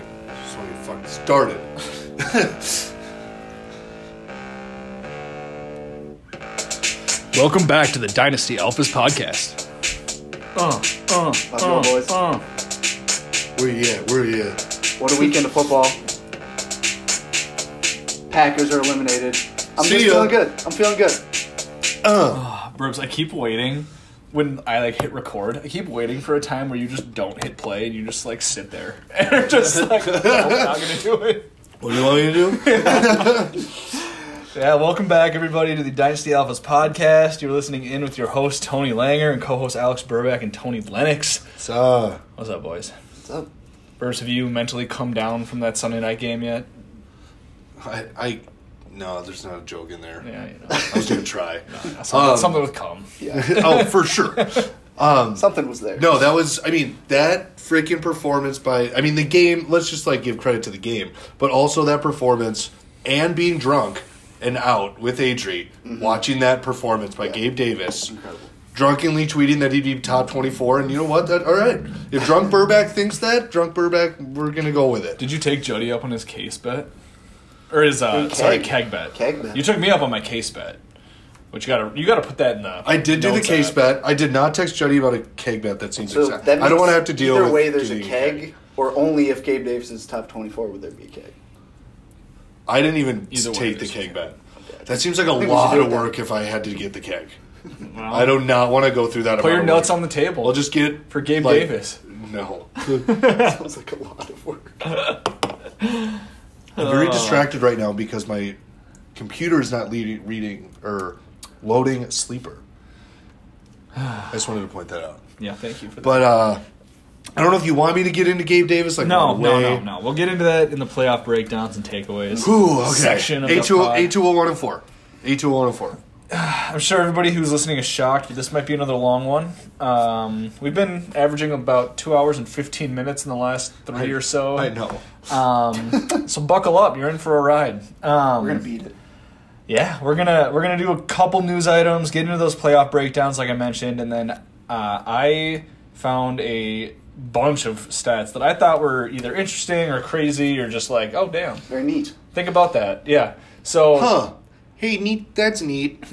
me fucking started. Welcome back to the Dynasty Alphas podcast. Uh, uh, How's it going, uh, boys? uh. Where you at? Where you at? What a weekend of football. Packers are eliminated. I'm See just ya. feeling good. I'm feeling good. Burbs, I keep waiting when I like hit record. I keep waiting for a time where you just don't hit play and you just like sit there and just like "No, I'm not gonna do it. What do you want me to do? Yeah, welcome back everybody to the Dynasty Alphas podcast. You're listening in with your host Tony Langer and co-host Alex Burback and Tony Lennox. so, What's up, boys? What's up? Burbs, have you mentally come down from that Sunday night game yet? I, I, no, there's not a joke in there. Yeah, you know, I was gonna try. something, Um, something with cum. oh, for sure. Something was there. No, that was. I mean, that freaking performance by. I mean, the game. Let's just like give credit to the game, but also that performance and being drunk and out with Adri, Mm-hmm. watching that performance by Gabe Davis. Drunkenly tweeting that he'd be top twenty-four, and you know what? That all right. If drunk Burback thinks that, drunk Burback, we're gonna go with it. Did you take Jody up on his case bet? Or his uh Keg. sorry, keg bet. Keg bet. You took me up on my case bet. Which you gotta you gotta put that in the I did do the notes case app. bet. I did not text Jody about a keg bet. That seems So exact. that means I don't want to have to deal either with way, there's a getting keg, or only if Gabe Davis is top 24 would there be a keg. I didn't even Either way, take the there's a keg keg. bet. That seems like a we should lot do of that. work if I had to get the keg. Well, I do not want to go through that. put your amount of notes work. on the table. I'll just get for Gabe like- Davis. No, Sounds like a lot of work. I'm very distracted right now because my computer is not leading, reading or loading sleeper. I just wanted to point that out. Yeah, thank you for But uh, I don't know if you want me to get into Gabe Davis. Like that. No, right no, away. no, no. We'll get into that in the playoff breakdowns and takeaways. Ooh, okay. Section of the pod. A two O one and four. A two O one and four. I'm sure everybody who's listening is shocked, but this might be another long one. Um, we've been averaging about two hours and 15 minutes in the last three or so. I know. Um, so buckle up, you're in for a ride. Um, We're going to beat it. Yeah, we're gonna we're gonna do a couple news items, get into those playoff breakdowns, like I mentioned, and then uh, I found a bunch of stats that I thought were either interesting or crazy or just like, oh damn, Very neat. think about that. Yeah. So Huh. Hey, neat. That's neat.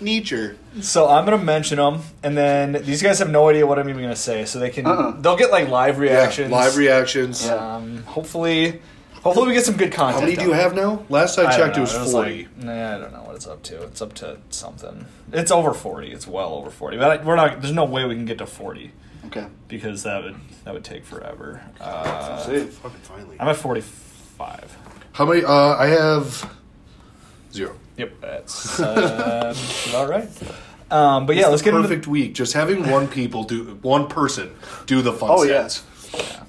Nature. so I'm gonna mention them, and then these guys have no idea what I'm even gonna say, so they can Uh-uh. they'll get like live Yeah, reactions. live reactions. Um, hopefully, hopefully we get some good content. How many do out you of it. have now? Last I, I checked, don't know, it was forty. like- nah, I don't know what it's up to. It's up to something. It's over forty. It's well over forty. But I, we're not. There's no way we can get to forty Okay. because that would that would take forever. Uh, Safe. Fucking finally. I'm at forty-five. How many? Uh, I have zero. Yep, that's uh, about right. Um, but yeah, let's get into Perfect week. Just having one people do one person do the fun. Oh, stats. yes.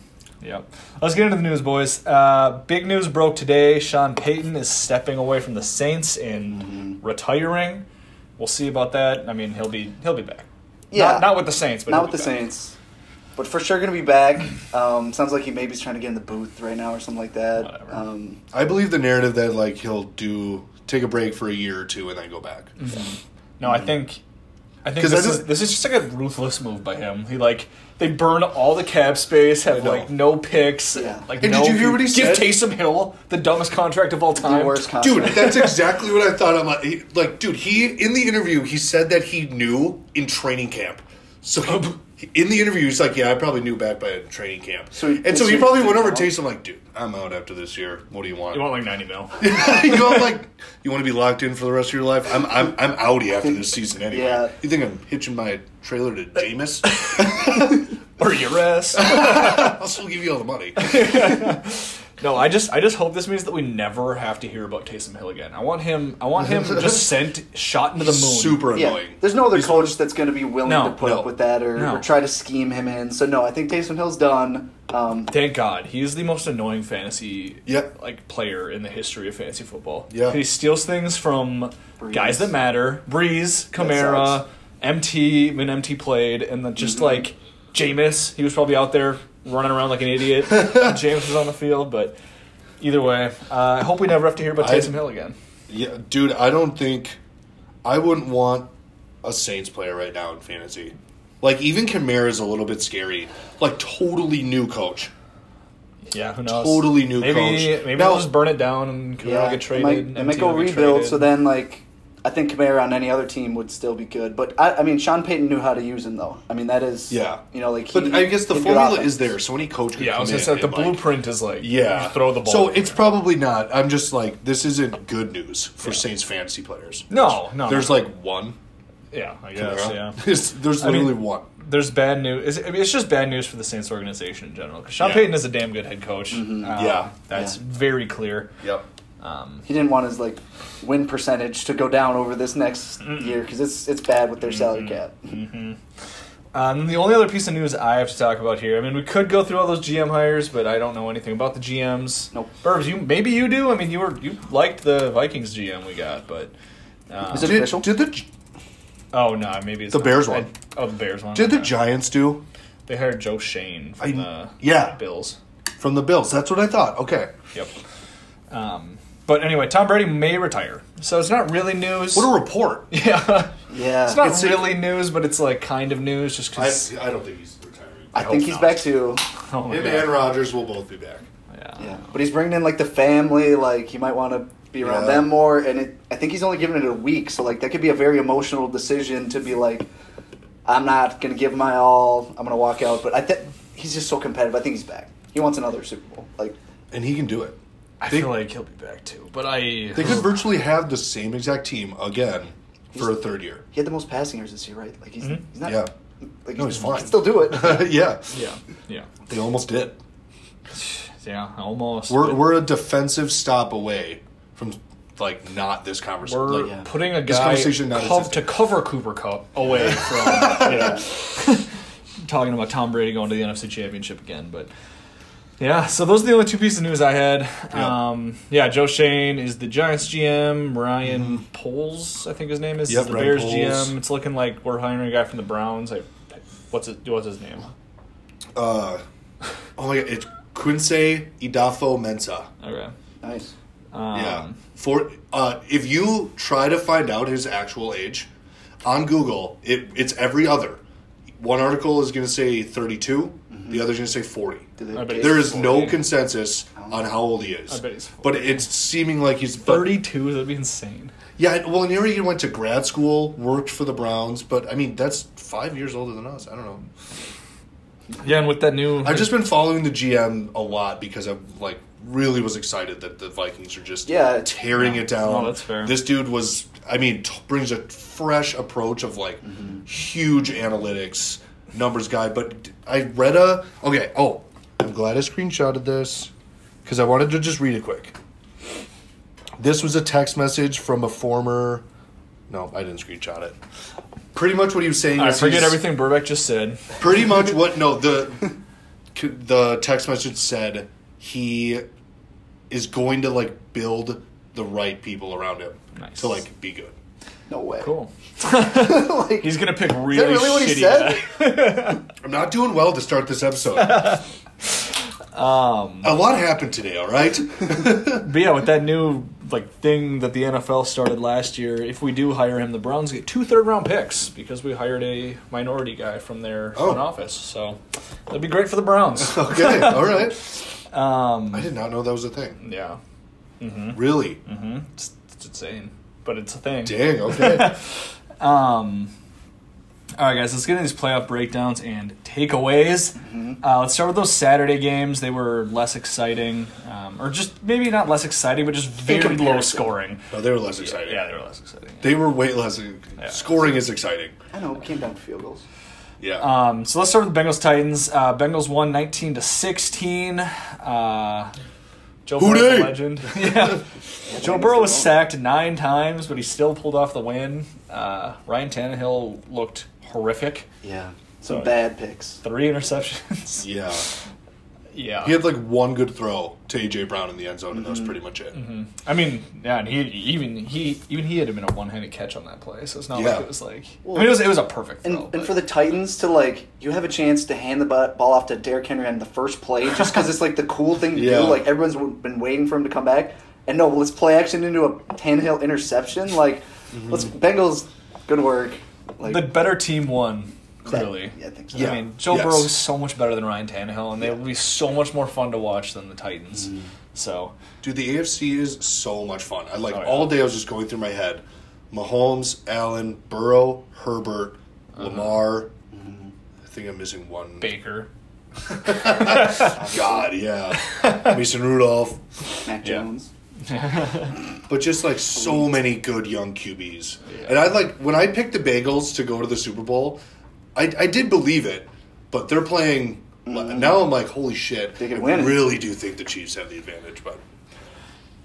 Yep. Let's get into the news, boys. Uh, big news broke today. Sean Payton is stepping away from the Saints and Mm-hmm. retiring. We'll see about that. I mean, he'll be he'll be back. Yeah. Not, not with the Saints, but Not he'll with the be back. Saints. But for sure going to be back. Um, sounds like he maybe is trying to get in the booth right now or something like that. Whatever. Um, I believe the narrative that like he'll do take a break for a year or two and then go back. No, I think, I think Mm. 'Cause this I is just- this is just like a ruthless move by him. He like they burn all the cap space, have know. like no picks. Yeah. Like And did no, you hear what he said? give Taysom Hill the dumbest contract of all time. the Dude, worst contract. that's exactly what I thought. I'm like, he- like, dude, he in the interview he said that he knew in training camp. So he, in the interview, he's like, "Yeah, I probably knew back by training camp." So he- and so he it's- probably went over to Taysom like, "Dude, I'm out after this year. What do you want? You want like ninety mil? you know, I'm like, you want to be locked in for the rest of your life? I'm I'm I'm outie after this season anyway. Yeah. You think I'm hitching my trailer to Jameis? or E your ass? I'll still give you all the money. no, I just I just hope this means that we never have to hear about Taysom Hill again. I want him. I want him just sent shot into the moon. Super yeah. annoying. There's no other coach that's going to be willing No, to put no, up with that or, no. or try to scheme him in. So, no, I think Taysom Hill's done. Um, Thank God, he is the most annoying fantasy Yeah. like player in the history of fantasy football. Yeah. he steals things from Breeze. guys that matter: Breeze, Kamara, sucks. MT when MT played, and then Mm-hmm. just like Jameis, he was probably out there running around like an idiot. Jameis was on the field, but either way, uh, I hope we never have to hear about I- Taysom Hill again. Yeah, dude, I don't think I wouldn't want a Saints player right now in fantasy. Like even Kamara is a little bit scary. Like totally new coach. Yeah, who knows? Totally new maybe, coach. Maybe Now- they'll just burn it down and Camaro Yeah, will get it traded. might, and it might MT go will get rebuild. So traded. then, like, I think Kamara on any other team would still be good. But I, I mean, Sean Payton knew how to use him, though. I mean, that is, Yeah. you know, like, But he- I guess the he had good formula offense. is there, so any coach can yeah, I come was in gonna say like, the and, like, blueprint is like Yeah, you throw the ball. So in it's there. probably not. I'm just like this isn't good news for Saints fantasy players. No, no, There's no. like one. yeah, I guess Camara. yeah. It's- there's I mean- literally one. There's bad news. It's, I mean, it's just bad news for the Saints organization in general. 'cause Sean Yeah. Mm-hmm. Payton is a damn good head coach. Um, Yeah. that's Yeah. very clear. Yep. He didn't want his, like, win percentage to go down over this next year because it's, it's bad with their salary cap. Um, the only other piece of news I have to talk about here. I mean, we could go through all those GM hires, but I don't know anything about the GMs. Nope. Burbs, you maybe you do. I mean, you were you liked the Vikings GM we got, but um, Is it Uh, Did, official? did the oh no, maybe it's The not. Bears I- one. oh, the Bears one. did the okay. Giants do they hired Joe Shane from I- the yeah. Bills? from the Bills? That's what I thought. Okay. Yep. Um, but anyway, Tom Brady may retire, so it's not really news. What a report. yeah, Yeah. it's not It's a- really news, but it's like kind of news, just because. I don't think he's retiring. I hope think he's not. back to, Oh my Him God. and Rogers will both be back. Yeah. yeah. But he's bringing in, like, the family. Like, he might want to be around Yeah. them more. And it, I think he's only giving it a week. So, like, that could be a very emotional decision to be like, I'm not going to give my all. I'm going to walk out. But I think he's just so competitive. I think he's back. He wants another Super Bowl. Like, And he can do it. I They- feel like he'll be back too, but I They could virtually have the same exact team again for a third year. He had the most passing yards this year, right? Like he's, Mm-hmm. he's not. Yeah. Like No, he's, he's fine. he can still do it. yeah. yeah yeah They almost did. yeah almost We're But we're a defensive stop away from like not this conversation. we're Like, yeah. putting a This guy conversation not cov- to existing. cover Cooper Cup away from you know, talking about Tom Brady going to the NFC Championship again, but. Yeah, so those are the only two pieces of news I had. Yeah. Yeah, um, yeah Joe Shane is the Giants GM. Ryan Poles, I think his name is, Yep, is the Ryan Bears Poles. GM. It's looking like we're hiring a guy from the Browns. I, what's it, What's his name? uh, oh my god, it's Quince Idafo Mensa. Okay. nice. Um, yeah. For uh, if you try to find out his actual age on Google, it, it's every other. One article is going to say 32, Mm-hmm. the other is going to say 40. Do they I bet pay- he's There is no 40. consensus on how old he is. I bet he's But it's seeming like he's but- 32, that'd be insane. Yeah, well, and he already went to grad school, worked for the Browns, but I mean, that's five years older than us. I don't know. Yeah, and with that new. I've just been following the GM a lot because I'm like really was excited that the Vikings are just Yeah. tearing it down. No, that's fair. This dude was, I mean, t- brings a fresh approach of like huge analytics numbers guy. But d- I read a okay. Oh, I'm glad I screenshotted this because I wanted to just read it quick. This was a text message from a former. No, I didn't screenshot it. Pretty much what he was saying. I was forget he's- everything Burbeck just said. pretty much what no the the text message said he is going to like build the right people around him Nice. to like be good No way. Cool. like, He's gonna pick really, really what he shitty said? i'm not doing well to start this episode um a lot happened today all right guy. But yeah, with that new like thing that the NFL started last year, if we do hire him, the Browns get two third round picks because we hired a minority guy from their Oh. front office. So that'd be great for the Browns. okay all right um, i did not know that was a thing yeah, Mm-hmm. really Mm. it's, it's insane, but it's a thing. dang okay Um, all right, guys, let's get into these playoff breakdowns and takeaways. Mm-hmm. Uh, let's start with those Saturday games. They were less exciting, um, or just maybe not less exciting, but just very low comparison. scoring. no they were less exciting Yeah, they were less exciting. they were way less scoring is exciting I know. It came down to field goals. yeah Um, so let's start with the Bengals Titans. Uh, Bengals won 19 to 16. Uh, Joe Who Burrow, the dey? legend. yeah. Joe Burrow was sacked nine times, but he still pulled off the win. Uh, Ryan Tannehill looked horrific. Yeah. Some Sorry. bad picks. Three interceptions. yeah yeah. he had like one good throw to aj brown in the end zone and that Mm-hmm. was pretty much it Hmm. I mean, yeah, and he even he even he had been a one-handed catch on that play, so it's not Yeah. like it was like. I mean, it was it was a perfect And, throw. and Oh, but- for the Titans to like, you have a chance to hand the bu- ball off to Derrick Henry on the first play, just because it's like the cool thing to Yeah. do. Like everyone's w- been waiting for him to come back, and no, let's play action into a Tannehill Mm-hmm. interception. Like, let's Bengals, good work. Like, the better team won. clearly. yeah, I think so. Yeah. I mean, Joe Yes. Burrow is so much better than Ryan Tannehill, and they will be so much more fun to watch than the Titans. So, Dude, the AFC is so much fun. I like Oh, yeah. all day. I was just going through my head: Mahomes, Allen, Burrow, Herbert, Uh-huh. Lamar. Mm-hmm. I think I'm missing one. Baker. God, yeah, Mason Rudolph. Matt Yeah. Jones. But just like so many good young QBs. And I like when I picked the Bagels to go to the Super Bowl, I, I did believe it. But they're playing now. I'm like, holy shit! Mm-hmm. They could I win. really do think the Chiefs have the advantage, but.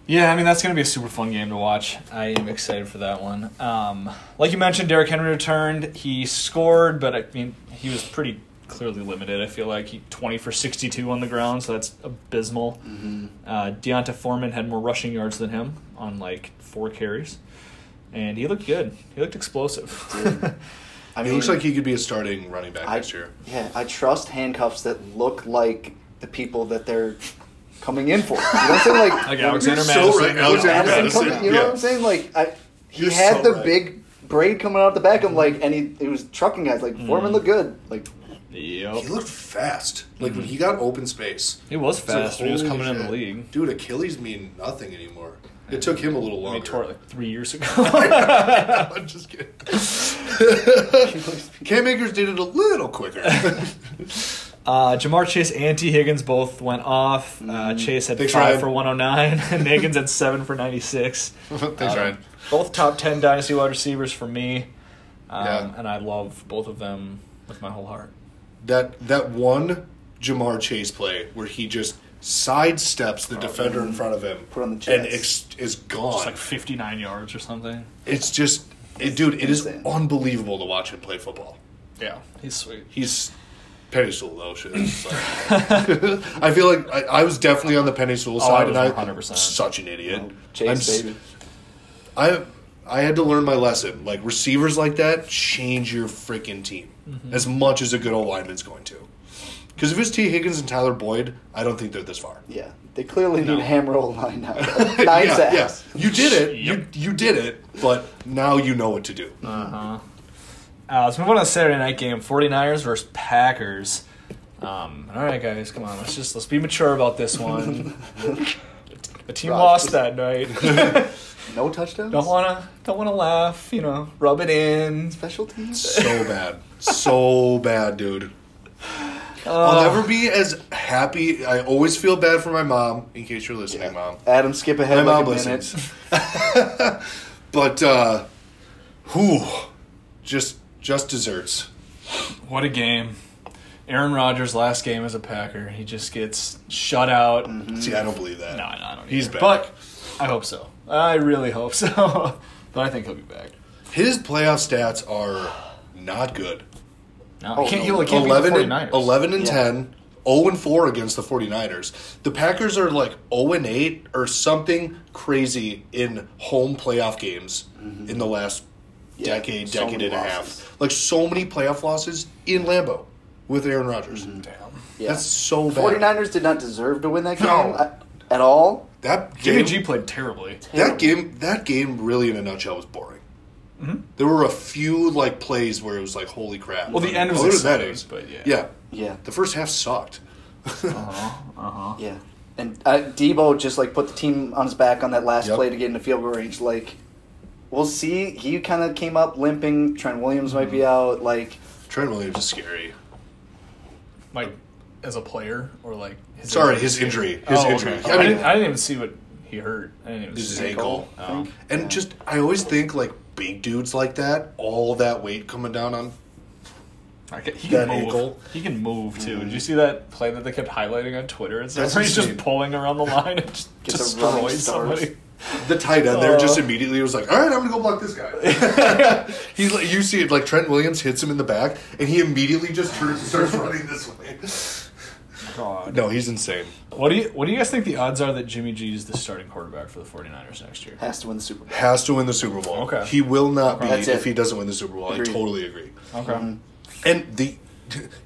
Yeah, I mean that's going to be a super fun game to watch. I am excited for that one. Um, like you mentioned, Derrick Henry returned. He scored, but I mean he was pretty clearly limited. I feel like he twenty for sixty-two on the ground, so that's abysmal. Uh, Deonta Foreman had more rushing yards than him on like four carries, and he looked good. He looked explosive. I He looks like he could be a starting running back I, next year. Yeah, I trust handcuffs that look like the people that they're coming in for. You know what I'm saying? Like, like Alexander so Madison. right, Alexander Madison Madison, coming- you know yeah. what I'm saying? Like, I, he You're had so the right. Mm-hmm. big braid coming out the back. I'm like, and he it was trucking guys. Like, Mm. Foreman looked good. Like, Yep. He looked fast. Like when he got open space. Oh. Mm-hmm. He was it's like, fast. when he was holy coming in the shit. league. Dude, Achilles mean nothing anymore. It took him a little I mean, longer. he tore it like three years ago. I'm just kidding. Cam Akers did it a little quicker. Uh, Jamar Chase and T. Higgins both went off. Uh, Chase had Mm-hmm. Thanks, five Ryan. for 109, and Higgins had seven for 96. Thanks, Um, Ryan. Both top 10 dynasty wide receivers for me. Um, Yeah. And I love both of them with my whole heart. That that one Jamar Chase play where he just sidesteps the defender in front of him, Put on the and jets. ex- is It's gone. like 59 yards or something. it's just, it, dude, it is insane. unbelievable to watch him play football. Yeah, he's sweet. He's Penny Sewell though. Shit. It's like- I feel like I, I was definitely on the Penny Sewell Oh, I side, was and I 100%. such an idiot. Chase, I'm s- baby. I I had to learn my lesson. Like receivers like that change your freaking team Mm-hmm. as much as a good old lineman's going to. Because if it's T Higgins and Tyler Boyd, I don't think they're this far. Yeah, they clearly No. need hammer roll line now. Nine yeah, sacks. yeah. you did it. Yep. You you did it. But now you know what to do. Uh-huh. Uh, let's move on to the Saturday night game 49ers versus Packers. Um, all right, guys, come on. Let's just let's be mature about this one. the team Rob, lost just- that night. No touchdowns. Don't wanna, don't wanna laugh. You know, rub it in. special teams. So bad. so bad, dude. I'll never be as happy. I always feel bad for my mom, in case you're listening, mom. Adam, skip My ahead mom like a minute. listens. but uh who just just desserts. What a game! Aaron Rodgers' last game as a Packer, he just gets shut out. See, I don't believe that. No, no, I don't. He's either. back. but I hope so. I really hope so. but I think he'll be back. His playoff stats are not good. No, Oh, he can't, no. he'll, he can't 11 beat the and, 49ers. 11 and Yeah. 10, 0 and 4 against the 49ers. The Packers are like 0 and 8 or something crazy in home playoff games in the last Mm-hmm. Yeah, decade, so decade many and a losses. half. Like so many playoff losses in Lambeau with Aaron Rodgers. Mm-hmm. Yeah. That's so bad. 49ers did not deserve to win that game No. uh, at all. That Jimmy game, G played terribly. that game, that game, really in a nutshell, was boring. There were a few like plays where it was like, "Holy crap!" Mm-hmm. Well, the end was Other than that, exciting, it was- but yeah. yeah, Yeah, The first half sucked. yeah. And uh, Debo just like put the team on his back on that last Yep. play to get into field goal range. Like, we'll see. He kind of came up limping. Trent Williams might be Mm-hmm. out. Like, Trent Williams is scary. Like as a player, or like his Sorry, his injury. His Oh, okay. injury. I, I mean, didn't, I didn't even see what he hurt. I didn't even This is see. ankle. Goal. I Oh. think. and Yeah. just I always think like big dudes like that, all that weight coming down on. I ca- he That can move. ankle. He can move too. Did you see that play that they kept highlighting on Twitter? It's That's where he's just insane. pulling around the line and just Gets a running destroys start. somebody. The tight end there just Oh. immediately was like, "All right, I'm gonna go block this guy." He's like, you see it like Trent Williams hits him in the back, and he immediately just turns and starts running this way. God. No, he's insane. What do you What do you guys think the odds are that Jimmy G is the starting quarterback for the 49ers next year? has to win the Super Bowl. Has to win the Super Bowl. Okay. He will not be That's it. if he doesn't win the Super Bowl. Agreed. I totally agree. Okay. And the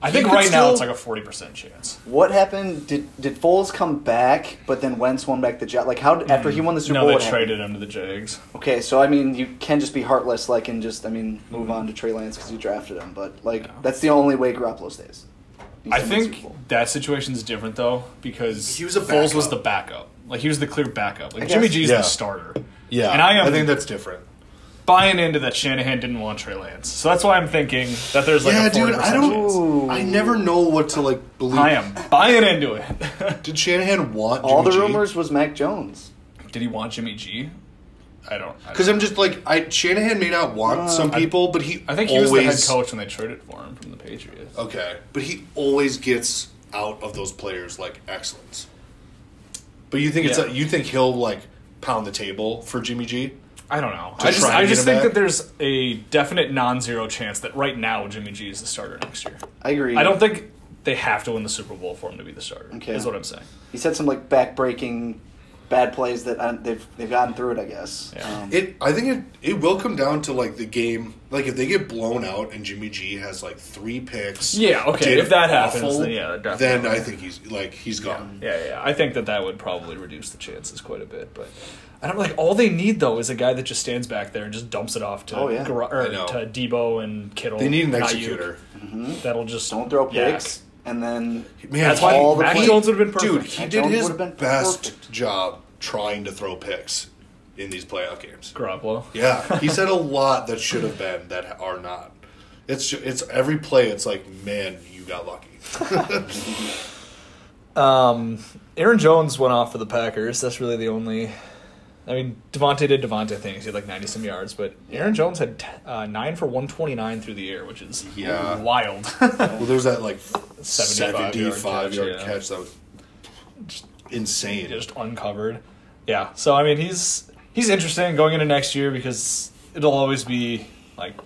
I think um, could right now it's still- like a forty percent chance. What happened? Did did Foles come back, but then Wentz won back the job? Like how after he won the Mm-hmm. Super No, Bowl? they what happened? traded him to the Jags. Okay, so I mean, you can just be heartless, like, and just I mean, move Mm-hmm. on to Trey Lance because you drafted him. But like, that's the only way Garoppolo stays. He's I in the Super think Bowl. that situation's different though because He was a Foles was backup. the backup. Like he was the clear backup. Like I Jimmy guess. G's Yeah. the starter. Yeah, And I am- I think that's different. Buying into that Shanahan didn't want Trey Lance, so that's why I'm thinking that there's like yeah, a forty dude, percent I chance. don't. I never know what to like believe. I am buying into it. Did Shanahan want all the Jimmy G? rumors was Mac Jones. Did he want Jimmy G? I don't. I, Because I'm just like I Shanahan may not want some people, but he Uh, I think he always, Oh. was the head coach when they traded for him from the Patriots. Okay, but he always gets out of those players like excellence. But you think it's Yeah. a, you think he'll like pound the table for Jimmy G? I don't know. To I just, try and I get just him think back? that there's a definite non-zero chance that right now Jimmy G is the starter next year. I agree. I don't think they have to win the Super Bowl for him to be the starter. Okay. Is what I'm saying. He said some like back-breaking, bad plays that I, they've they've gotten through it. I guess. Yeah. Um, It I think it it will come down to like the game. Like if they get blown out and Jimmy G has like three picks. Yeah, okay, did if that happens, awful, then yeah, definitely. Then I think he's like he's gone. Yeah, yeah. I think that that would probably reduce the chances quite a bit, but. I don't like all they need though is a guy that just stands back there and just dumps it off to Oh, yeah. Gar- or I know. to Debo and Kittle. They need an and Ayuk. executor. That'll just Mm-hmm. don't throw yak. picks, and then Man, That's why All the Mac play- Jones would have been perfect. Dude, he Mac did Jones his would've been best perfect. job trying to throw picks in these playoff games. Garoppolo. Yeah, he said a lot that should have been that are not. It's ju- it's every play. It's like, man, you got lucky. Um, Aaron Jones went off for the Packers. That's really the only. I mean, Devontae did Devontae things. He had like 90 some yards, but Aaron Jones had t- uh, 9 for 129 through the air, which is Yeah. wild. Well, there's that like 75 yard seventy-five catch, yard yeah. catch that was insane. Just uncovered. Yeah. So, I mean, he's he's interesting going into next year because it'll always be like,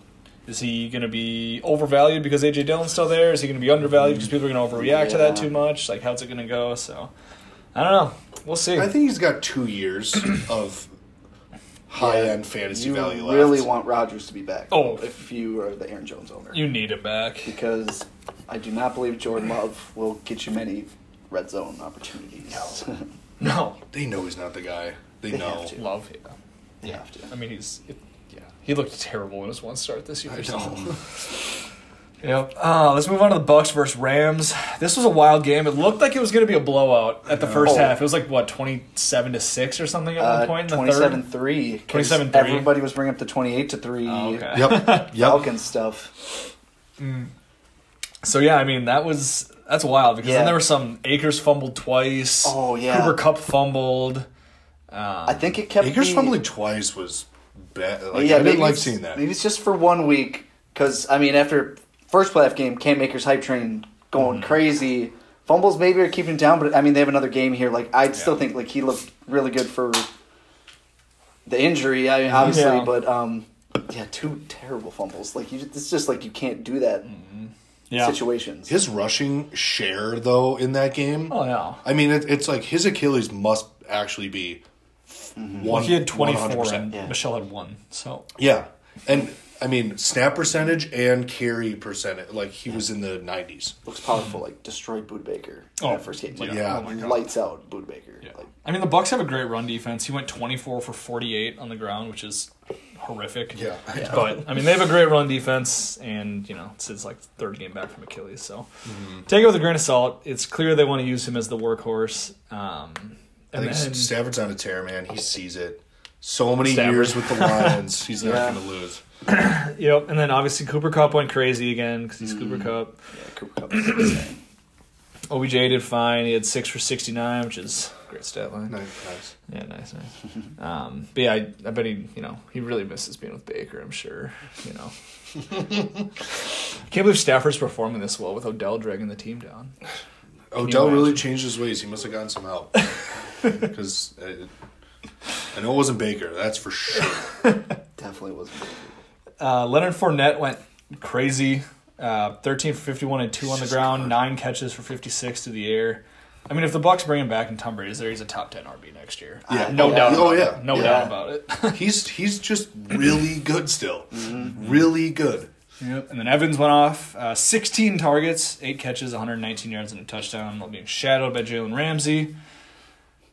is he going to be overvalued because A.J. Dillon's still there? Is he going to be undervalued because people are going to overreact to that Yeah. too much? Like, how's it going to go? So, I don't know. We'll see. I think he's got two years of high-end fantasy you value left. really want Rodgers to be back. Oh. if you are the Aaron Jones owner, you need him back. because I do not believe Jordan Love will get you many red zone opportunities. No. They know he's not the guy. They, They know. have to. Love, yeah. they have to. I mean, he's it, yeah. He looked terrible in his one start this year. I so- know. Yep. Uh, let's move on to the Bucks versus Rams. This was a wild game. It looked like it was going to be a blowout at the first Oh. Uh, half. It was like what twenty-seven to six or something at one point in the Twenty-seven third. three. 27-3. Everybody was bringing up the twenty-eight to three Oh, okay. Yep. Yep. Falcons stuff. So yeah, I mean that was that's wild because Yeah. then there were some Akers fumbled twice. Oh, yeah. Cooper Cup fumbled. Uh, I think it kept. Akers the- fumbling twice was bad. Like, yeah, I didn't maybe like it's- seeing that. Maybe it's just for one week because I mean, after first playoff game, Cam Akers hype train going Mm-hmm. crazy. Fumbles maybe are keeping him down, but I mean, they have another game here. Like I would still Yeah. think like he looked really good for the injury. I mean, obviously, Yeah. but um, yeah, two terrible fumbles. Like you, it's just like you can't do that Mm. yeah. situations. His rushing share though in that game. Oh yeah. I mean, it, it's like his Achilles must actually be Mm-hmm. one. He had twenty-four 100%. and Yeah. Michelle had one. So Yeah, and I mean snap percentage and carry percentage. Like he was in the nineties. Looks powerful. Like destroyed Buda Baker in Oh, that first game. Like, yeah. Oh my God. lights out Buda Baker. Like, I mean, the Bucks have a great run defense. He went 24 for 48 on the ground, which is horrific. Yeah, I know. But I mean, they have a great run defense, and you know, it's his like third game back from Achilles. So Mm-hmm. take it with a grain of salt. It's clear they want to use him as the workhorse. Um, I and think then, Stafford's on a tear, man. He sees it. So many Stafford. years with the Lions, he's not Yeah. going to lose. yep, and then obviously Cooper Cup went crazy again because he's Mm. Cooper Cup. yeah, Cooper Cup. is insane. OBJ did fine. He had six for 69, which is a great stat line. Nice, nice. Yeah, nice, nice. Um, but yeah, I, I bet he, you know, he really misses being with Baker. I'm sure, you know. I can't believe Stafford's performing this well with Odell dragging the team down. Odell really imagine? changed his ways. He must have gotten some help because I, I know it wasn't Baker. That's for sure. Definitely was. Uh, Leonard Fournette went crazy. Uh, 13 for 51 and two on the ground, nine catches for 56 to the air. I mean, if the Bucks bring him back and Tom Brady's there, he's a top 10 RB next year. Yeah. no Oh, doubt. yeah. Oh, about yeah. it. no Yeah. doubt about it. He's he's just really good still, really good. Yep. And then Evans went off uh, 16 targets, eight catches, 119 yards, and a touchdown, while being shadowed by Jalen Ramsey.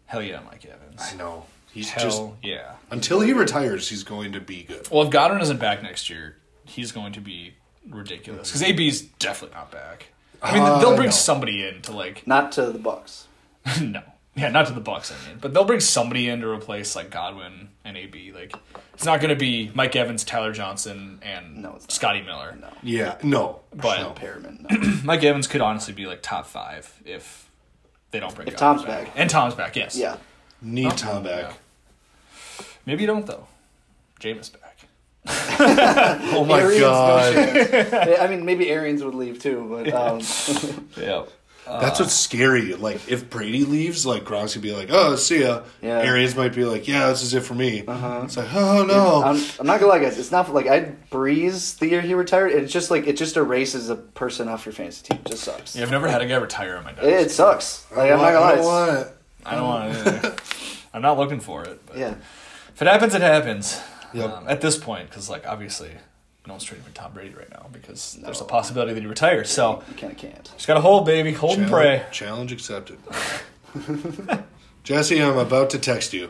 Hell yeah, Mike Evans. I know. He's Hell just yeah. until he retires, he's going to be good. Well, if Goddard isn't back next year, he's going to be ridiculous because AB's definitely not back. I mean, Uh, they'll bring no. somebody in to like Not to the Bucks. no, yeah, not to the Bucks. I mean, but they'll bring somebody in to replace like Godwin and AB. Like, it's not going to be Mike Evans, Tyler Johnson, and No, it's not. Scotty Miller. No. Yeah, no, But- no. Perriman. No. Mike Evans could honestly be like top five if they don't bring If Godwin Tom's back. and Tom's back. Yes, yeah. need Tom back. Maybe you don't though. Jameis back. Oh my Arians, no god, Yeah, I mean, maybe Arians would leave too, but um, Yeah. that's what's scary. Like if Brady leaves, like Gronk's gonna be like, "Oh, see ya." Yeah. Arians might be like, "Yeah, this is it for me." It's like, oh no. I'm, I'm not gonna lie, guys. It's not like I breeze the year he retired. It's just like it just erases a person off your fantasy team. It just sucks. Yeah, I've never had a guy retire on my It, desk. it sucks. Like I'm I not don't gonna lie. want it. I don't want to. I'm not looking for it. But It's, yeah. If it happens, it happens. Yep. Um, at this point, because like obviously, no one's trading for Tom Brady right now because there's a possibility that he retires. So You kind of can't. just gotta hold, baby, hold and Challenge- pray. Challenge accepted. Jesse, I'm about to text you.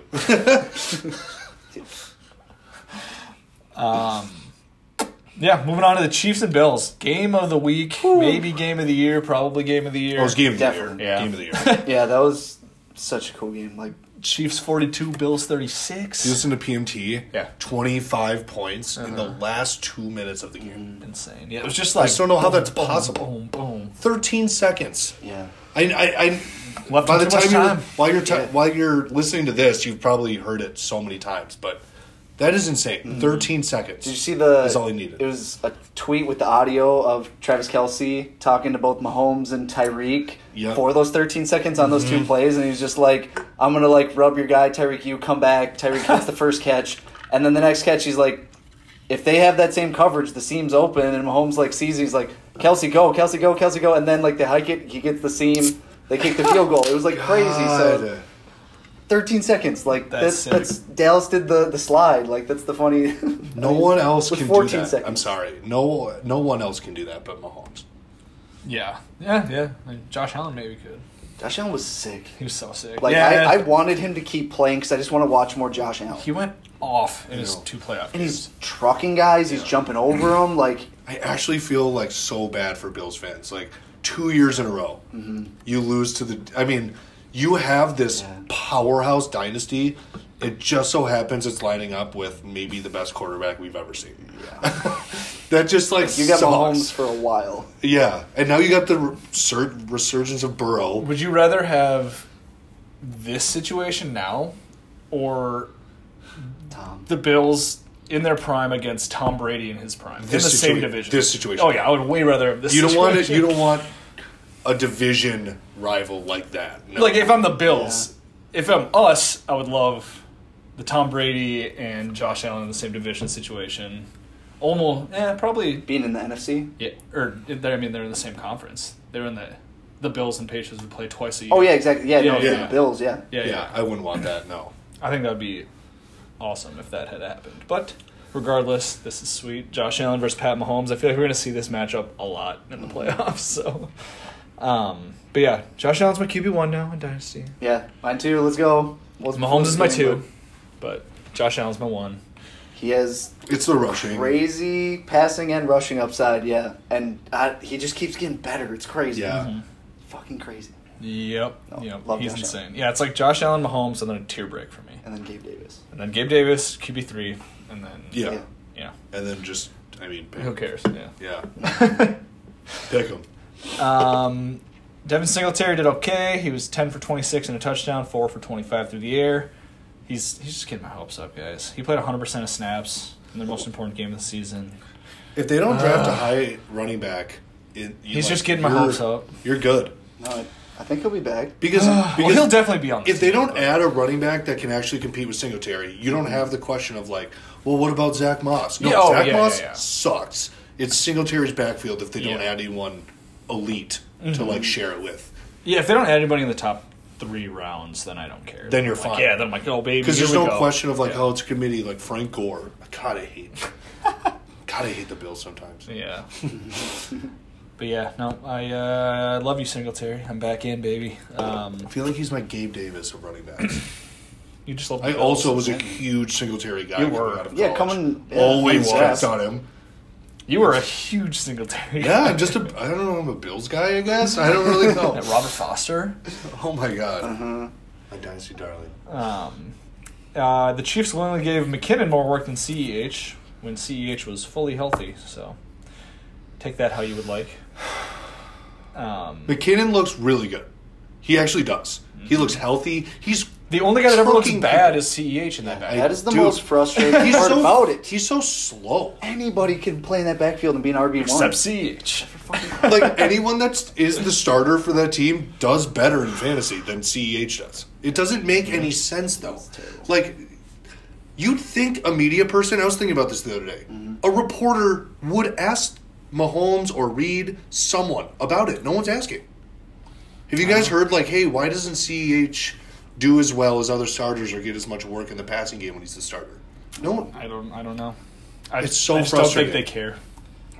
Yeah, moving on to the Chiefs and Bills game of the week, maybe game of the year, probably game of the year. Oh, it's game of the year. Definitely. Yeah. Game of the year. Yeah, that was such a cool game. Like Chiefs 42, Bills You 36. listen to PMT. Yeah. 25 points in Uh-huh. the last two minutes of the game. Insane. Yeah, it was just like just don't know how boom, that's boom, possible. Boom, boom. 13 seconds. yeah. I, I, I Left by the too much time, you're time. while you're ti Yeah. while you're listening to this, you've probably heard it so many times, but that is insane. 13 seconds. Mm-hmm. Did you see the? That's all he needed. It was a tweet with the audio of Travis Kelsey talking to both Mahomes and Tyreek Yep. Mm-hmm. for those 13 seconds on those two plays, and he was just like, "I'm gonna like rub your guy, Tyreek. You come back. Tyreek hits the first catch, and then the next catch, he's like, if they have that same coverage, the seam's open, and Mahomes like sees, it, he's like, Kelsey, go, Kelsey, go, Kelsey, go, and then like they hike it, he gets the seam, they kick the field goal. It was like crazy. So God. 13 seconds, like That's that's sick. that's, Dallas did the the slide, like that's the funny. no one else with can 14 do that. seconds. I'm sorry. No no one else can do that but Mahomes. Yeah, yeah, yeah. Like, Josh Allen maybe could. Josh Allen was sick. He was so sick. Like yeah, I, I wanted him to keep playing because I just want to watch more Josh Allen. he went off in his know. two playoff and he's games. trucking guys. He's jumping over them. Like I actually feel like so bad for Bills fans. Like two years in a row, you lose to the. I mean, you have this Mm-hmm. Yeah. powerhouse dynasty. It just so happens it's lining up with maybe the best quarterback we've ever seen. that just like you got sucks. Mahomes for a while. Yeah, and now you got the resur- resurgence of Burrow. Would you rather have this situation now or Tom. the Bills in their prime against Tom Brady in his prime This in the same situa- division? this situation. Oh yeah, I would way rather have this. You don't want it. You situation. don't want a division rival like that. No. like if I'm the Bills. If I'm us, I would love the Tom Brady and Josh Allen in the same division situation. Almost, yeah, probably. Being in the NFC. Yeah, or they're, I mean, they're in the same conference. They're in the the Bills and Patriots would play twice a year. Oh yeah, exactly. Yeah, no, Yeah, yeah. the Bills. Yeah. yeah, yeah. yeah, I wouldn't want that. No. I think that would be awesome if that had happened. But regardless, this is sweet. Josh Allen versus Pat Mahomes. I feel like we're going to see this matchup a lot in the playoffs. So, um, but yeah, Josh Allen's my QB one now in Dynasty. Yeah. Mine too. Let's go. Well, Mahomes is my game, two, but Josh Allen's my one. but He has It's the rushing. crazy passing and rushing upside. Yeah, and uh, he just keeps getting better. It's crazy. Yeah. Fucking crazy. Mm-hmm. Yep, No, yep, Oh, love he's Josh insane. Allen. Yeah, it's like Josh Allen, Mahomes, and then a tear break for me, And then Gabe Davis. and then Gabe Davis QB three, and then Yeah. Yeah. yeah. and then just I mean, pick, Who cares? Yeah. yeah, pick them. Um, Devin Singletary did okay. He was ten for twenty six and a touchdown, four for twenty five through the air. He's he's just getting my hopes up, guys. He played one hundred percent of snaps in their most important game of the season. Oh, If they don't draft a high running back, it, you, Ah. He's just getting my you're- hopes up. Ah, You're good No, I, I think he'll be back. because Well, because he'll definitely be on. this if they team, don't but- add a running back that can actually compete with Singletary, you don't have the question of like, well, what about Zach Moss? No, Yeah, oh, Zach yeah, Moss yeah, yeah. sucks. It's Singletary's backfield if they don't Yeah. Mm-hmm. add anyone elite to like share it with. yeah, if they don't add anybody in the top three rounds, then I don't care. Then you're I'm like, fine. yeah, then I'm like, oh baby, Because here there's we no go. question of like, Yeah. oh, it's a committee like Frank Gore. God, I hate. God, I hate the Bills sometimes. Yeah. but yeah, no, I uh, love you, Singletary. I'm back in, baby. Um, I feel like he's my Gabe Davis of running backs. you just love. the I Bills. also was a huge Singletary guy. You coming were. out of Yeah, college. coming- yeah, always coming kept fast. on him. You were a huge Singletary. Yeah, I'm just a. I don't know. I'm a Bills guy. I guess I don't really know. That Robert Foster. Oh my god, Mm-hmm. my dynasty darling. Um, uh, the Chiefs willingly gave McKinnon more work than Ceh when Ceh was fully healthy. So take that how you would like. Um, McKinnon looks really good. He actually does. He Mm-hmm. looks healthy. He's the only guy that ever looks Trucking bad people. is Ceh in that back. That is the Dude. most frustrating he's part so about it. He's so slow. Anybody can play in that backfield and be an RB one. Except E Ceh. Like anyone that is the starter for that team does better in fantasy than Ceh does. It doesn't make any sense though. Like you'd think a media person. I was thinking about this the other day. A reporter would ask Mahomes or Reed someone about it. No one's asking. Have you guys heard like, hey, why doesn't Ceh do as well as other starters or get as much work in the passing game when he's the starter? No one. I don't. I don't know. I, It's so I just don't think frustrating. they care.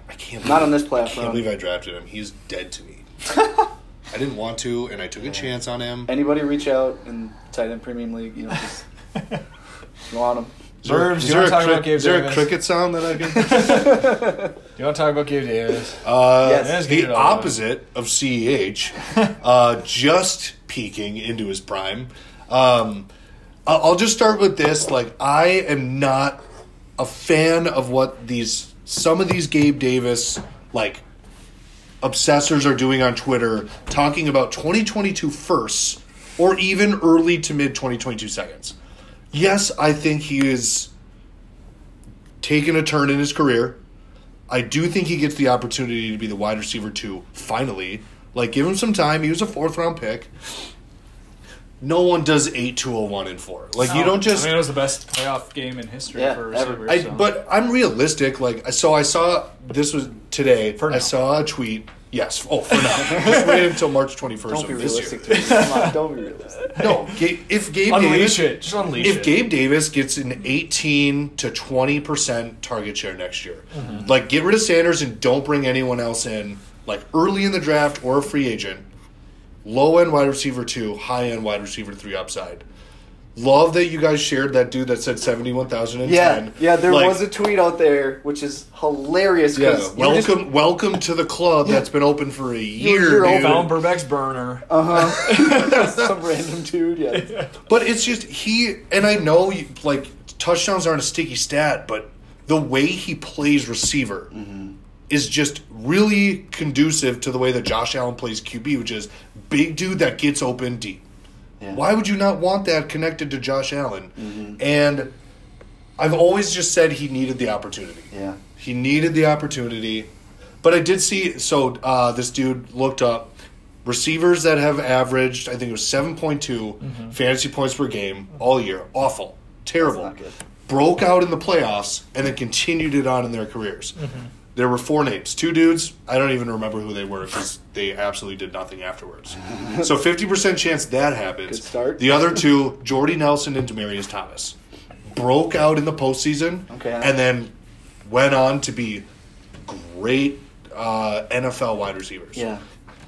I can't. Not on this I can't platform. believe I drafted him. He's dead to me. I didn't want to, and I took a chance on him. Anybody reach out in tight end premium league? You know, just you want them. Is there- Burbs, is you there wanna a talk crick- about Gabe Is there a Davis? cricket sound that I can? You want to talk about Gabe Davis? Uh, Yes. Let's get it the all done. opposite of Ceh, uh, just peaking into his prime. Um, I- I'll just start with this. Like, I am not a fan of what these some of these Gabe Davis like obsessors are doing on Twitter, talking about 2022 firsts or even early to mid 2022 seconds. Yes, I think he is taking a turn in his career. I do think he gets the opportunity to be the wide receiver too. Finally, like give him some time. He was a fourth round pick. No one does eight two oh one in four. Like you don't just. I mean, it was the best playoff game in history Yeah, for ever. receivers. I, so. But I'm realistic. Like so, I saw this was today. For now. I saw a tweet. Yes. Oh, for now. just wait until March 21st Don't of be this realistic. year. To me. Come on, don't be realistic. No, Ga- if Gabe unleash Davis, it. Just unleash if it. Gabe Davis gets an 18 to 20 percent target share next year, like get rid of Sanders and don't bring anyone else in, like early in the draft or a free agent, low end wide receiver two, high end wide receiver three upside. Love that you guys shared that dude that said seventy one thousand and Yeah, ten. yeah. There Like, was a tweet out there which is hilarious. yeah. 'cause you were Welcome, just- welcome to the club that's been open for a were year, your old dude. found Burbeck's burner. Uh, some random dude. Yeah. But it's just he and I know you- like touchdowns aren't a sticky stat, but the way he plays receiver is just really conducive to the way that Josh Allen plays QB, which is big dude that gets open deep. Why would you not want that connected to Josh Allen? And I've always just said he needed the opportunity. Yeah. He needed the opportunity. But I did see, so uh, this dude looked up receivers that have averaged, I think it was 7.2 Mm-hmm. fantasy points per game all year. Awful. Terrible. That's not good. Broke out in the playoffs and then continued it on in their careers. Mm-hmm. There were four names. Two dudes, I don't even remember who they were because they absolutely did nothing afterwards. so 50% chance that happens. Good start. The other two, Jordy Nelson and Demarius Thomas, broke out in the postseason Okay. and then went on to be great uh, NFL wide receivers. Yeah.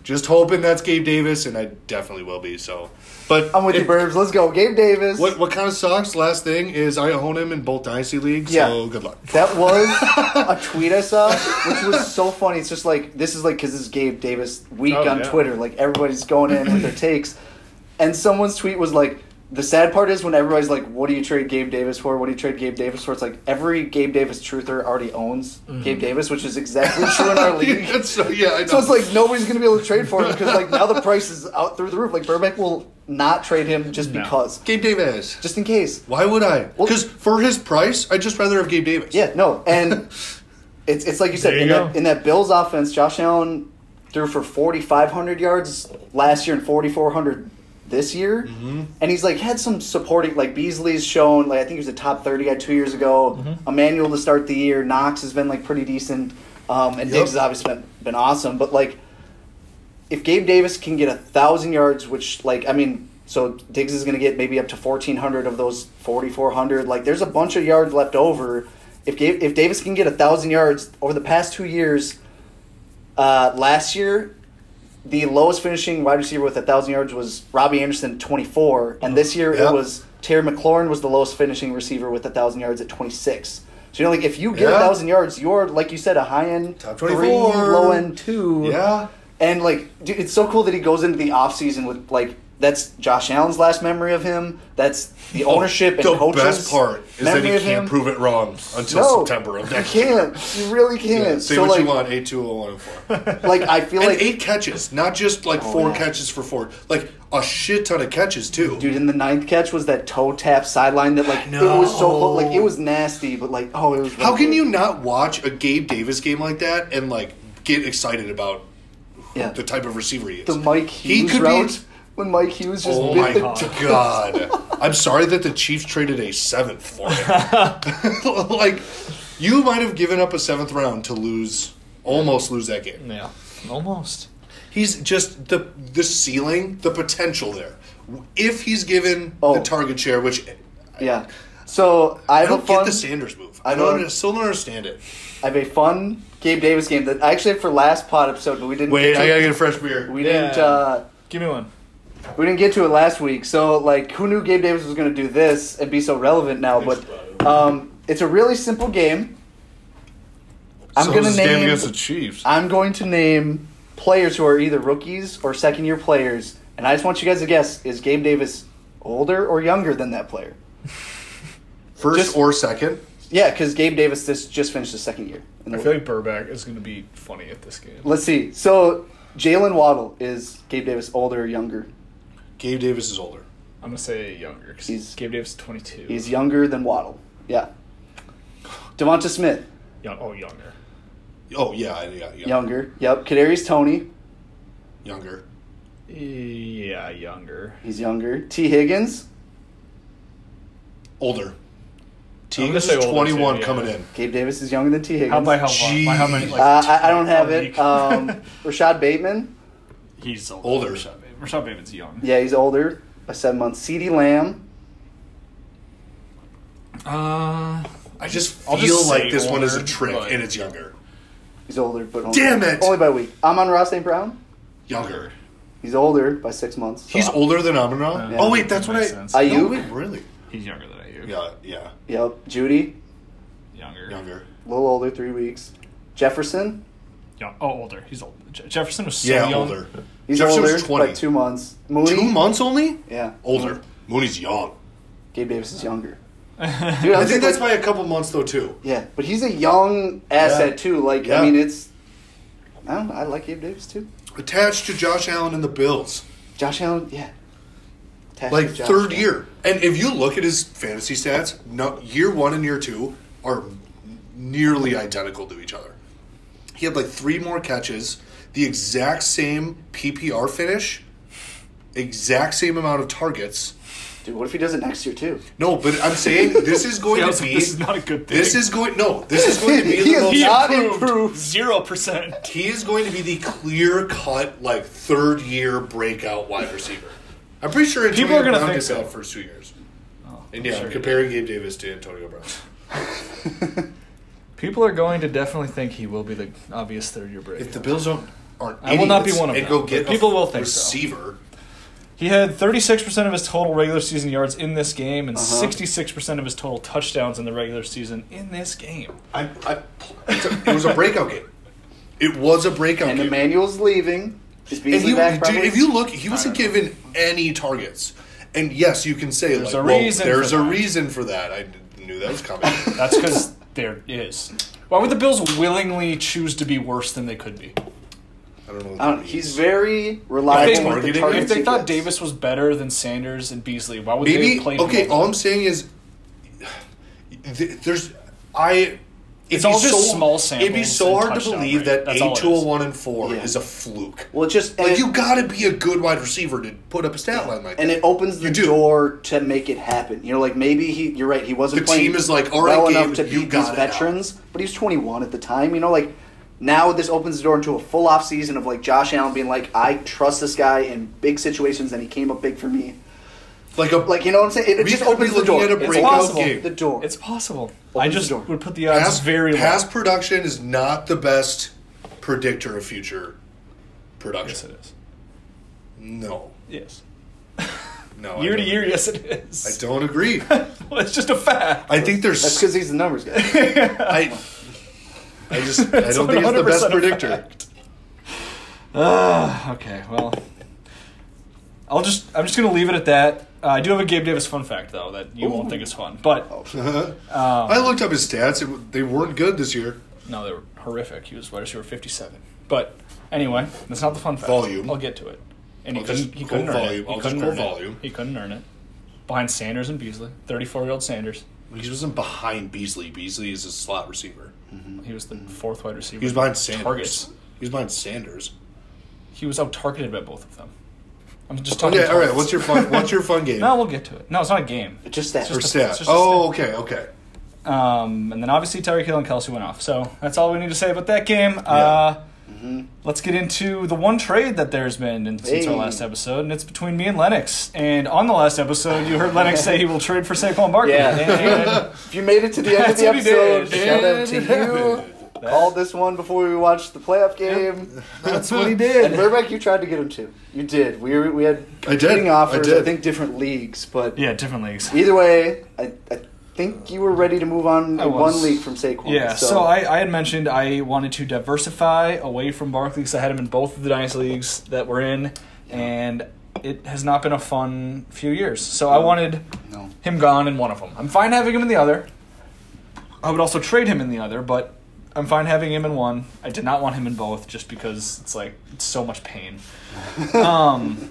Just hoping that's Gabe Davis, and I definitely will be. So, but I'm with you, it- Burbs. Let's go, Gabe Davis. What what kind of sucks? Last thing is I own him in both dynasty leagues. So Yeah. good luck. That was a tweet I saw, which was so funny. It's just like this is like because this is Gabe Davis week Oh, on yeah. Twitter. Like everybody's going in with their takes, and someone's tweet was like, "The sad part is when everybody's like, what do you trade Gabe Davis for? What do you trade Gabe Davis for?' It's like every Gabe Davis truther already owns Gabe Davis, which is exactly true in our league. That's so, yeah, I know. So it's like nobody's gonna be able to trade for him because like now the price is out through the roof. Like Burbank will not trade him just No. because, Gabe Davis. just in case. Why would I? Well- Because for his price, I'd just rather have Gabe Davis. Yeah, no, and it's it's like you said There you in, go. that, in that Bills offense, Josh Allen threw for forty five hundred yards last year and forty four hundred this year, Mm-hmm. and he's like had some supporting like Beasley's shown like I think he was a top thirty guy two years ago. Mm-hmm. Emmanuel to start the year, Knox has been like pretty decent, um, and Yep. Diggs has obviously been, been awesome, but like if Gabe Davis can get a thousand yards, which like I mean, so Diggs is going to get maybe up to fourteen hundred of those forty four hundred. Like, there's a bunch of yards left over, if Ga- if Davis can get a thousand yards over the past two years, uh, last year the lowest finishing wide receiver with a thousand yards was Robbie Anderson twenty four, and this year Yeah. it was Terry McLaurin was the lowest finishing receiver with a thousand yards at twenty six. So you know, like if you get a Yeah. thousand yards, you're like you said, a high end Top three, 24. low end two. Yeah. And like, dude, it's so cool that he goes into the off season with like that's Josh Allen's last memory of him. That's the ownership and Oh, The coaches. best part is that memory he of can't him. prove it wrong until No, September of you next year. can't. You really can't. Yeah, say so what like, you want, eight two oh one oh four. Like I feel And like, Oh, eight catches, not just like four yeah. catches for four, like a shit ton of catches too. dude, in the ninth catch was that toe tap sideline that like it was so know. close. like it was nasty, but like oh, it was. How really can good. you not watch a Gabe Davis game like that and like get excited about Yeah, the the, type of receiver he is? Mike He Hughes could be- route when Mike Hughes just Oh bit my the god! I'm sorry that the Chiefs traded a seventh for him. like, you might have given up a seventh round to lose, almost lose that game. Yeah, almost. He's just the the ceiling, the potential there. If he's given Oh. the target share, which Yeah. So I I have a don't fun. get the Sanders move. I I don't. don't- under- still don't understand it. I have a fun Gabe Davis game that I actually had for last pod episode, but we didn't. Wait, get to I it. gotta get a fresh beer. we Yeah. didn't. Uh, Give me one. we didn't get to it last week. So like, who knew Gabe Davis was going to do this and be so relevant now? But um, it's a really simple game. I'm So going this to is game name. against the Chiefs. I'm going to name players who are either rookies or second year players, and I just want you guys to guess: is Gabe Davis older or younger than that player? First just- or second? Yeah, because Gabe Davis this just finished his second year. In the I league. feel like Burback is going to be funny at this game. Let's see. So Jalen Waddle is Gabe Davis older or younger? Gabe Davis is older. I'm going to say younger because He's- Gabe Davis is 22. He's younger than Waddle. Yeah. Devonta Smith, Young, oh, younger. Oh yeah, yeah, yeah. younger. Yep. Kadarius Tony, Younger. Yeah, younger. he's younger. T. Higgins, Older. I'm Team gonna is say older, 21 too, yeah. coming in. Gabe Davis is younger than T. Higgins. How by how long? By how many? Jeez. Like, uh, I, I don't have a it. week? Um, Rashad Bateman, he's older. Older. Rashad, Bateman. Rashad Bateman's young. yeah, he's older by seven months. C.D. Lamb, Uh, I just I'll feel just like say this one is a older, trick but- and it's younger. he's older, but only, Damn it! only by a week. Amon Ross St. Brown, Younger. he's older by six months. So- He's older than Amon Ra? Yeah. oh wait, that's what I. Makes sense. No, Ayuk? wait, really? he's younger than I am. Yeah, yeah. Yep. Judy, Younger. Younger. a little older, three weeks. Jefferson, Young- Oh, older. He's old. Je- Jefferson was so yeah, young. older. he's Jefferson older was 20. by two months. Moody, Two months only? Yeah. Older. Mooney's young. Gabe Davis is younger. Dude, Dude, I I'm think think that's by a couple months though too. yeah, but he's a young asset Yeah. too. Like Yeah. I mean, it's I don't know. I like Gabe Davis too. Attached to Josh Allen and the Bills. Josh Allen, yeah, Attached like to Josh third Allen. year. And if you look at his fantasy stats, no, year one and year two are nearly identical to each other. He had like three more catches, the exact same PPR finish, exact same amount of targets. Dude, what if he does it next year too? No, but I'm saying this is going I to was like, be. this is not a good thing. This is going no. This is going to be He the is most. not improved improved. zero percent. He is going to be the clear cut like third year breakout wide receiver. I'm pretty sure Antonio People are gonna Brown think did so. that first two years. And yeah, comparing Gabe Davis to Antonio Brown. People are going to definitely think he will be the obvious third year break. If the Bills don't aren't I will not be idiots one of and them, go get but people a will think so. receiver. he had 36% of his total regular season yards in this game and 66% of his total touchdowns in the regular season in this game. I, I, it's a- it was a breakout game. It was a breakout And game. Emmanuel's leaving. Is And Beasley he, back? dude, Probably. if you look, he wasn't given any targets. And yes, you can say There's like, a well, reason there's for a that. reason for that. I knew that was coming. That's because there is. Why would the Bills willingly choose to be worse than they could be? I don't know. What I don't that know, means. he's very reliable with targeting the him? targets If they he thought gets. Davis was better than Sanders and Beasley, why would they maybe have played okay. him? All I'm saying is, th- there's I. It's it'd be all just small samples It'd be so and hard to touchdown believe rate. that That's all eight it to a is. one and four Yeah. is a fluke. Well, it just and Like it- you got to be a good wide receiver to put up a stat line like that. and it opens the You do. door to make it happen. You know, like maybe he, you're right. He wasn't The playing team is like, all right, well Gabe, enough to you beat got these it out. veterans, but he was 21 at the time. You know, like now this opens the door into a full off season of like Josh Allen being like, I trust this guy in big situations, and he came up big for me. Like a Like you know what I'm saying? It, it We just could be opens the looking door. at a It breakout opens game. The door. It's possible. I Opens just the door. would put the odds past, very low. past production is not the best predictor of future Yes, production. it is. No, Yes. no. I year to don't- year, yes, it I is. don't agree. well, it's just a fact. I think there's. That's because he's the numbers guy. I, I just I don't think it's the 100% best a predictor. fact. Ah, okay. Well, I'll just I'm just gonna leave it at that. Uh, I do have a Gabe Davis fun fact though that you won't think is fun, but Oh. Uh-huh. Um, I looked up his stats; it, they weren't good this year. no, they were horrific. He was wide receiver 57. But anyway, that's not the fun fact. Volume. I'll get to it. And he I'll couldn't, just he quote couldn't earn volume. it. He I'll just couldn't quote earn volume. it. He couldn't earn it. Behind Sanders and Beasley, 34 year old Sanders. He wasn't behind Beasley. Beasley is a slot receiver. He was the fourth wide receiver. Mm. He was behind Sanders. Targets. He was behind Sanders. He was out targeted by both of them. I'm just talking. Okay, all right. targets. What's your fun? What's your fun game? No, we'll get to it. No, it's not a game. Just that. or It's just a- stat? it's just a Oh, okay, okay. Um, and then obviously Tyreek Hill and Kelsey went off. So that's all we need to say about that game. Uh, Let's get into the one trade that there's been in, since our Mm-hmm. Hey. last episode, and it's between me and Lennox. And on the last episode, you heard Lennox say he will trade for Saquon Barkley. Yeah. And If you made it to the end of That's the what he episode, did. shout out to It you. Called this one before we watched the playoff game. that's what he And did. Burbank, you tried to get him too. You did. We were, we had I did. competing offers. I did. think different leagues, but Yeah, different leagues. either way, I, I think you were ready to move on I in was. one league from Saquon. Yeah, so, I, I had mentioned I wanted to diversify away from Barkley because I had him in both of the dynasty leagues that we're in, and it has not been a fun few years. So I wanted No. him gone in one of them. I'm fine having him in the other. I would also trade him in the other, but I'm fine having him in one. I did not want him in both just because it's like it's so much pain. um,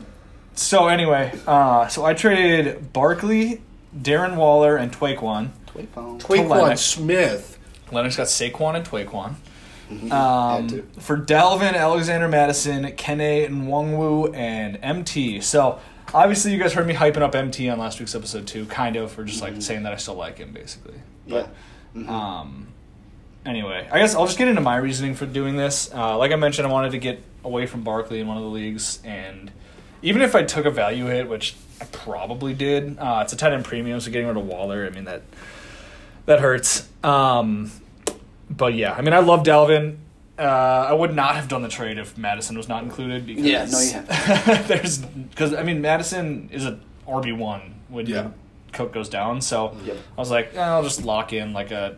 so anyway, uh, so I traded Barkley, Darren Waller, and Twaquan. Saquon. Quaquan Lennox. Smith. Lennox got Saquon and Twaquan. Had Um, to. for Dalvin, Alexander Madison, Kene and Wongwu, and MT. So obviously, you guys heard me hyping up MT on last week's episode too, kind of, or just like saying that I still like him, basically. yeah. Um, anyway, I guess I'll just get into my reasoning for doing this. Uh, like I mentioned, I wanted to get away from Barkley in one of the leagues, and even if I took a value hit, which I probably did, uh, it's a tight end premium, so getting rid of Waller, I mean that that hurts. Um, but yeah, I mean I love Dalvin. Uh, I would not have done the trade if Madison was not included. Because Yeah, no, you there's because I mean Madison is a RB one when Yeah. Cook goes down, so Yep. I was like, eh, I'll just lock in like a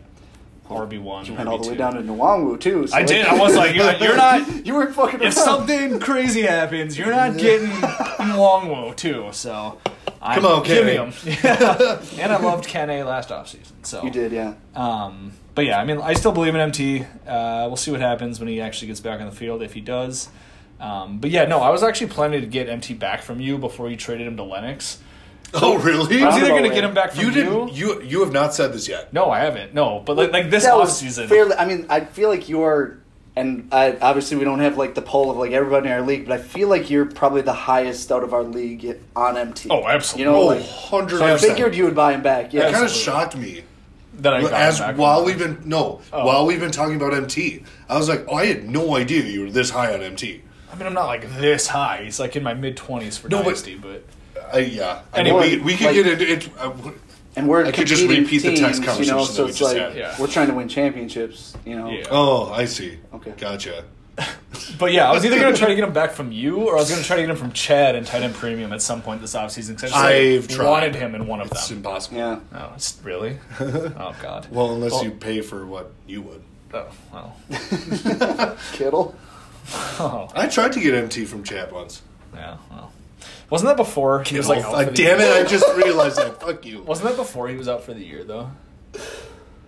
RB one. You went all the way down to Nwangwu too. so- I did. I was like, you're, you're not. you weren't fucking around. If something crazy happens, you're not getting Longwo too. So I'm Come on, giving Kenny. him. Yeah. and I loved Kane last offseason. So you did, yeah. Um, but yeah, I mean, I still believe in MT. Uh, we'll see what happens when he actually gets back on the field if he does. Um, but yeah, no, I was actually planning to get MT back from you before you traded him to Lennox. Oh, really? I was Roundabout either going to way. get him back from You you. didn't. You you have not said this yet. no, I haven't. No, but like, like this that off was season. fairly. I mean, I feel like you're, and I, obviously we don't have like the poll of like everybody in our league, but I feel like you're probably the highest out of our league on MT. Oh, absolutely. You know, Oh, like, 100%. so I figured you would buy him back. It Yeah, kind of Absolutely. shocked me that Oh. I got him as back from while you. we've been no while we've been talking about MT. I was like, oh, I had no idea you were this high on MT. I mean, I'm not like this high. He's like in my mid twenties for No, but- dynasty, but, I, yeah, Anyway, I mean, we, we could like- get into it. uh, I- and we're I could just competing repeat the text teams, conversation You know, that so we it's just like had. Yeah. we're trying to win championships. You know, Yeah. oh, I see. Okay. gotcha. but yeah, I was either gonna try to get him back from you, or I was gonna try to get him from Chad and tight end premium at some point this offseason. Because I I've just, like, tried. wanted him in one of It's them. impossible. yeah. Oh, it's really? Oh God. Well, unless you pay for what you would. Oh well. Kittle. Oh I tried to get MT from Chad once. yeah. Well, wasn't that before he was like out Oh, for the damn year? it! I just realized that. Fuck you, Wasn't that before he was out for the year though?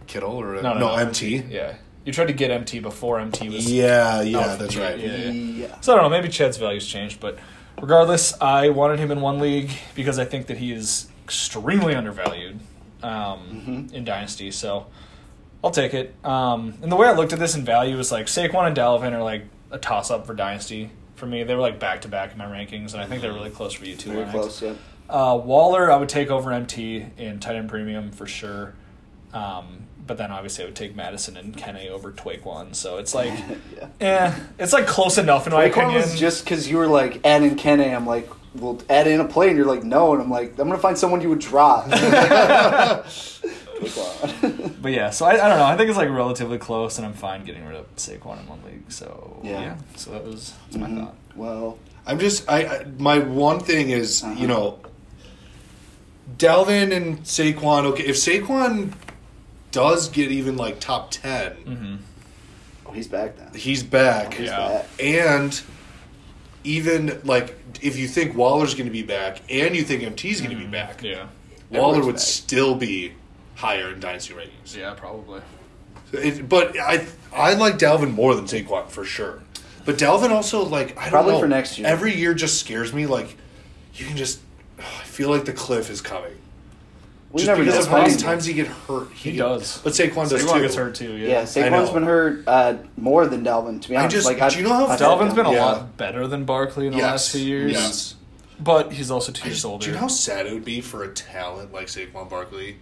Kittle or No, no, no. MT. Yeah, you tried to get MT before MT was. Yeah, yeah, Oh, that's yeah, right. yeah. Yeah. So I don't know. Maybe Chad's values changed, but regardless, I wanted him in one league because I think that he is extremely undervalued um, Mm-hmm. in Dynasty. So I'll take it. Um, and the way I looked at this in value was like Saquon and Dalvin are like a toss up for Dynasty for me. They were like back to back in my rankings, and I think they're really close for you too. Very Lennox. Mm-hmm. close. Yeah. Uh, Waller, I would take over MT in tight end premium for sure. Um, but then obviously I would take Madison and Kenny over Twaquan. So it's like, eh, Yeah. it's like close enough in my Like, one opinion. was just because you were like adding Kenne. I'm like, will add in a play, and you're like, no, and I'm like, I'm gonna find someone you would drop. Saquon. But yeah, so I, I don't know. I think it's like relatively close, and I'm fine getting rid of Saquon in one league. So Yeah. yeah, so that was that's Mm-hmm. my thought. well, I'm just I, I my one thing is Uh-huh. you know Dalvin and Saquon. Okay, if Saquon does get even like top 10 Mm-hmm. oh, he's back now. he's back. He's Yeah. And even like if you think Waller's going to be back, and you think MT's going to be back, Mm-hmm. Yeah, Waller Everyone's would back. still be higher in dynasty rankings. yeah, probably. It, but I I like Dalvin more than Saquon for sure. But Dalvin also like I don't Probably know, for next year. Every year just scares me. Like you can just I feel like the cliff is coming. We just never know. because of how many Saquon- times he get hurt. He get- does. But Saquon does Saquon too. gets hurt too. Yeah, Yeah, Saquon's know. been hurt uh, more than Dalvin. To be I honest, just- like I've- do you know how I've had Dalvin's been a Yeah. lot better than Barkley in the Yes. last few years. Yes. But he's also two I years just- older. do you know how sad it would be for a talent like Saquon Barkley?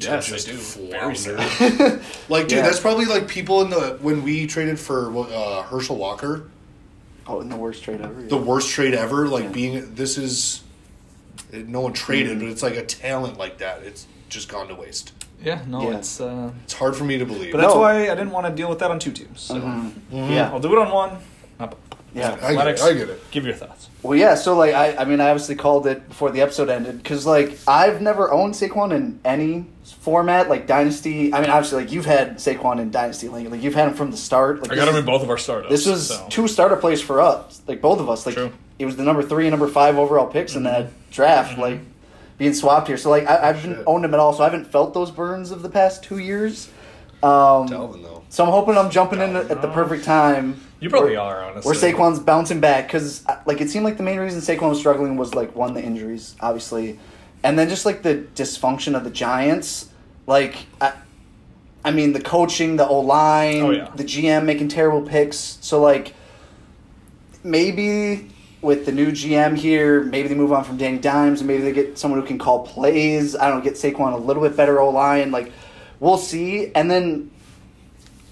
to Yes, I just do. flounder? Very like, dude, Yeah. that's probably like people in the when we traded for uh, Herschel Walker, Oh, in the worst trade ever. yeah. the worst trade ever. Like Yeah. being this is it- no one traded, but it's like a talent like that. It's just gone to waste. yeah, no, Yeah. it's. Uh, It's hard for me to believe. but that's No. why I didn't want to deal with that on two teams. So uh, Mm-hmm. Yeah, I'll do it on one. Not both. Mm-hmm. yeah. I get, it, Lennox, I get it. Give your thoughts. Well, yeah. So like, I, I mean, I obviously called it before the episode ended because like I've never owned Saquon in any format, like Dynasty. I mean, obviously, like you've had Saquon in Dynasty League, like you've had him from the start. Like, I got this him is- in both of our startups. This was so. two starter plays for us, like both of us. Like True. Mm-hmm. it was the number three and number five overall picks in that draft, like being swapped here. So like I, I haven't Shit. owned him at all, so I haven't felt those burns of the past two years. Dalvin Um, Mm-hmm. though. so I'm hoping I'm jumping in at the perfect time. You probably We're- are, honestly. where Saquon's bouncing back because like it seemed like the main reason Saquon was struggling was like one the injuries obviously, and then just like the dysfunction of the Giants. Like I, I mean the coaching, the O line, Oh, yeah. the GM making terrible picks. So like maybe with the new GM here, maybe they move on from Danny Dimes, and maybe they get someone who can call plays. I don't know, get Saquon a little bit better O line. Like we'll see, and then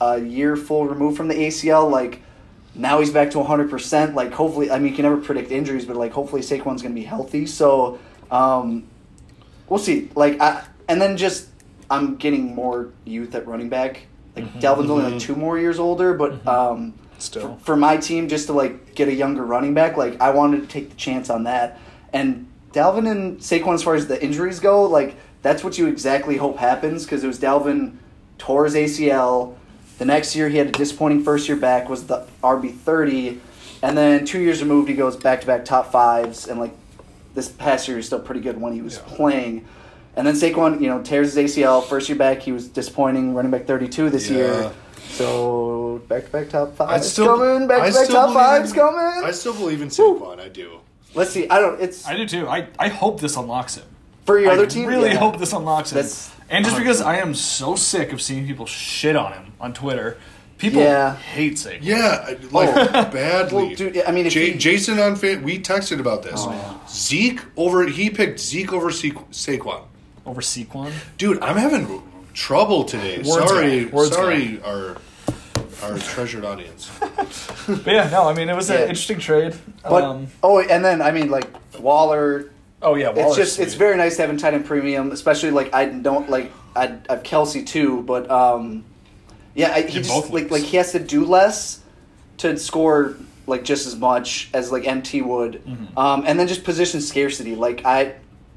a year full removed from the ACL, like now he's back to 100%. Like, hopefully, I mean, you can never predict injuries, but like, hopefully, Saquon's going to be healthy. So, um, we'll see. Like, I, and then just, I'm getting more youth at running back. Like, Dalvin's only like two more years older, but, um, Still. for, for my team, just to like get a younger running back, like, I wanted to take the chance on that. And Dalvin and Saquon, as far as the injuries go, like, that's what you exactly hope happens because it was Dalvin tore his ACL. The next year, he had a disappointing first year back, was the RB thirty, and then two years removed, he goes back to back top fives, and like this past year, he was still pretty good when he was Yeah. playing. And then Saquon, you know, tears his ACL first year back. He was disappointing, running back thirty two this Yeah. year. So back to back top I fives still coming, back I to back still top believe in- fives coming. I still believe in Saquon. I do. Let's see. I don't. It's I do too. I, I hope this unlocks him. for your I other team. really yeah. hope this unlocks him. That's- and just because I am so sick of seeing people shit on him on Twitter, people Yeah. hate Saquon. Yeah, I- like Oh. badly. Well, dude, I mean, if Ja- he- Oh, Jason on fan, we texted about this. Zeke over he picked Zeke over Sa- Saquon. Over Saquon? Dude, I'm having trouble today. Words sorry, guy. Words sorry, our our treasured audience. But yeah, no, I mean, it was Yeah. an interesting trade. But um, oh, and then I mean, like Waller, oh, yeah, Waller's it's just sweet. it's very nice to have in tight end premium, especially like I don't like I I've Kelsey too, but um, yeah, I, he In just both like leagues. like he has to do less to score like just as much as like MT would, um, and then just position scarcity. Like I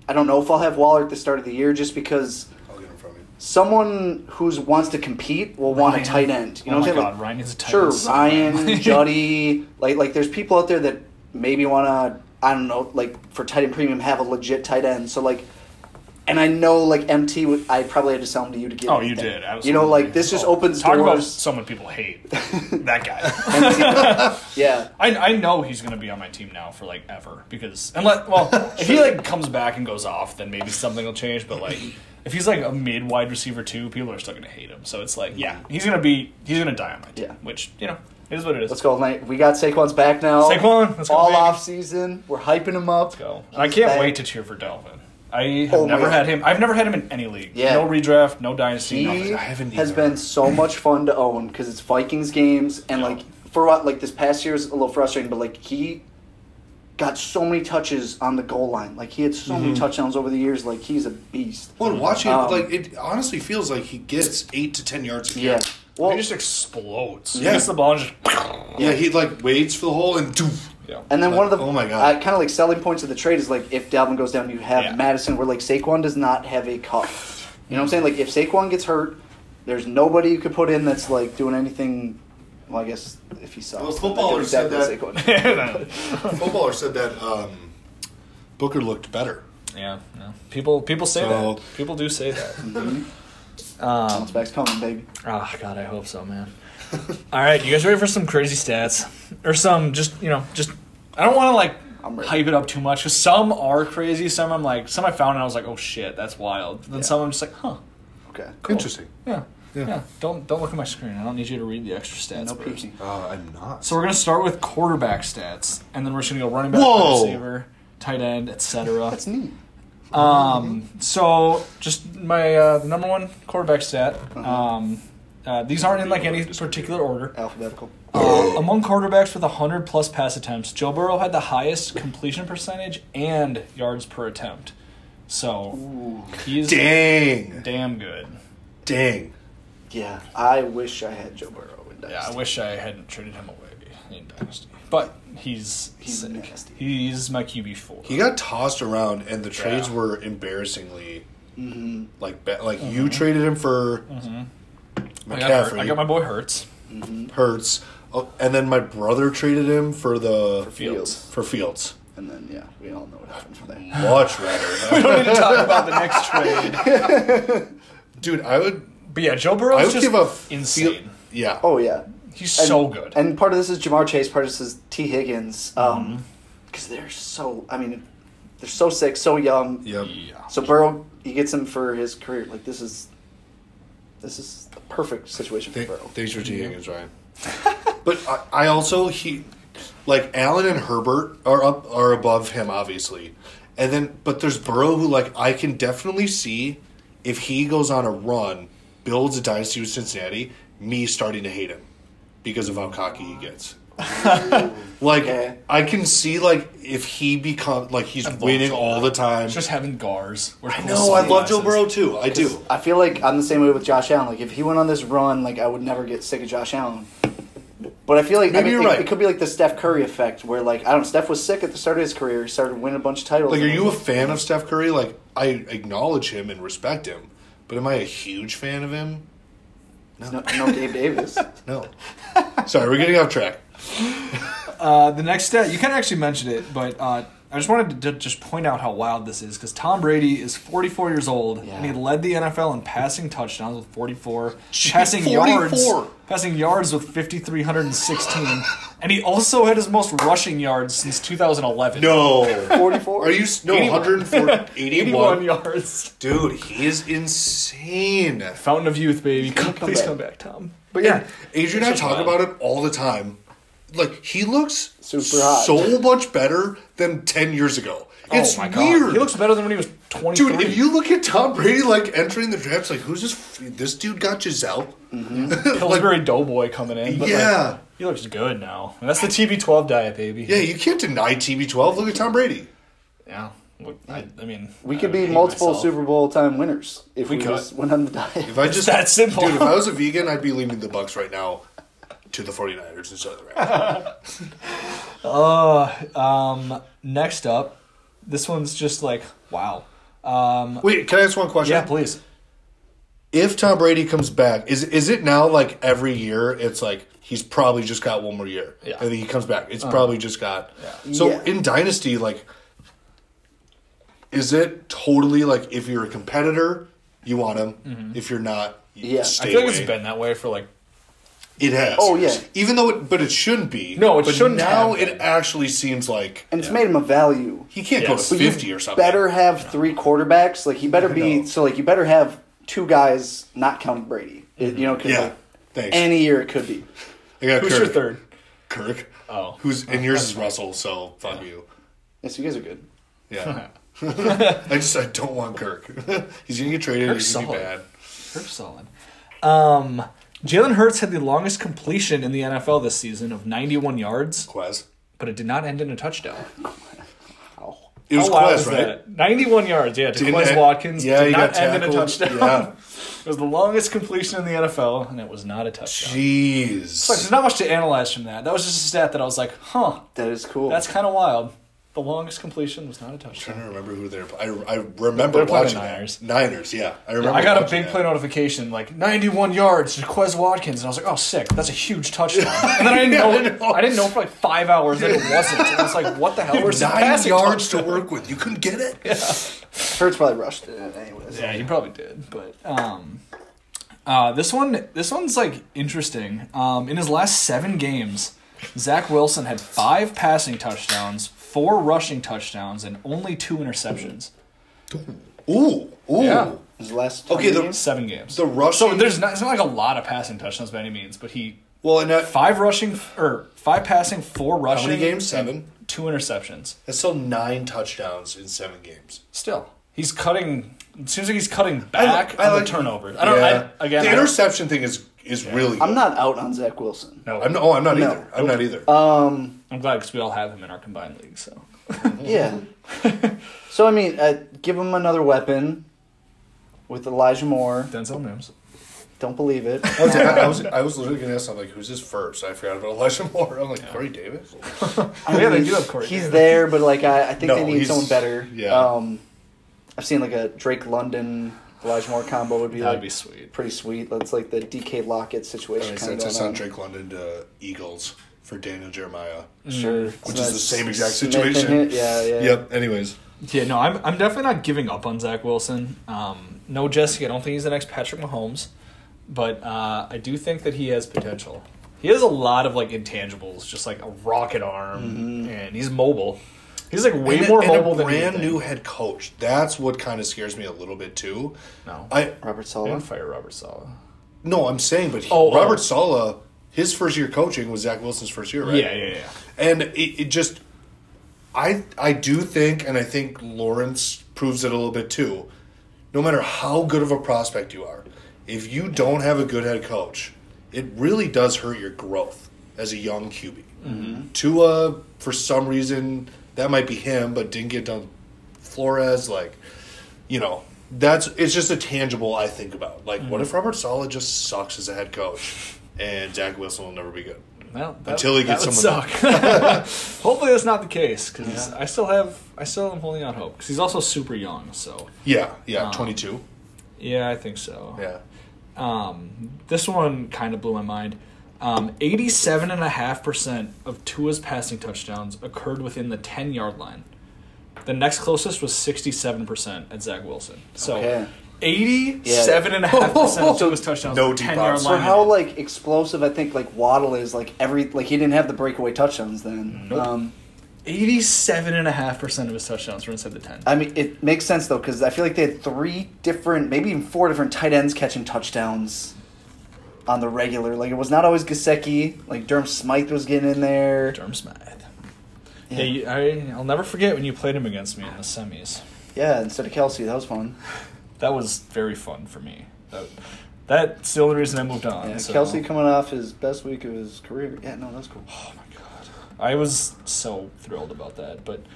I don't know if I'll have Waller at the start of the year just because I'll get him from you. someone who wants to compete will want a Ryan. tight end. You know oh what my I'm saying? God, Like, Ryan is a tight sure end so Ryan, bad. Juddy, like like there's people out there that maybe want to I don't know like for tight end premium have a legit tight end. So like, and I know like MT would I probably had to sell him to you to get. Oh, you anything. did. Absolutely. You know, like this just Oh, opens Talk about doors. someone people hate. that guy. yeah, I, I know he's going to be on my team now for like ever because unless well if he like comes back and goes off then maybe something will change but like if he's like a mid wide receiver too people are still going to hate him so it's like yeah he's going to be he's going to die on my team Yeah. which you know it is what it is. let's go. Like, We got Saquon's back now. Saquon, let's go, all baby. off season. We're hyping him up. Let's go. And I can't back. wait to cheer for Delvin. I have Oh my never God. had him. I've never had him in any league. Yeah. No redraft, no dynasty, He nothing. haven't has either. been so much fun to own because it's Vikings games and Yeah. like for what like this past year was a little frustrating, but like he got so many touches on the goal line. Like he had so many touchdowns over the years. Like he's a beast. Mm-hmm. Well, and watching Um, like it honestly feels like he gets eight to ten yards. A Yeah. carry. Well, he just explodes. He Yeah. gets the ball and just. yeah, he like waits for the hole and doof. Yeah. And then Like, one of the oh my God. uh, kind of like selling points of the trade is like if Dalvin goes down, you have Yeah. Madison, where like Saquon does not have a cuff. You know what I'm saying? Like if Saquon gets hurt, there's nobody you could put in that's like doing anything. Well, I guess if he sucks, Well, that'd do footballers said exactly that. what Saquon- Footballer said that um, Booker looked better. yeah, yeah. People people say So- that. People do say that. Mm-hmm. Um, Bounce back's coming, baby. Ah, God, I hope so, man. All right, you guys ready for some crazy stats or some just you know just I don't want to I'm like ready. hype it up too much because some are crazy. Some I'm like some I found and I was like, oh shit, that's wild. Then some I'm just like, huh, Okay. Interesting. yeah, Yeah. yeah, Don't don't look at my screen. I don't need you to read the extra stats. No bros. peeking. Uh, I'm not. So we're gonna start with quarterback stats, and then we're just gonna go running back, wide Whoa. receiver, tight end, etc. That's neat. Um, so just my uh, the number one quarterback stat. Uh-huh. Um, uh, these aren't in like any particular Oh. order. Alphabetical. Uh, among quarterbacks with 100 plus pass attempts, Joe Burrow had the highest completion percentage and yards per attempt. So Ooh. he's dang, damn good. dang. Yeah. I wish I had Joe Burrow in Yeah, I Dynasty. wish I hadn't traded him away in Dynasty. But he's He's sick. nasty. He's my QB four. He got tossed around, and the trades Yeah. Mm-hmm. were embarrassingly like ba- like you traded him for Mm-hmm. I got, Hurt- McCaffrey, I got my boy Hurts. Hurts, oh, and then my brother traded him for the for Fields. For Fields, And then yeah, we all know what happened from there. much rather, We didn't talk about the next trade. dude. I would But yeah, Joe I Burrow's would just give up insane. yeah. Oh yeah. He's And- so good. And part of this is Jamar Chase, part of this is T. Higgins. Mm-hmm. Um, because they're so. I mean, they're so sick, so young. Yep. yeah. So Burrow, he gets him for his career. Like this is, this is the perfect situation for Th- Burrow. thanks for T. Higgins, Ryan. but I, I also he like Allen and Herbert are up are above him, obviously. And then but there's Burrow who like I can definitely see if he goes on a run, builds a dynasty with Cincinnati, me starting to hate him because of how cocky he gets. like Okay. I can see like if he become like he's winning Joe all the time. Just having gars. I no, I love Joe Burrow too. I do. I feel like I'm the same way with Josh Allen. Like if he went on this run, like I would never get sick of Josh Allen. But I feel like Maybe I mean, you're it, right. it could be like the Steph Curry effect, where like I don't. know, Steph was sick at the start of his career, started winning a bunch of titles. Like, are and you a then- fan of Steph Curry? Like, I acknowledge him and respect him, but am I a huge fan of him? no, no Gabe Davis? No. Sorry, we're getting off track. Uh, the next stat, you kind of actually mentioned it, but uh, I just wanted to d- just point out how wild this is because Tom Brady is 44 years old Yeah. and he led the NFL in passing touchdowns with 44, passing 44. yards, passing yards with 5,316, and he also had his most rushing yards since 2011. No. Forty-four. Are you s- no 141 81 81? yards. Dude, he is insane. Fountain of youth, baby. Come, come please back. come back, Tom. But yeah, Adrian and I just talk wild. about it all the time. Like he looks Super hot. so much better than 10 years ago. It's oh my weird. god, he looks better than when he was 23. Dude, if you look at Tom Brady like entering the draft, it's like who's this? f- This dude got Giselle. Pillsbury Doughboy coming in. But Yeah. Like, he looks good now. And that's the TB12 diet, baby. Yeah, you can't deny TB12. Look at Tom Brady. Yeah. Look, I, I mean, We I could be hate multiple myself. Super Bowl time winners if We we, could. just went on the diet. If I just that simple. dude, if I was a vegan, I'd be leaning the Bucks right now to the 49ers instead of the Rams. Uh, um, next up, this one's just like wow. Um, Wait, can I ask one question? yeah, please. If Tom Brady comes back, is is it now like every year? It's like he's probably just got one more year, Yeah. Uh, and then he comes back. It's probably just got. Yeah. So Yeah. in Dynasty, like, is it totally like if you're a competitor, you want him. If you're not, you Yeah. I stay Mm-hmm. I feel like away. it's been that way for like. It has. Oh, yeah. Even though it, but it shouldn't be. No, it But shouldn't Now have been. it actually seems like and it's made him a value. he can't Yes. go But to you fifty or something. Better have three quarterbacks. Like he better be. No. So like you better have two guys, not counting Brady. It- You know, 'cause, Yeah. like, Thanks. any year it could be. I got Who's Kirk. your third? Kirk. Oh. Who's and yours is Russell. So fuck you. Yes, you guys are good. Yeah. I just I don't want Kirk. he's gonna get traded. Kirk's he's gonna be solid. bad. Kirk solid. Um, Jalen Hurts had the longest completion in the NFL this season of 91 yards. Quez. but it did not end in a touchdown. Oh. It was How wild Quest, is right? that? 91 yards, yeah, to Didn't Quest end- Watkins. yeah, did he not got end in a tackled, touchdown. yeah. it was the longest completion in the NFL, and it was not a touchdown. Like, Jeez. There's not much to analyze from that. That was just a stat that I was like, huh, That is cool. that's kind of wild. The longest completion was not a I touchdown. don't remember who they're. I, I remember They're playing watching the that. Niners. Niners, yeah, I remember. I got a watching big that. play notification, like 91 yards to Quez Watkins, and I was like, "Oh, sick! That's a huge touchdown." And then I didn't Yeah, know, I know. I, didn't know for like five hours that it wasn't. And I was like, "What the hell?" We're Nine surpassing yards touchdowns. to work with. You couldn't get it. Hurts probably rushed it anyways. Yeah, you probably did, but um, uh, this one, this one's like interesting. Um, in his last seven games, Zach Wilson had five passing touchdowns, four rushing touchdowns, and only two interceptions. Ooh, ooh. Yeah. His last Okay, the- games? Seven games. The rushing. so there's not, it's not like a lot of passing touchdowns by any means, but he well, and that, five rushing or five passing, four rushing. games? and Seven? Two interceptions. that's still nine touchdowns in seven games. Still, he's cutting. It seems like he's cutting back I on like- the turnovers. I don't. I, again, the I don't- interception thing is is really. Good. I'm not out on Zach Wilson. no, I'm not. Oh, I'm not either. I'm not either. Um, I'm glad because we all have him in our combined league. So yeah. so I mean, uh, give him another weapon with Elijah Moore. Denzel Mims. Don't believe it. I was, I was I was literally gonna ask. I'm like, who's his first? I forgot about Elijah Moore. I'm like, Corey Davis. I mean, yeah, they he's- do have Corey. He's Davis. there, but like I, I think No, they need he's- someone better. yeah. Um, I've seen like a Drake London Elijah Moore combo would be That'd like be sweet. pretty sweet. That's like the DK Lockett situation. It's kind it's of on Drake London to Eagles for Daniel Jeremiah, Sure, which is the same exact Smith in situation. it. Yeah, yeah. Yep. Anyways, Yeah, no, I'm, I'm definitely not giving up on Zach Wilson. Um, no, Jesse, I don't think he's the next Patrick Mahomes, but uh, I do think that he has potential. He has a lot of like intangibles, just like a rocket arm, and he's mobile. He's like way Mm-hmm. And a- more and a mobile than brand anything. new head coach. That's what kind of scares me a little bit too. No, I I Robert didn't Sala. fire Robert Sala. no, I'm saying, but he- Oh, oh. Robert Sala, his first year coaching was Zach Wilson's first year, right? Yeah, yeah, yeah. and it, it just i i do think and i think lawrence proves it a little bit too no matter how good of a prospect you are if you don't have a good head coach it really does hurt your growth as a young qb tua for some reason that might be him but didn't get done flores like you know that's it's just a tangible i think about like what if robert sala just sucks as a head coach and zach wilson will never be good Well, that, Until he gets that would someone suck. Hopefully that's not the case because I still have I still am holding out hope because he's also super young. So yeah yeah 22 yeah, I think so. Yeah. Um, this one kind of blew my mind. Um, 87.5% of Tua's passing touchdowns occurred within the 10 yard line. The next closest was 67% at Zach Wilson. So Okay. 87.5% of Tua's touchdowns No were 10 deep yard balls. For line. how like explosive I think like Waddle is like every like he didn't have the breakaway touchdowns then. Um, 87.5% of his touchdowns were inside the 10. I mean it makes sense though because I feel like they had three different, maybe even four different tight ends catching touchdowns on the regular. Like it was not always Gasecki. Like Durham Smythe was getting in there. Durham Smythe. Yeah, you, I, I'll never forget when you played him against me in the semis. Yeah, instead of Kelsey, that was fun. That was very fun for me. That, that's the only reason I moved on. Yeah, so- Kelsey coming off his best week of his career. Yeah, no, that's cool. Oh my god, I was so thrilled about that. But Dude,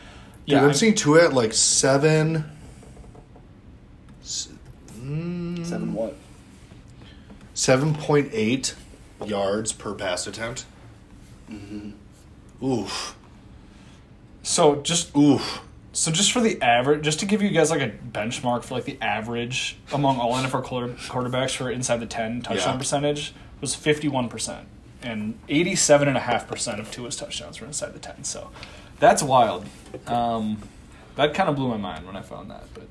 yeah, I'm I'm- seeing two at like seven. s- mm, Seven what? 7.8 yards per pass attempt. Mm-hmm. Oof. so just Oof. so just for the average, just to give you guys like a benchmark for like the average among all NFL quarter, quarterbacks for inside the ten touchdown Yeah. percentage was fifty one percent, and eighty seven and a half percent of Tua's touchdowns were inside the ten. So that's wild. Um, that kind of blew my mind when I found that, but.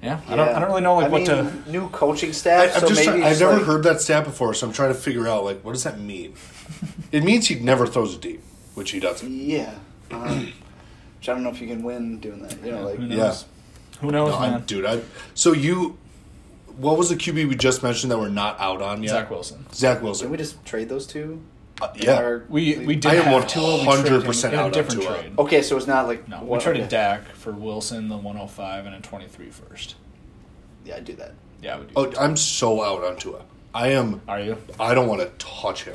Yeah, I don't. Yeah. I don't really know like I what mean, to. New coaching I, staff. I'm so just maybe try- I've it's never like- heard that stat before, so I'm trying to figure out like what does that mean. it means he never throws a deep, which he doesn't. Yeah. Um, which I don't know if you can win doing that. You know, like who Yeah. knows? Who knows, No, I'm- man? dude, I. So you, what was the QB we just mentioned that we're not out on yet? Zach Wilson. Zach did Wilson. we just trade those two? Uh, yeah. Or- We we did I am have Tua. We traded him 100% in a out on different Tua. trade. okay, so it's not like No, we what- traded okay. Dak for Wilson, the 105, and a 23 first. Yeah, I do that. Yeah, I would do. Oh, I'm so out on Tua. I am. Are you? I don't want to touch him.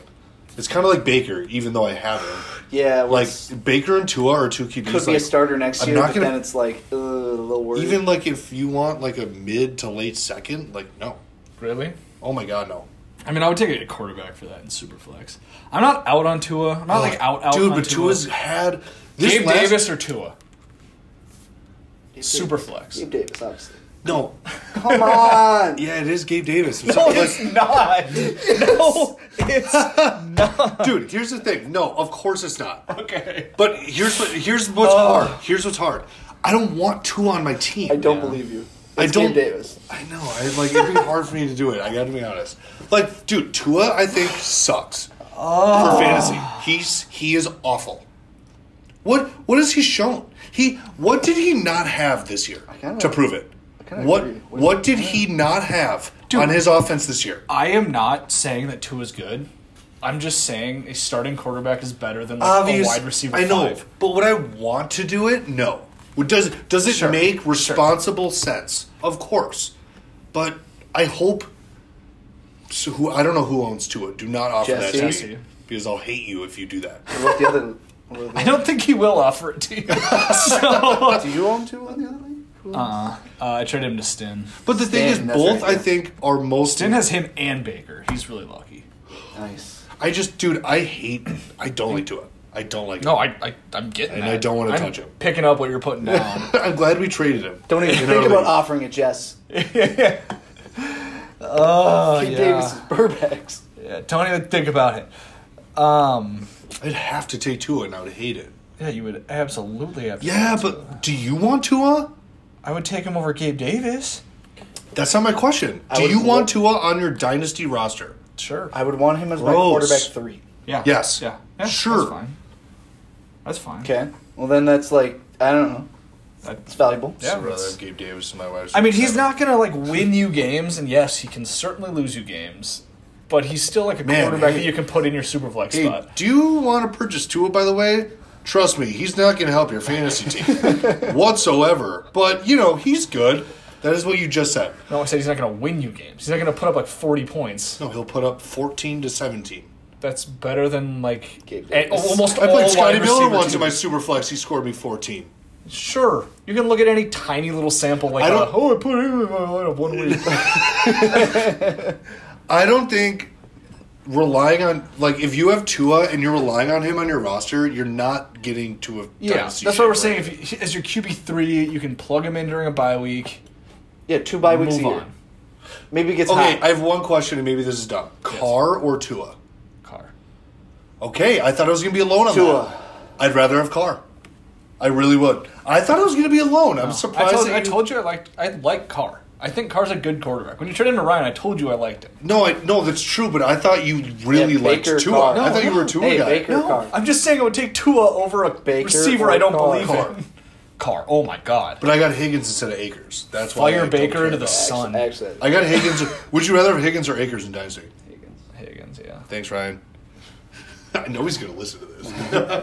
It's kind of like Baker, even though I have him. Yeah, well, Like it's- Baker and Tua are two QBs. could be like, a starter next I'm year, not but gonna- then it's like uh, a little worried. Even like if you want like a mid to late second, like no. Really? Oh my god, no. I mean, I would take a quarterback for that in Superflex. I'm not out on Tua. I'm not like out out Dude, on but Tua. Tua's had this Gabe last- Davis or Tua? Dave Davis. Superflex. Gabe Davis, obviously. No. Come on. Yeah, it is Gabe Davis. I'm No, sorry, like- it's not. No, it's not. dude, here's the thing. No, of course it's not. Okay. But here's what here's what's Oh. hard. Here's what's hard. I don't want two on my team. I don't believe you. I It's don't- Gabe Davis. I know. I like it'd be hard for me to do it. I got to be honest. Like, dude, Tua, I think sucks Oh. for fantasy. He's he is awful. What what has he shown? He what did he not have this year kinda- to prove it? kinda What agree. What- what did he not have Dude. on his offense this year? I am not saying that Tua's good. I'm just saying a starting quarterback is better than like Obvious. a wide receiver. I know, Five. but would I want to do it? No. Does does it Sure, make sure. responsible sense? Of course, but I hope. So who I don't know who owns Tua. Do not offer Jesse. that to me Jesse. because I'll hate you if you do that. What the other? what the I other- don't think he will offer it to you. so, Do you own two on the other league? Who owns- uh, I traded him to Stin. But the thing Stan, is, that's both right, I yeah. think are most. Stin has him and Baker. He's really lucky. Nice. I just, dude, I hate. I don't like Tua. I don't like. No, I, I I'm getting. And that. I don't wanna I'm touch him. Picking up what you're putting down. I'm glad we traded him. Don't even You know think what I about mean? offering it, Jess. oh Gabe yeah. Davis is Burback's. yeah. Don't even think about it. Um. I'd have to take Tua, and I would hate it. Yeah, you would absolutely have. to Yeah, take Tua. but do you want Tua? I would take him over Gabe Davis. That's not my question. I Do would you lo- want Tua on your dynasty roster? Sure. I would want him as my Gross. quarterback three. yeah. Yes. Yeah. Yeah, Sure. That's fine. That's fine. Okay. Well, then that's like I don't know. It's That's- valuable. Yeah. I'd rather have Gabe Davis than my wife's. I mean, he's not gonna like win you games, and yes, he can certainly lose you games, but he's still like a Man, quarterback hey. that you can put in your super flex Hey, spot. do you want to purchase Tua? By the way, trust me, he's not going to help your fantasy team whatsoever. But you know, he's good. That is what you just said. No, I said he's not gonna win you games. He's not gonna put up like forty points. No, he'll put up fourteen to seventeen. That's better than like Gabe a- Davis. almost I all played Scotty wide Miller receiver once in teams. my super flex. He scored me fourteen. Sure, you can look at any tiny little sample like I don't- uh, oh I put him in my lineup one week. I don't think relying on like if you have Tua and you're relying on him on your roster, you're not getting to a yeah, dynasty that's why we're shape, saying. right? If you, as your QB three, you can plug him in during a bye week. Yeah, two bye weeks a Move year. on. Maybe it gets Okay, I hot. have one question, and maybe this is dumb. Carr or Tua? Car. Okay, I thought I was going to be alone on Tua. that. I'd rather have Carr. I really would. I thought I was going to be alone. I'm surprised. I told, that I told you I liked I like Carr. I think Carr's a good quarterback. When you traded him to Ryan, I told you I liked him. No, I, no, that's true. But I thought you really Yeah, liked Baker, Tua. Carr. I thought No, you were a no. Tua Hey, guy. Baker No. Carr. I'm just saying I would take Tua over a Baker receiver or I don't Carr? believe Carr. in. Carr. Oh my god. But I got Higgins instead of Akers. That's why. I Fire don't Baker care into the about it. sun. Actually, I got Higgins. would you rather have Higgins or Akers in Dynasty? Higgins, yeah. Thanks, Ryan. I know he's going to listen to this.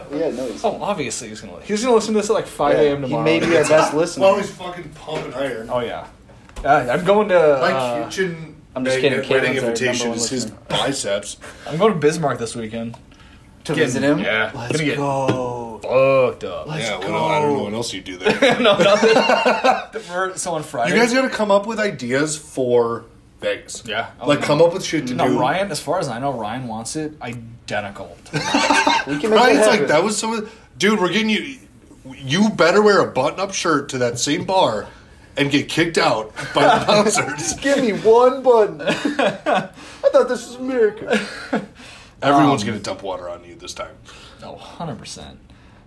yeah, no, he's, Oh, obviously he's gonna. He's gonna listen to this at like 5 Yeah, a.m. he tomorrow. may be our best listener. Always fucking pumping iron. oh yeah. Uh, I'm going to. My Uh, kitchen. I'm just kidding, Wedding Caitlin's our number invitation one is his listener. biceps. I'm going to Bismarck this weekend. to visit him. Yeah. Let's Gonna get- go. Fucked up. yeah, well, I don't know what else you do there. no, nothing. We're- so on Friday. You guys got to come up with ideas for Vegas. Yeah. like come up with shit to No, do. Ryan. As far as I know, Ryan wants it identical. We can make it Ryan's happen. like that was some of, dude. We're getting you. You better wear a button-up shirt to that same bar and get kicked out by the bouncers. Give me one button. I thought this was America. Um, Everyone's gonna dump water on you this time. No, oh, hundred percent.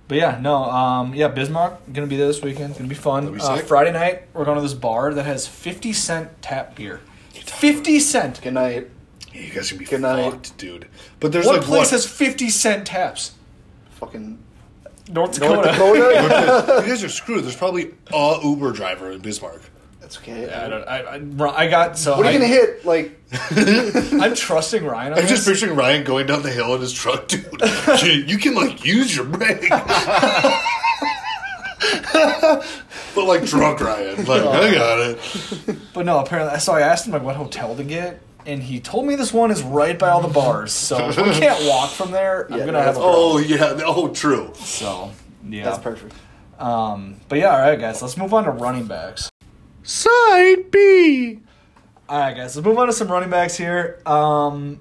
But yeah, no, um, yeah, Bismarck gonna be there this weekend. Gonna be fun. be uh, sick. Friday night, we're going to this bar that has fifty cent tap beer. Fifty cent. Good night. Yeah, you guys are gonna be Good night. fucked, dude. But there's What like place what? has fifty cent taps? Fucking North Dakota. North Dakota. you guys are screwed. There's probably a Uber driver in Bismarck. That's okay. I, don't, I, I, Ri- I got so. what are you I, gonna hit? Like I'm trusting Ryan. On I'm just this. picturing Ryan going down the hill in his truck, dude. Dude, you can like use your brake. but like drunk Ryan, like I got it. But no, apparently, so I asked him like what hotel to get, and he told me this one is right by all the bars. So if we can't walk from there. I'm Yeah, gonna no, have a that's- problem. Oh yeah. Oh, true. So yeah, That's perfect. Um, but yeah, all right, guys, let's move on to running backs. Side B. All right, guys, let's move on to some running backs here. Um,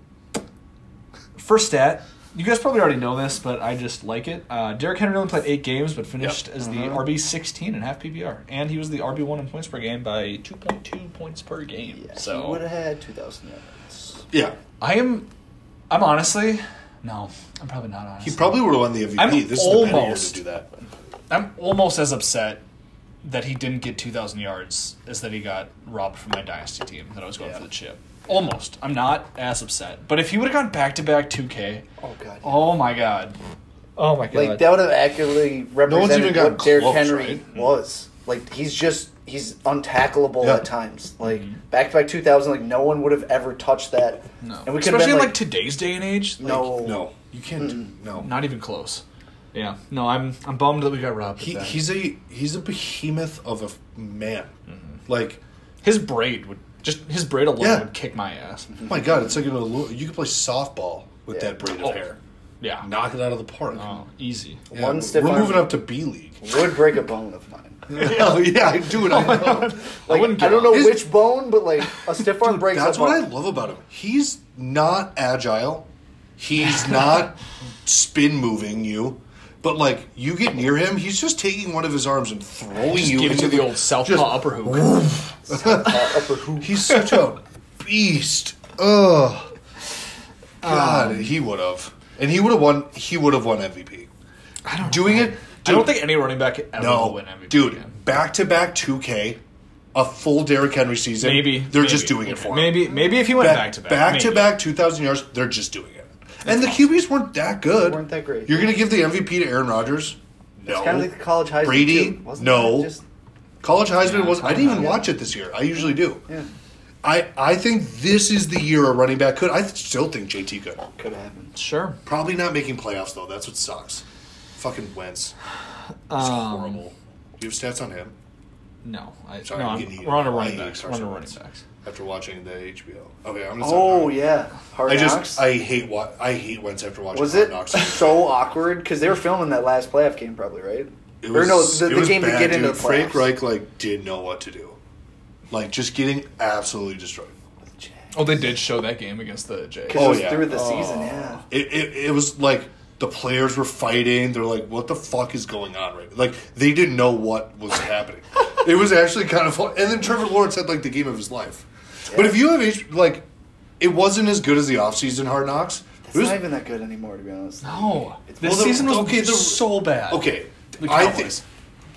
first stat, you guys probably already know this, but I just like it. Uh, Derrick Henry only played eight games, but finished as the Mm-hmm. RB sixteen and half PPR, and he was the RB one in points per game by two point two points per game. Yeah, he would so have had 2,000 yards. Yeah. I am, I'm honestly, no, I'm probably not honest. He probably would have won the MVP. I'm this is the better year almost- to do that. I'm almost as upset that he didn't get 2,000 yards as that he got robbed from my dynasty team that I was going Yeah. for the chip. Almost. I'm not as upset. But if he would have gone back to back 2K, Oh, God. oh my God. Oh my Like that would have accurately represented gotten what Derrick close, Henry right? was. Like he's just he's untackleable Yeah. at times. Like back to back two thousand, like no one would have ever touched that. no. And we could have Especially been in like, like today's day and age. like, no, No, you can't. do No. Not even close. Yeah. No, I'm I'm bummed that we got robbed. He, He, he's a he's a behemoth of a f- man. Mm-hmm. Like, his braid would just his braid alone Yeah. would kick my ass. Mm-hmm. oh my God, it's like an allu- you could play softball with Yeah. that braid of Oh. hair. Yeah. Knock it out of the park. Oh, easy. Yeah, One stiff We're arm. moving up to B league. would break a bone of mine. oh yeah, I do. I know. Like, I, wouldn't get don't out. know His- which bone, but like a stiff arm breaks That's a what I bone. love about him. He's not agile. He's not spin moving you. But like you get near him, he's just taking one of his arms and throwing Just you give it into to the old southpaw just- upper hook. Uh, upper hoop. He's such a beast. Ugh. God, he would have, and he would have won. He would have won MVP. I don't doing it. I don't think any running back ever no, will win MVP. again. dude. Back to back two K, a full Derrick Henry season. Maybe they're maybe. just doing it for him. Maybe maybe if he went back to back, to maybe. back, two thousand yards. They're just doing it. and the QBs weren't that good. They weren't that great. You're gonna give the MVP to Aaron Rodgers? No. It's kind of like the college high Brady? Too. Wasn't No. that Just, College Heisman Yeah, was. I didn't even Heisman. watch it this year. I usually do. yeah, I I think this is the year a running back could. I still think JT could. could have happened. Sure. Probably not making playoffs though. That's what sucks. Fucking Wentz. It's Um, horrible. Do you have stats on him? No, I, Sorry, no I'm I'm, getting you. we're on a I running hate backs. We're on Carson a running Wentz. backs. After watching the HBO. Okay, I'm gonna. stop Oh talking. yeah, hard I knocks. just I hate what I hate Wentz after watching Was Hard it Knocks. so awkward? Because they were filming that last playoff game, probably right? It or no, the, it the was game to bad, get into dude. the playoffs. Frank Reich like didn't know what to do, like just getting absolutely destroyed. Oh, they did show that game against the Jays. Because Oh, it was yeah. through the season, yeah. It, it it was like the players were fighting. They're like, "What the fuck is going on?" Right? Like they didn't know what was happening. it was actually kind of fun. And then Trevor Lawrence had like the game of his life. But if you have H- like, it wasn't as good as the offseason Hard Knocks. It's It was not even that good anymore, to be honest. No, this Well, the- season was okay, the- so bad. okay. The I think Cowboys.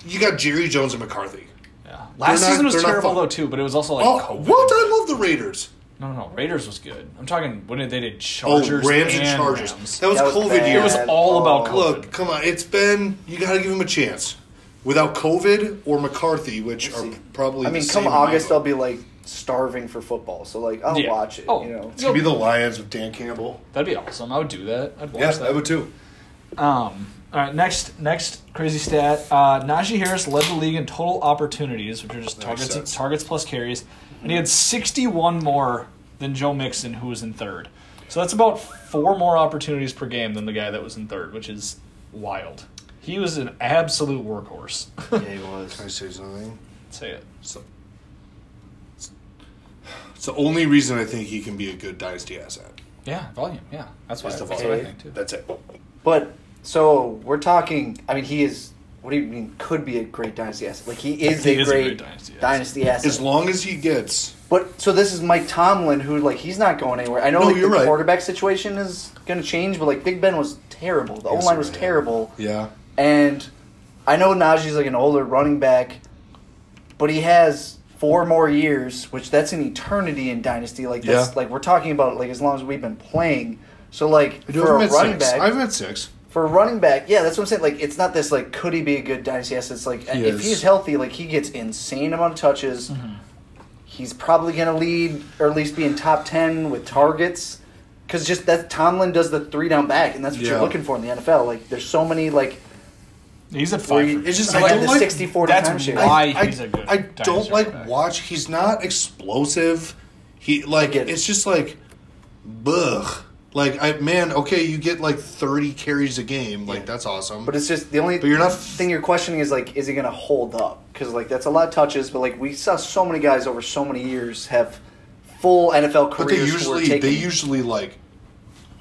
you got Jerry Jones and McCarthy. Yeah. Last not- season was they're not terrible fun. though too, but it was also like Oh, COVID. what? I love the Raiders. No, no, no. Raiders was good. I'm talking when did they did Oh, Chargers Rams and Chargers. That was, That was COVID bad. Oh, year. It was all about COVID. Look, come on. It's been. You got to give him a chance. Without COVID or McCarthy, which are See, probably. I mean, the come same in my August, book. I'll be like starving for football, so like I'll Yeah. watch it. Oh. You know, It's gonna be the Lions with Dan Campbell. That'd be awesome. I would do that. I'd watch Yes, that. I would too. Um, all right, next next crazy stat. Uh, Najee Harris led the league in total opportunities, which are just That makes sense. targets targets plus carries, and he had 61 more than Joe Mixon, who was in third. So that's about four more opportunities per game than the guy that was in third, which is wild. He was an absolute workhorse. yeah, he was. Can I say something? Say it. So, it's the only reason I think he can be a good dynasty asset. Yeah, volume. Yeah, that's what, Is the that's what I volume. think too. That's it. But so we're talking. I mean, he is. What do you mean? Could be a great dynasty asset. Like he is, He a, is a great great dynasty asset. dynasty asset. As long as he gets But so this is Mike Tomlin, who like he's not going anywhere. I know No, like, the you're right. quarterback situation is going to change, but like Big Ben was terrible. The O Yes, line you're was right. terrible. Yeah. And I know Najee's like an older running back, but he has four more years, which that's an eternity in dynasty. Like that's Yeah. like we're talking about like as long as we've been playing. So like I do for have him a at running six. back, I've had six. for a running back, yeah, that's what I'm saying. Like it's not this like could he be a good dynasty asset? It's like He if is. Mm-hmm. he's healthy, like he gets insane amount of touches. He's probably going to lead or at least be in top ten with targets. Because just that Tomlin does the three down back, and that's what Yeah. you're looking for in the NFL. Like there's so many like He's at Where five. you- for me. It's just I I like don't the like- 60 40 that's timeshare. why I, he's a good. I dynasty don't like quarterback. watch. He's not explosive. He like get it. it's just like, ugh. Like I man, okay, you get like thirty carries a game. Like Yeah. that's awesome. But it's just the only But you're not- thing you're questioning is like, is he going to hold up? Because like that's a lot of touches, but like we saw so many guys over so many years have full NFL careers. But they who were usually taking- they usually like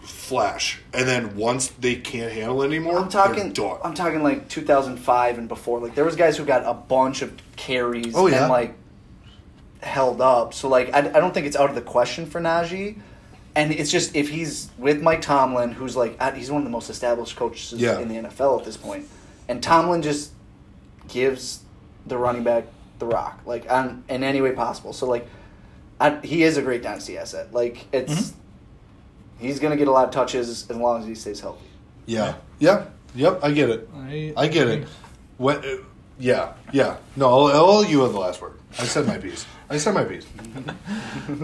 flash, and then once they can't handle it anymore, I'm they're talking. done. I'm talking like 2005 and before. Like there was guys who got a bunch of carries Oh, yeah. and like held up. So like I, I don't think it's out of the question for Najee. And it's just if he's with Mike Tomlin, who's like I- he's one of the most established coaches Yeah. in the NFL at this point, and Tomlin just gives the running back the rock like on, in any way possible. So like I, he is a great dynasty asset. Like it's. Mm-hmm. He's gonna get a lot of touches as long as he stays healthy. yeah, yeah, yep. I get it. I- I get it. What? uh, yeah, yeah. No, I'll, I'll let you have the last word. I said my piece. I said my piece.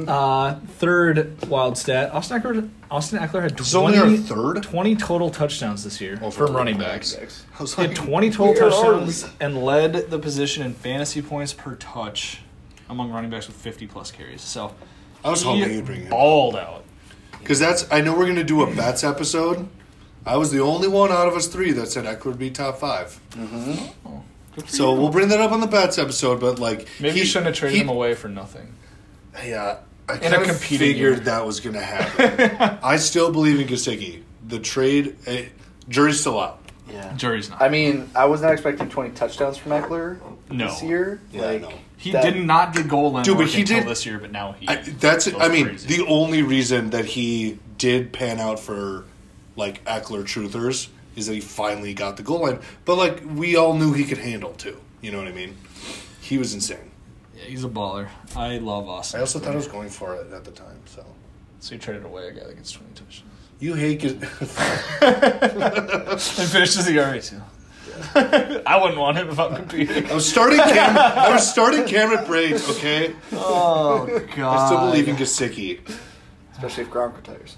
Uh, third wild stat: Austin Eckler. Austin Eckler had 20, It's only our third? twenty total touchdowns this year Oh, for from running backs. I was He had like, twenty total where are touchdowns we? and led the position in fantasy points per touch among running backs with fifty plus carries. So I was he hoping you'd bring him. balled out. Because that's I know we're gonna do a bets episode. I was the only one out of us three that said Eckler would be top five. Good for So you. we'll bring that up on the bats episode. But like, maybe you shouldn't have traded he- him away for nothing. Yeah, I a kind of competing figured year. that was going to happen. I still believe in Gasicki. The trade, eh, jury's still out. Yeah. Jury's not. I mean, I was not expecting 20 touchdowns from Eckler No. this year. Yeah, like, no. he that- did not get goal line Dude, but work he until did- this year, but now he. I, that's goes I mean crazy. the only reason that he did pan out for like Eckler truthers is that he finally got the goal line. But like we all knew he could handle too. You know what I mean? He was insane. Yeah, he's a baller. I love I Austin. also thought I was going for it at the time. So so you traded away a guy that gets twenty touchdowns. you hate Gas- and finishes the ERA too. I wouldn't want him if I'm competing. I was starting Cam. I was starting Cameron Braid. Okay, Oh god! I still believe in Gasicki. Especially if Gronk retires.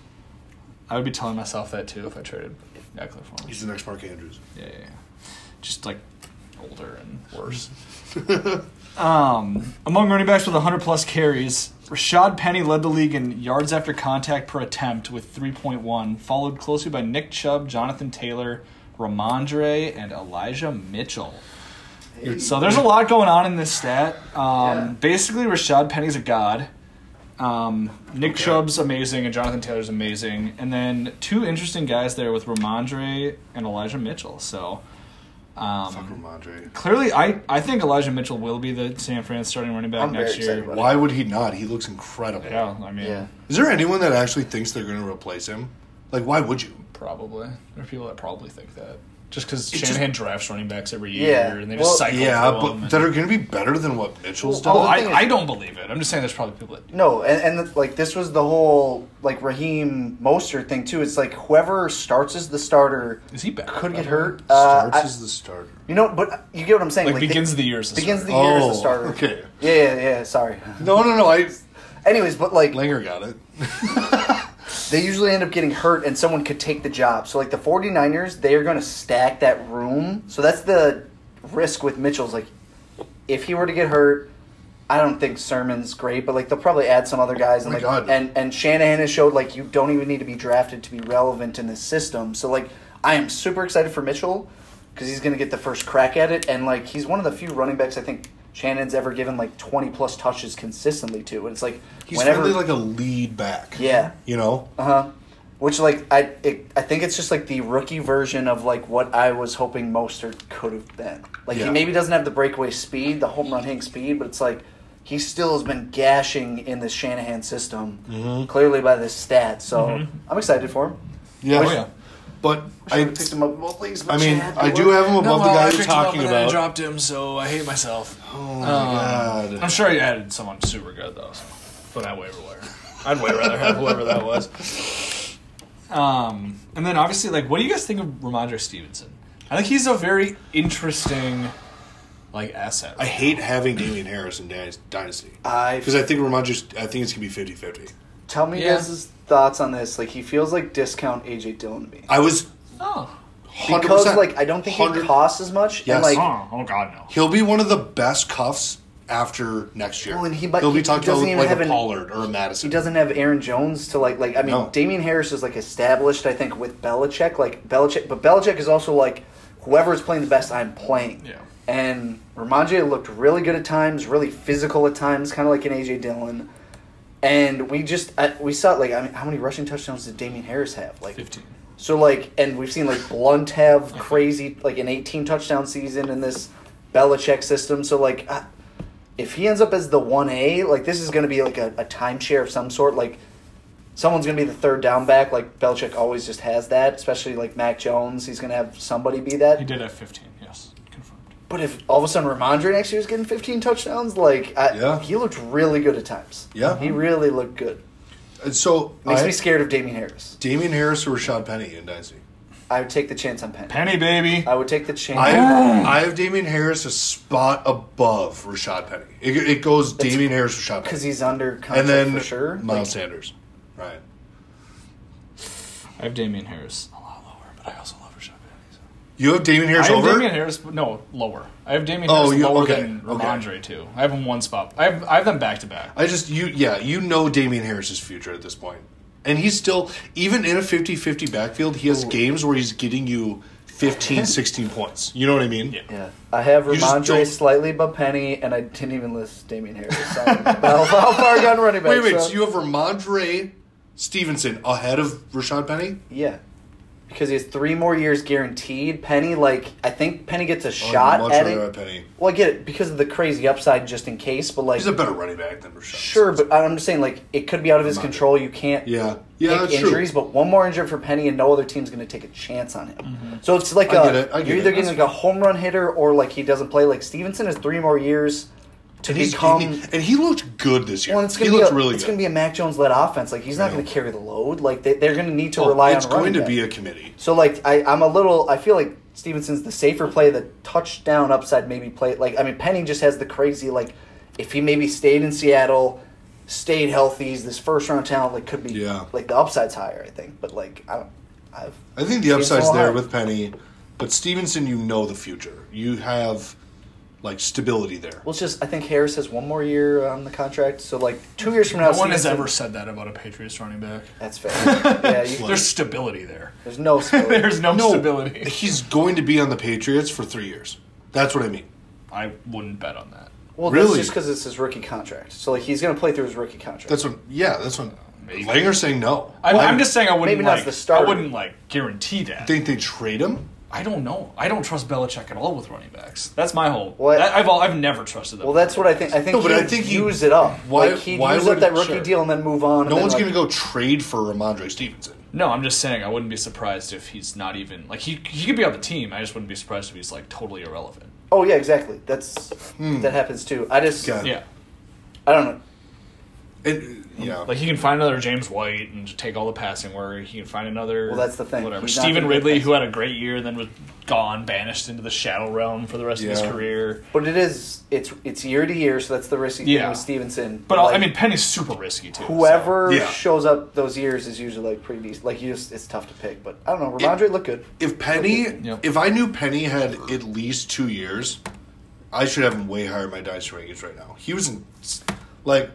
I would be telling myself that too if I traded Eckler for him. He's the next Mark Andrews. Yeah, yeah, yeah. Just like older and worse. um, among running backs with 100 plus carries, Rashad Penny led the league in yards after contact per attempt with 3.1, followed closely by Nick Chubb, Jonathan Taylor, Ramondre, and Elijah Mitchell. So there's a lot going on in this stat. Um, Yeah. Basically, Rashad Penny's a god. Um, Nick Chubb's amazing, and Jonathan Taylor's amazing. And then two interesting guys there with Ramondre and Elijah Mitchell. So Fuck um, Ramondre. clearly, I, I think Elijah Mitchell will be the San Fran starting running back I'm very next year. excited about Why would he not? He looks incredible. Yeah, I mean, Yeah. Is there anyone that actually thinks they're going to replace him? Like, why would you? probably. There are people that probably think that. Just because It Shanahan drafts running backs every year, Yeah. and they Well, just cycle Yeah, through them but and- that are going to be better than what Mitchell's done. oh, Well, the thing I, is- I don't believe it. I'm just saying there's probably people that do. No, and, and like this was the whole like Raheem Mostert thing too. It's like whoever starts as the starter Is he back? could by get the way? hurt. Uh, Starts I- as the starter. you know, but you get what I'm saying. Like, begins the year as the begins starter. the year as Oh, the starter. okay. Yeah, yeah, yeah. Sorry. No, no, no. I Anyways, but like Langer got it. they usually end up getting hurt and someone could take the job. So like the 49ers, they are going to stack that room. So that's the risk with Mitchell's like if he were to get hurt, I don't think Sermon's great, but like they'll probably add some other guys and Oh my like God. and and Shanahan has showed like you don't even need to be drafted to be relevant in this system. So like I am super excited for Mitchell cuz he's going to get the first crack at it and like he's one of the few running backs I think Shannon's ever given like 20 plus touches consistently to. And it's like He's finally like a lead back. Yeah. You know? uh huh. Which like I it, I think it's just like the rookie version of like what I was hoping Mostert could have been. Like Yeah. he maybe doesn't have the breakaway speed, the home run hitting speed, but it's like he still has been gashing in the Shanahan system, Mm-hmm. clearly by this stat. So I'm excited for him. Yeah. Oh, yeah. But I I, picked him up both leagues. I mean, I do have him above the guy you're talking about. dropped him, so I hate myself. oh, my God. I'm sure you added someone super good though, so. but I waiver wire. I'd way rather have whoever that was. Um, and then obviously, like, what do you guys think of Ramondre Stevenson? I think he's a very interesting, like, asset. I hate having Damian Harris in Dynas- Dynasty. Because I I think Ramondre's, I think it's going to be 50-50. tell me Yeah. guys' thoughts on this. Like he feels like discount AJ Dillon to me I was oh, 100%. because like I don't think he 100 costs as much. Yes. And like oh, oh God, no. He'll be one of the best cuffs after next year. Well, and he might- He'll be he- talked he doesn't about even like have a an- Pollard or a He Madison. doesn't have Aaron Jones to like like I mean No. Damien Harris is like established I think with Belichick like Belichick but Belichick is also like whoever is playing the best I'm playing. Yeah. And Ramondre looked really good at times, really physical at times, kind of like an AJ Dillon. And we just I, we saw like I mean how many rushing touchdowns did Damien Harris have? Like Fifteen. so like, and we've seen like Blunt have crazy like an 18 touchdown season in this Belichick system. So like, I- if he ends up as the one A, like this is going to be like a, a timeshare of some sort. Like, someone's going to be the third down back. Like Belichick always just has that, especially like Mac Jones. He's going to have somebody be He that. did have fifteen. Yes, confirmed. But if all of a sudden Ramondre next year is getting 15 touchdowns, like I, Yeah. he looked really good at times. Yeah. he really looked good. And Uh, so Makes I, me scared of Damien Harris. Damian Harris or Rashad Penny in Dynasty. I would take the chance on Penn. Penny baby. I would take the chance. I have, I have Damian Harris a spot above Rashad Penny. It, it goes Damian Harris, Rashad because Penny, he's under contract and then for sure. Miles Like, Sanders. Right. I have Damian Harris a lot lower, but I also love Rashad Penny. so- You have Damian I Harris have over. Damian Harris. No, lower. I have Damian Oh, Harris you- lower okay, than okay. Ramondre too. I have him one spot. I have I have them back to back. I just you yeah, you know Damian Harris's future at this point. And he's still even in a 50-50 backfield, he has games where he's getting you 15 16 points. You know what I mean? Yeah. Yeah, I have You just Ramondre don't- slightly above Penny, and I didn't even list Damien Harris. Sorry. how, how far gone running back? Wait, wait. So you have Ramondre Stevenson ahead of Rashad Penny? yeah, because he has three more years guaranteed. Penny, like I think Penny gets a I would shot Oh, much at rather it. have Penny. Well, I get it because of the crazy upside, just in case. But like, He's a better running back than Rashad. sure, but I'm just saying, like, it could be out of his Ramondre. control. You can't. Yeah. Yeah, pick that's true. injuries, but one more injury for Penny, and no other team's going to take a chance on him. So it's like I a get it, I get you're either it, getting that's like a home run hitter or like he doesn't play. Like Stevenson has three more years to And, he's, become. and he looked good this year. well, it's he going to be looked a, really it's good. going to be a Mac Jones led offense. Like he's not Yeah. going to carry the load. Like they, they're going to need to Oh, rely it's on going running to back. be a committee. So like I, I'm a little I feel like Stevenson's the safer play, the touchdown upside maybe play. Like I mean Penny just has the crazy like if he maybe stayed in Seattle, stayed healthy, he's this first round talent like could be Yeah. like the upside's hyer I think. But like I don't I've I think the Seems a upside's little there high. with Penny, but Stevenson, you know the future. You have like stability there. well it's just I think Harris has one more year on the contract, so like two years from now No one has Stevenson- ever said that about a Patriots running back. That's fair. yeah, you, There's stability there. there's no stability. There's no, no, stability. he's going to be on the Patriots for three years. That's what I mean. I wouldn't bet on that. Well, that's Really? just because it's his rookie contract. So like he's gonna play through his rookie contract. That's what. Yeah, that's what. Maybe. Langer's saying no. I'm, Why- I'm just saying I wouldn't maybe not like the starter. I wouldn't like guarantee that. think they trade him. I don't know. I don't trust Belichick at all with running backs. That's my whole. Well, I- that- I've all, I've never trusted them. Well, that's what I think. I think No, but he I would think he- use it up. Why- like he'd why use up would- that rookie sure. deal and then move on. No one's going going to go trade for Ramondre Stevenson. No, I'm just saying I wouldn't be surprised if he's not even like he he could be on the team. I just wouldn't be surprised if he's like totally irrelevant. Oh yeah, exactly. That's that happens too. I just Hmm. Got it. Yeah, I don't know. It, yeah, like he can find another James White and just take all the passing work. He can find another. Well, that's the thing. Whatever. He's not Stephen gonna get Ridley, passing. who had a great year and then was gone, banished into the shadow realm for the rest of Yeah. his career. But it is it's it's year to year, so that's the risky Yeah. thing with Stevenson. But like, I mean, Penny's super risky too. so- whoever Yeah. shows up those years is usually like pretty decent. Like you just it's tough to pick. But I don't know. Ramondre looked good. if Penny, Yep. if I knew Penny had at least two years, I should have him way higher in my dice rankings right now. He was in, like,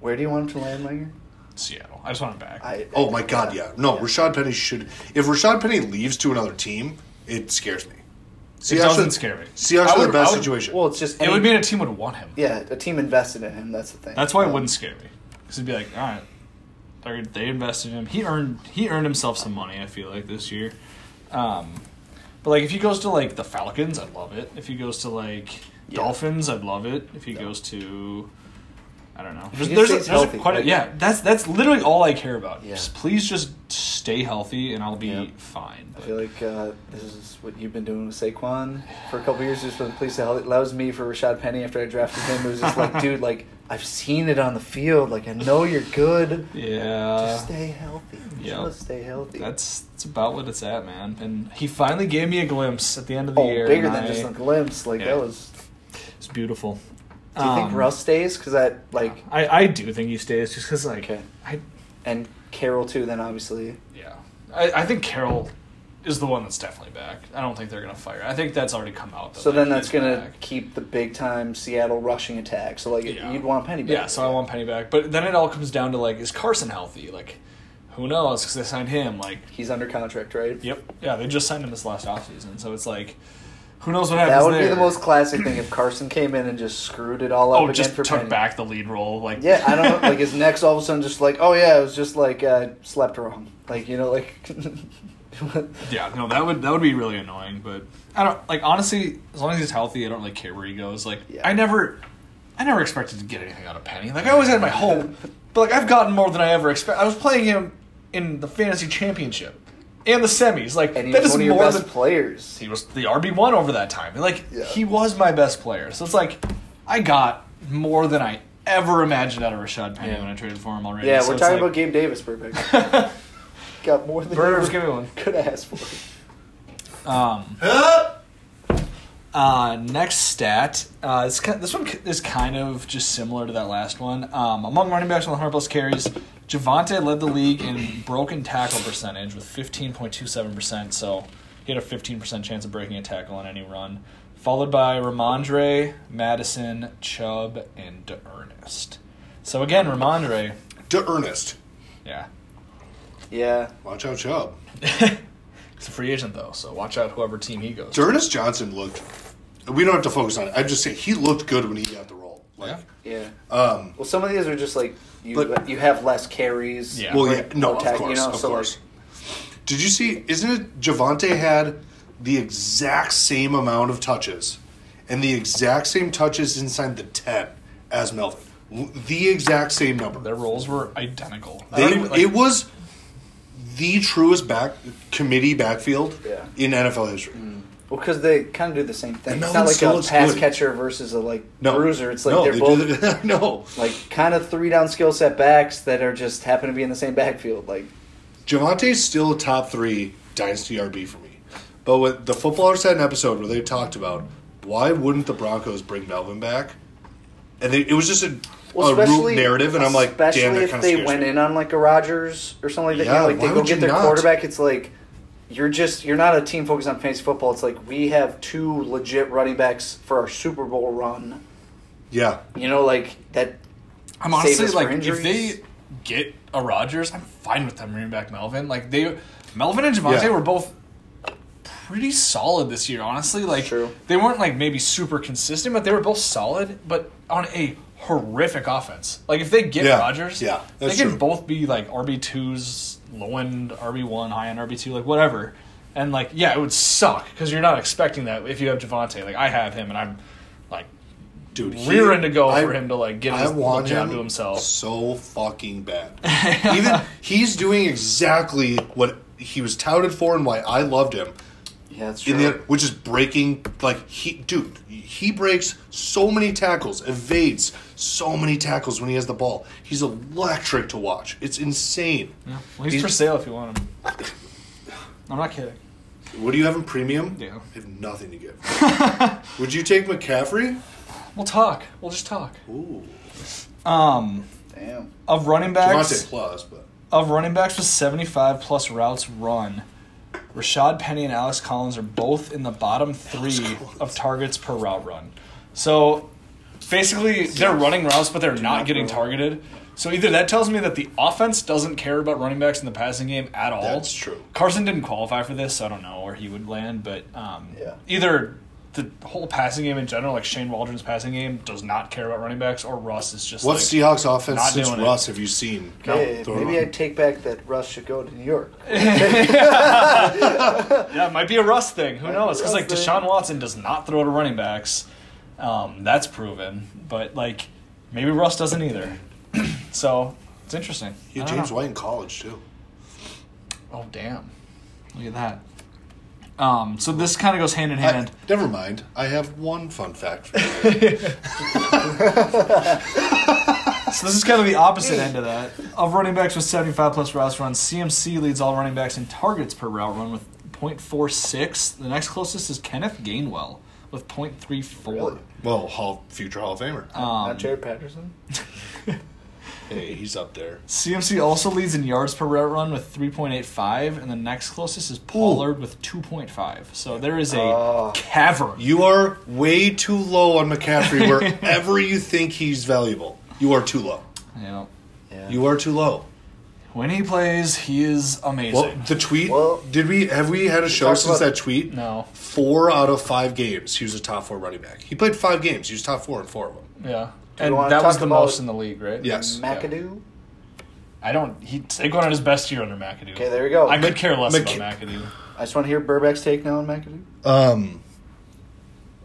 Where do you want him to land, Langer? Seattle. I just want him back. I oh my god, yeah, no, Rashad Penny should. If Rashad Penny leaves to another team, it scares me. it Seahawks doesn't are- scare me. Seahawks I are would- the best I would- situation. Well, it's just It any- would mean a team would want him. yeah, a team invested in him. That's the thing. That's why it wouldn't scare me. Because it'd be like, all right, they're, they invested in him. He earned he earned himself some money. I feel like this year. Um, but like if he goes to like the Falcons, I'd love it. If he goes to like Dolphins, I'd love it. If he goes to I don't know. There's, he there's, a, stays there's a healthy, quite a, right? yeah. That's that's literally all I care about. Yeah. Just please just stay healthy and I'll be Yeah. fine. I But feel like uh, this is what you've been doing with Saquon for a couple years. Just been pleased to help. That was me for Rashad Penny after I drafted him. It was just like, dude, like I've seen it on the field. Like I know you're good. yeah, Just stay healthy. yeah. Just stay healthy. that's that's about what it's at, man. And he finally gave me a glimpse at the end of the oh, year. bigger and than I- just a glimpse. Like Yeah. that was. It's beautiful. Um, Do you think Russ stays? Because I like I, I do think he stays just because like Okay. I and Carroll too. Then obviously, yeah I, I think Carroll is the one that's definitely back. I don't think they're gonna fire. I think that's already come out. that, So like, then that's he's gonna back. keep the big time Seattle rushing attack. So like Yeah. you'd want Penny back. Yeah, so I want Penny back. But then it all comes down to like, is Carson healthy? Like, who knows? Because they signed him. Like, he's under contract, right? yep, yeah, they just signed him this last offseason. So it's like, who knows what happens? That would be there. the most classic thing if Carson came in and just screwed it all up Oh, again just for took Penny. back the lead role. Like, Yeah, I don't know. Like his neck's all of a sudden just like, oh yeah, it was just like uh, slept wrong. Like you know, like yeah, no, that would that would be really annoying. But I don't like honestly, as long as he's healthy, I don't really care where he goes. Like, Yeah. I never, I never expected to get anything out of Penny. Like, I always had my hope, but like I've gotten more than I ever expect. I was playing him in the fantasy championship and the semis. Like, and he's that is one of your more best than players. he was the RB one over that time. Like Yeah. he was my best player. So it's like I got more than I ever imagined out of Rashad Penny Yeah. when I traded for him already. Yeah, So we're it's talking like- about Gabe Davis, Burbank. Got more than Burbs, you give me one. could ask for. Um, uh, next stat. Uh, it's kind, this one ki- is kind of just similar to that last one. Um, among running backs with 100 plus carries, Javante led the league in broken tackle percentage with 15.27%. So he had a 15% chance of breaking a tackle on any run. Followed by Ramondre, Madison, Chubb, and DeErnest. So again, Ramondre. To Ernest. Yeah. Yeah, Watch out, Chubb. He's a free agent, though, so watch out whoever team he goes to. Ernest Johnson looked. We don't have to focus on it. I just say he looked good when he got the role. Like, yeah. um, Well, some of these are just like you. But- you have less carries. Yeah. well, or- yeah, no, or of tech, course, you know, of so, like, course. Did you see? Isn't it Javante had the exact same amount of touches and the exact same touches inside the ten as Melvin? L- The exact same number. Their roles were identical. I They, don't even, like- it was the truest back committee backfield Yeah. Mm. in NFL history. Well, because they kind of do the same thing. And It's Melvin not like still a looks pass good. catcher versus a like No, bruiser. It's like no, they're they both do the- no. like kind of three down skill set backs that are just happen to be in the same backfield. Like Javante's still top three dynasty RB for me. But what the footballers had an episode where they talked about why wouldn't the Broncos bring Melvin back? And they, it was just a, well, a root especially narrative, and I'm like, especially damn, that if kind they of went in on like a Rogers or something like that. you know, Yeah, like why they go would you get their not? quarterback. It's like you're just you're not a team focused on fantasy football. It's like we have two legit running backs for our Super Bowl run. Yeah, You know, like that. I'm save honestly us for like, if injuries. they get a Rodgers, I'm fine with them bringing back Melvin. Like they, Melvin and Javante Yeah. were both pretty solid this year. Honestly, like True. they weren't like maybe super consistent, but they were both solid. But on a horrific offense. Like if they get Yeah. Rodgers, Yeah, they that's can true. both be like RB twos, low end RB one, high end RB two, like whatever. And like, yeah, it would suck because you're not expecting that if you have Javante. Like I have him, and I'm like dude, he- rearing to go for I- him to like get I his want job him to himself. so fucking bad. Even he's doing exactly what he was touted for, and why I loved him. Yeah, that's true. in the which is breaking like he dude he breaks so many tackles evades so many tackles when he has the ball he's electric to watch it's insane Well, he's, He's- for sale if you want him. I'm not kidding. what do you have in premium Yeah. i have nothing to give would you take mccaffrey We'll talk. We'll just talk. Ooh. Um, Damn. of running backs, Devontae Claus, but of running backs with 75 plus routes run, Rashad Penny and Alex Collins are both in the bottom three of targets per route run. So basically, they're running routes, but they're not getting targeted. So either that tells me that the offense doesn't care about running backs in the passing game at all. That's true. Carson didn't qualify for this, so I don't know where he would land. But um, Yeah. either the whole passing game in general, like Shane Waldron's passing game, does not care about running backs, or Russ is just what like, Seahawks offense not since doing it. Russ have you seen? Okay, Throw it maybe on. I take back that Russ should go to New York. Yeah, it might be a rust thing. Who knows? Because like rust thing. Deshaun Watson does not throw to running backs. Um, that's proven. But like maybe Russ doesn't either. so it's interesting. yeah, I don't James know. White in college too. Oh damn! Look at that. Um, so this kind of goes hand in hand. I- never mind. I have one fun fact. For you. So this is kind of the opposite end of that. Of running backs with 75 plus routes run, CMC leads all running backs in targets per route run with 0.46. The next closest is Kenneth Gainwell with 0.34. Really? Oh. well, Hall, future Hall of Famer. Um, Not Jared Patterson. Hey, he's up there. CMC also leads in yards per route run with 3.85, and the next closest is Pollard with 2.5. So there is a Oh. cavern. You are way too low on McCaffrey wherever you think he's valuable. You are too low. Yeah. Yeah. You are too low. When he plays, he is amazing. Well, the tweet. Well- did we have we had a show talked since about- that tweet? no. Four out of five games, he was a top four running back. He played five games. He was top four in four of them. Yeah. we And wanna that was talk the about- most in the league, right? Yes. McAdoo. I don't. He Saquon on his best year under McAdoo. Okay, there you go. I I, could care less Mc- about McAdoo. just want to hear Burback's take now on McAdoo. Um.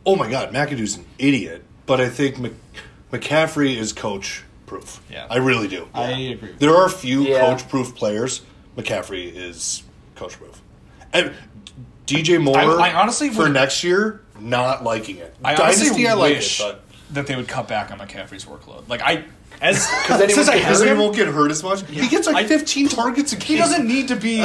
Oh my God, McAdoo's an idiot, but I think Mc, McCaffrey is coach proof. Yeah. I really do. I agree. There are few Yeah. coach proof players. McCaffrey is coach proof. And DJ Moore, I- I honestly for would- next year, not liking it. I honestly Dynasty, I like wish it, but that they would cut back on McCaffrey's workload. Like I, as then he since won't I get because heard he him, won't get hurt as much. He gets like I- 15 targets a game. he doesn't need to be.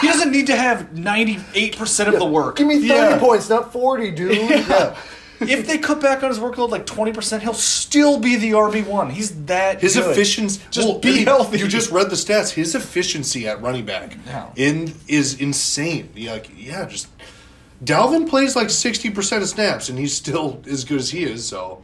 He doesn't need to have ninety eight percent of the work. Give me thirty Yeah. points, not forty, dude. Yeah. if they cut back on his workload like twenty percent, he'll still be the RB one. He's that His good. efficiency Just well, be I mean, healthy. You just read the stats. His efficiency at running back Yeah. in is insane. Yeah, Like yeah, just Dalvin plays like sixty percent of snaps, and he's still as good as he is. So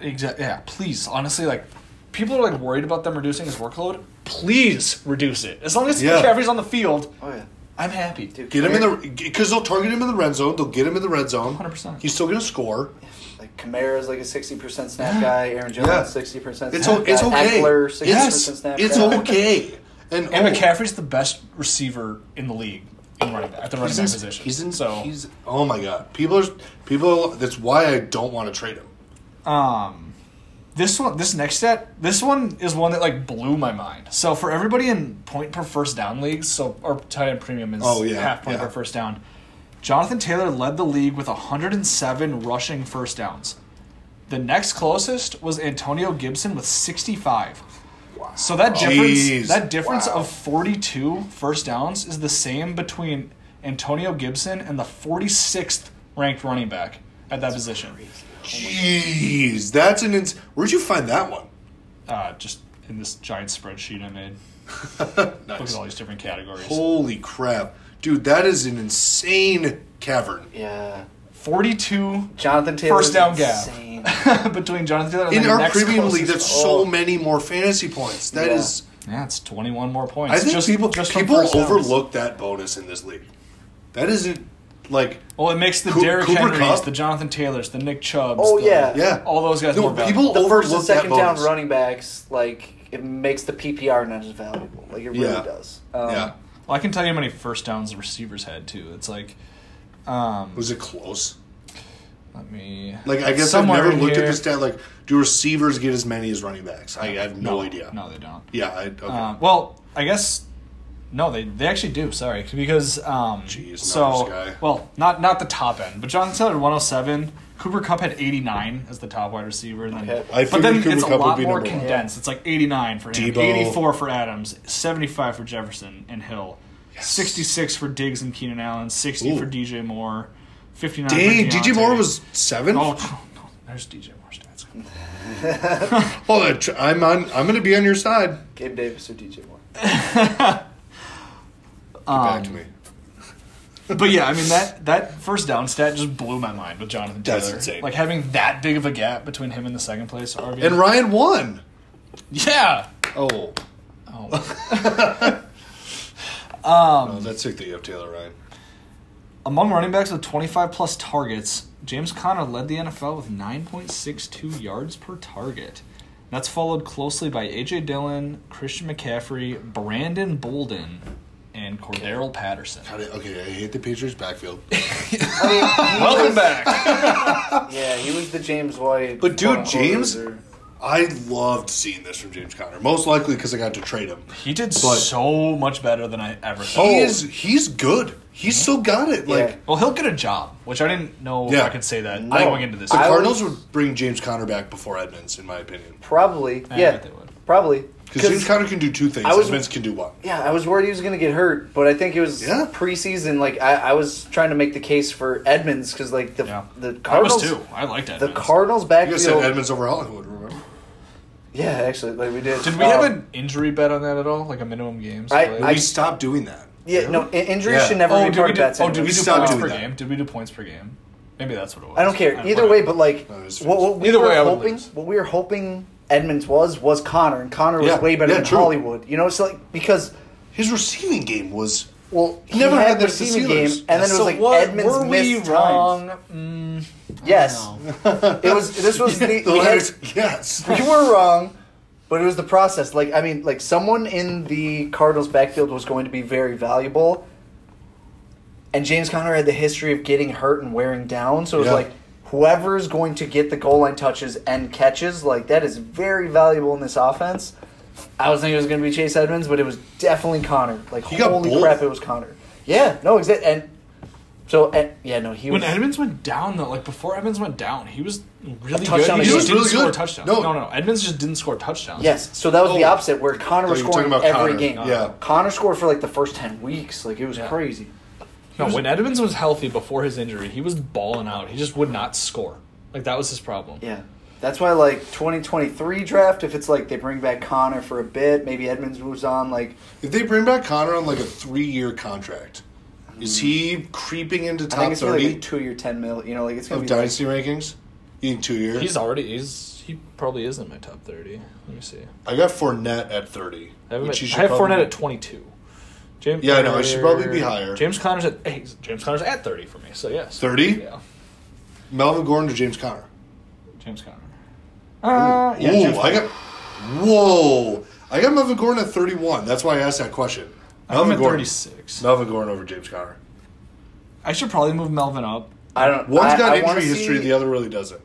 Exactly. Yeah. Please, honestly, like people are like worried about them reducing his workload. Please reduce it. As long as Yeah. McCaffrey's on the field, Oh yeah. I'm happy. Dude, get him in Kamara- the because they'll target him in the red zone. They'll get him in the red zone. 100%. He's still going to score. Like Kamara's like a sixty percent snap guy. Aaron Yeah. Jones sixty percent. It's o- it's okay. Eckler sixty percent yes, snap it's guy. okay. And, And oh, McCaffrey's the best receiver in the league in running back at the running he's back in, position. he's in. so he's oh my god. People are people. That's why I don't want to trade him. Oh um this one this next stat this one is one that like blew my mind so for everybody in point per first down leagues so our tight end premium is Oh, yeah, half point yeah. per first down jonathan taylor led the league with 107 rushing first downs the next closest was antonio gibson with 65 so that difference Jeez. that difference of 42 first downs is the same between antonio gibson and the 46th ranked running back at that position Jeez, that's an. Ins- Where'd you find that one? uh, just in this giant spreadsheet I made. Look at all these different categories. Holy crap, dude! That is an insane cavern. Yeah. 42 Jonathan Taylor. first down gap insane. between Jonathan Taylor and In the our next premium closest. league, that's Oh. so many more fantasy points. That Yeah. is, yeah, it's 21 more points. I think just, people just from people first downs. overlook that bonus in this league. That isn't like Well, it makes the Coo- Derrick Cooper Henrys, Kupp? the Jonathan Taylors, the Nick Chubbs. Oh, the- yeah. yeah. all those guys. No, more valuable. people the first overlook and that second down bonus. running backs, like it makes the PPR not as valuable. Like it really Yeah. does. Um, yeah, Well, I can tell you how many first downs the receivers had too. It's like, um, was it close? let me. Like I guess somewhere I've never in looked at here- the stat. Like, do receivers get as many as running backs? I, I have no, no idea. No, they don't. Yeah. I, okay. Um, well, I guess no, they they actually do. Sorry, because um, Jeez, so numbers guy. well, not not the top end, but Jonathan Taylor one hundred seven. Cooper Cup had eighty nine as the top wide receiver, and then Okay. I but then figured Cooper it's a Kupp would lot be more number one. condensed. It's like eighty nine for him, Debo. eighty four for Adams, seventy five for Jefferson and Hill, sixty six for Diggs and Keenan Allen, sixty Ooh. for DJ Moore, fifty nine. Dang, for DJ Deontay. Moore was seven. oh no, no, there's DJ Moore stats. Well, Oh, I tr- I'm on. I'm going to be on your side. Gabe Davis or DJ Moore. Get Um, back to me. But yeah, I mean that that first down stat just blew my mind with Jonathan Taylor. That's insane. Like having that big of a gap between him and the second place RB. And Ryan won. yeah. Oh, no, Oh. Um, Oh, that's sick that you have Taylor Ryan. Among running backs with 25 plus targets, James Conner led the NFL with 9.62 yards per target. That's followed closely by AJ Dillon, Christian McCaffrey, Brandon Bolden, and Cordero Patterson. God, I- Okay, I hate the Patriots backfield. I mean, he was- back. Yeah, he was the James White. But dude, quote-unquote James- loser. I loved seeing this from James Conner. Most likely because I got to trade him. He did But- so much better than I ever thought. Oh. He is. He's good. He's still got it. Like Well, he'll get a job, which I didn't know if Yeah. I could say that No. going into this. the I Cardinals was- would bring James Conner back before Edmonds, in my opinion, probably. I yeah, bet they would. probably. because James Conner can do two things. I was- Edmonds can do one. Yeah, I was worried he was going to get hurt, but I think it was Yeah. preseason. Like I, I was trying to make the case for Edmonds because like the yeah, the I was Cardinals, too. I liked that. the Cardinals You backfield. guys said Edmonds over Hollywood, remember? Yeah, actually, like we did. Did we Um, have an injury bet on that at all? Like a minimum games? I- played? We I- stopped doing that. Yeah, no, in- injuries Yeah. should never oh, be did part we of do, bets. oh, did we anyway. do Stop points doing per that. game? Did we do points per game? Maybe that's what it was. I don't care either whatever. way, but like No, it's- what, what we Either were way, I would hoping, lose. what we were hoping Edmonds was was Connor, and Connor was Yeah, way better yeah, than true. Hollywood. You know, it's like because His receiving game was well, he Never had had the this to receiving game, Steelers. and then it was so like what, Edmonds were we missed wrong? times. Mm, Yes, it was. This was the, the we had- letters. Yes, you were wrong, but it was the process. Like I mean, like someone in the Cardinals' backfield was going to be very valuable, and James Conner had the history of getting hurt and wearing down. So it was Yeah. like whoever is going to get the goal line touches and catches, like that is very valuable in this offense. I was thinking it was going to be Chase Edmonds, but it was definitely Connor. Like He got holy both. crap, it was Connor. Yeah, no, exactly. And so, and, yeah, no, he when was. Edmonds went down, though, like before Edmonds went down, he was really good. touchdown He just a game. didn't He was really score good. touchdowns. No. No. no, no, Edmonds just didn't score touchdowns. Yes, so that was the Oh. opposite where Connor Oh, was you're scoring talking about every Connor. game. Yeah. Connor scored for like the first ten weeks. Like it was Yeah. crazy. No, when Edmonds was healthy before his injury, he was balling out. He just would not score. Like that was his problem. Yeah. That's why like twenty twenty three draft, if it's like they bring back Connor for a bit, maybe Edmonds moves on, like If they bring back Connor on like a three-year contract, is he creeping into I think top it's really thirty like two year ten mil, you know, like it's gonna of be like, dynasty rankings? In two years, He's already he's he probably is in my top thirty. Let me see. I got Fournette at thirty. I have, him which at, you I should have Fournette probably- at twenty two. James Yeah, I know, it should probably be higher. James Connor's at hey, James Connor's at thirty for me. So yes, 30? Yeah, Melvin Gordon to James Connor. James Connor. Uh, yeah, Ooh, James I got. Whoa, I got Melvin Gordon at thirty-one. That's why I asked that question. I'm Melvin at Gordon. thirty six. Melvin Gordon over James Connor. I should probably move Melvin up. I don't One's I, got I wanna injury history, see- the other really doesn't.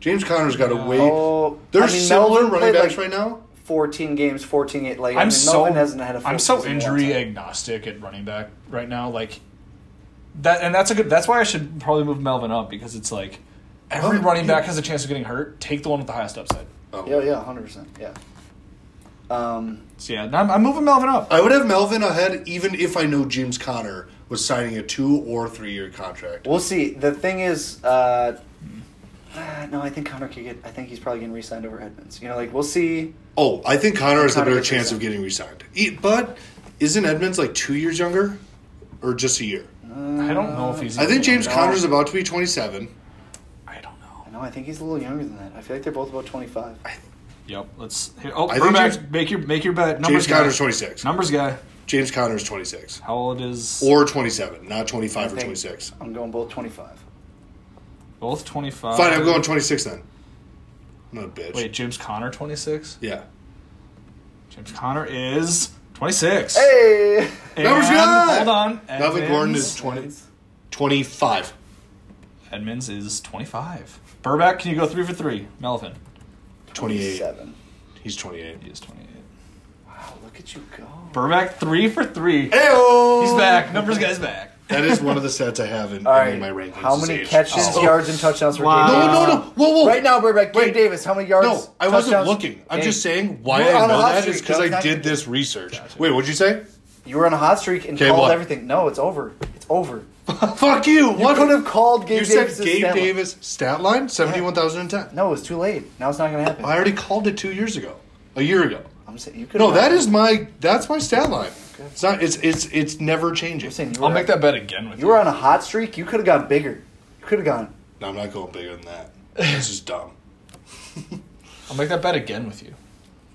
James Connor's got a Yeah. way. Oh, They're I mean, similar Melvin running played, backs right like, now. Fourteen games, fourteen eight like I I'm mean, so Melvin hasn't had a full I'm so season in a long injury time. agnostic at running back right now. Like that, and that's a good. That's why I should probably move Melvin up because it's like every Oh, running yeah. back has a chance of getting hurt. Take the one with the highest upside. Oh. Yeah, yeah, hundred percent. Yeah. Um So yeah, I'm, I'm moving Melvin up. I would have Melvin ahead even if I know James Conner was signing a two or three year contract. We'll see. The thing is, uh, ah, no, I think Connor could get. I think he's probably getting re-signed over Edmonds. You know, like we'll see. Oh, I think Connor has a Conner better gets chance of resigned. getting re signed. But isn't Edmonds like two years younger? Or just a year? I don't know if he's. I think James No. Conner's about to be 27. I don't know. No, I think he's a little younger than that. I feel like they're both about twenty-five. Yep. Let's. Here, oh, I think quarterback, James- make your make your bet. Numbers James guy. Conner's 26. Numbers guy. James Conner's 26. How old is? Or 27, not I 25 or think 26. I'm going both twenty-five. both twenty five. Fine, I'm going 26 then. I'm not a bitch. Wait, James Connor twenty six. Yeah. James Connor is twenty six. Hey, And, Numbers guy! Hold on. Melvin Gordon Edmonds- is 20, 25. Edmonds is 25. Burback, can you go three for three? Melvin. 28. Seven. He's 28. He is 28. Wow, look at you go. Burback, three for three. Ayo! He's back. Numbers guy's back. That is one of the sets I have in, All in my rankings. right. How is many age. catches, So- yards, and touchdowns for Wow. Gabe No, Davis? no, no. Whoa, whoa. Right now, Burbank, Gabe Wait. Davis, how many yards? No, I wasn't touchdowns? looking. I'm Gabe, just saying why You were I on a know hot that streak, is because Doug. I did this research. Wait, what'd you say? You were on a hot streak and Okay, called what? everything. No, it's over. It's over. Fuck you. You what could have called Gabe You Davis. said Gabe Davis stat line seventy-one thousand and ten. No, it was too late. Now it's not going to happen. I already called it two years ago, a year ago. I'm saying you could. No, that is my that's my stat line. It's not. It's it's it's never changing. I'm saying you were, I'll make that bet again with You you. were on a hot streak. You could have gone bigger. You could have gone. No, I'm not going bigger than that. This is dumb I'll make that bet again with you.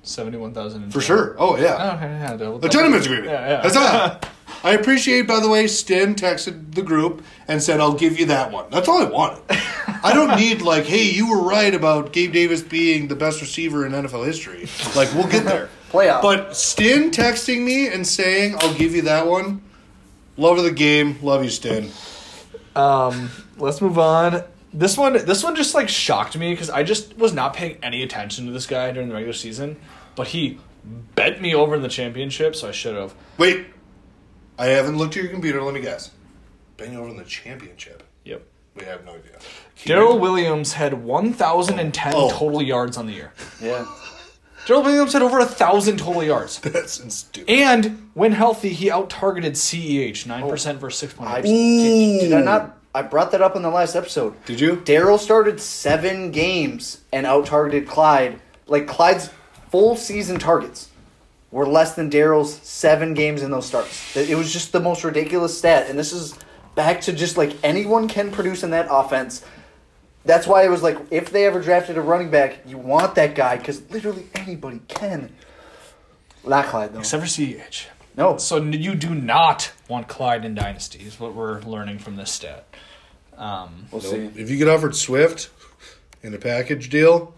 71,000. for sure. Oh yeah. Okay, yeah, double- A gentleman's agreement. Yeah, yeah. Huzzah! I appreciate, by the way, Stin texted the group and said, I'll give you that one. That's all I wanted. I don't need, like, hey, you were right about Gabe Davis being the best receiver in NFL history. Like, we'll get there. Playoff. But Stin texting me and saying, I'll give you that one. Love of the game. Love you, Stin. Um, let's move on. This one, this one just like shocked me because I just was not paying any attention to this guy during the regular season, but he bet me over in the championship, so I should have. Wait. I haven't looked at your computer. Let me guess. Bang over in the championship. Yep. We have no idea. Daryl Williams had 1,010 Oh. total yards on the year. Yeah. Daryl Williams had over a thousand total yards. That's stupid. And when healthy, he E out targeted CEH 9% versus I, 6.8%. did, did I not? I brought that up in the last episode. Did you? Daryl started seven games and out targeted Clyde Like Clyde's full season targets were less than Daryl's seven games in those starts. It it was just the most ridiculous stat, and this is back to just like anyone can produce in that offense. That's why it was like if they ever drafted a running back, you want that guy because literally anybody can. Not Clyde though. Except for CH. no, So n- you do not want Clyde in Dynasty, is what we're learning from this stat. Um, we'll see. If you get offered Swift in a package deal,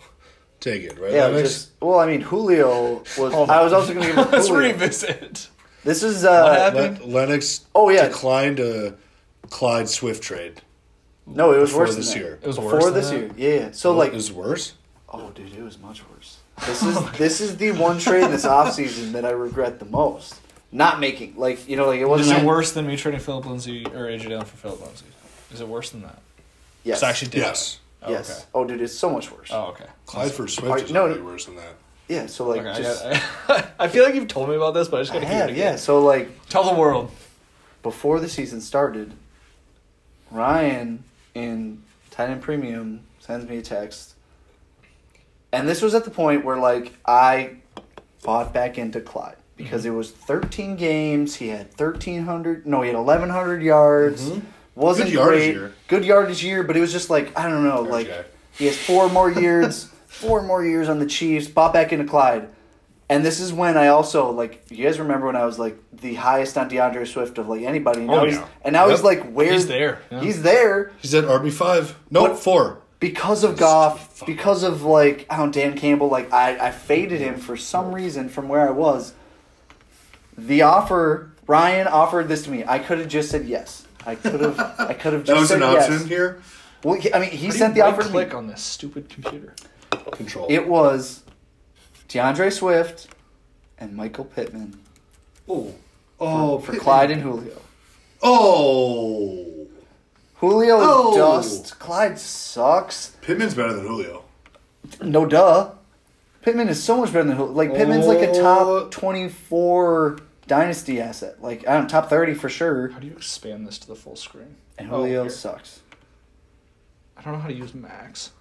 take it, right? Yeah, Lennox? just well, I mean Julio was. Oh I was also going to give him let's Julio. revisit. This is What uh, happened? Le- Lennox Oh, yeah. declined a Clyde Swift trade. no, it was Before worse than this that. year. It was before worse than this that? year. Yeah, yeah. So like, it was worse. oh dude, it was much worse. This is this is the one trade this offseason that I regret the most. Not making like you know like it Is wasn't it that- worse than me trading Philip Lindsay or AJ Dillon for Philip Lindsay? Is it worse than that? Yes. So I actually did. Yes. that. Oh, yes. Okay. Oh dude, it's so much worse. Oh, okay. Clyde for Are- Swift is no, way no. worse than that. Yeah. So like Okay, I just got- I feel like you've told me about this, but I just I gotta had, keep it. yeah. So like Tell the world. before the season started, Ryan in Titan Premium sends me a text. And this was at the point where like I bought back into Clyde because Mm-hmm. it was 13 games. He had 1300, no, he had 1100 yards. Mm-hmm. Wasn't Good yardage great. year. Good yardage year, but it was just like I don't know, Fair like Jack. he has four more years, four more years on the Chiefs. Bought back into Clyde. And this is when I also like you guys remember when I was like the highest on DeAndre Swift of like anybody. And Oh, now he's, yeah. and now Yep. he's like where He's there, yeah. He's there He's at RB five. No, What- four. because of Goff, because of like I don't Dan Campbell. Like I, I faded him for some reason from where I was. The offer Ryan offered this to me. I could have just said yes. I could have. I could have just That was said an option yes. here. Well, he- I mean, he How do sent you the offer to me. Click on this stupid computer. Control. It was DeAndre Swift and Michael Pittman oh, oh, for Clyde and Julio. Oh, Julio is Oh. dust. Clyde sucks. Pittman's better than Julio. No duh. Pittman is so much better than Julio. Like Pittman's like a Oh. top twenty-four dynasty asset. Like I don't know, top thirty for sure. How do you expand this to the full screen? And Oh, Julio here. sucks. I don't know how to use Max.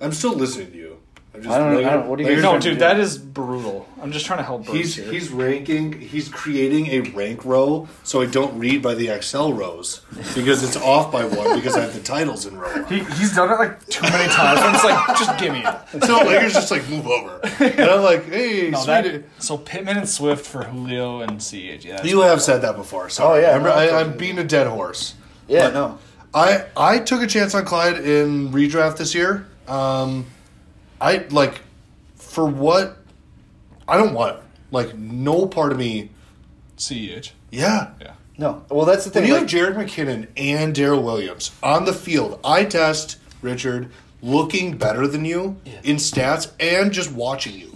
I'm still listening to you. I'm just I don't- I don't- what do you guys No, trying to dude, do? that is brutal. I'm just trying to help. He's Bruce here. he's ranking. He's creating a rank row, so I don't read by the Excel rows because it's off by one because I have the titles in row. One. He, he's done it like too many times. I'm just like, just give me it. So Lakers just like move over, and I'm like, hey, No, sweet- that, so Pittman and Swift for Julio and CH. Yeah, that's- you have said that before. So Oh, yeah. I'm, I, I'm beating a dead horse. Yeah, But- no. I I took a chance on Clyde in redraft this year. Um, I like for what I don't want. It. Like no part of me. CH. Yeah. Yeah. No. Well that's the When thing. you like- have Jared McKinnon and Daryl Williams on the field, I test Richard looking better than you in stats and just watching you.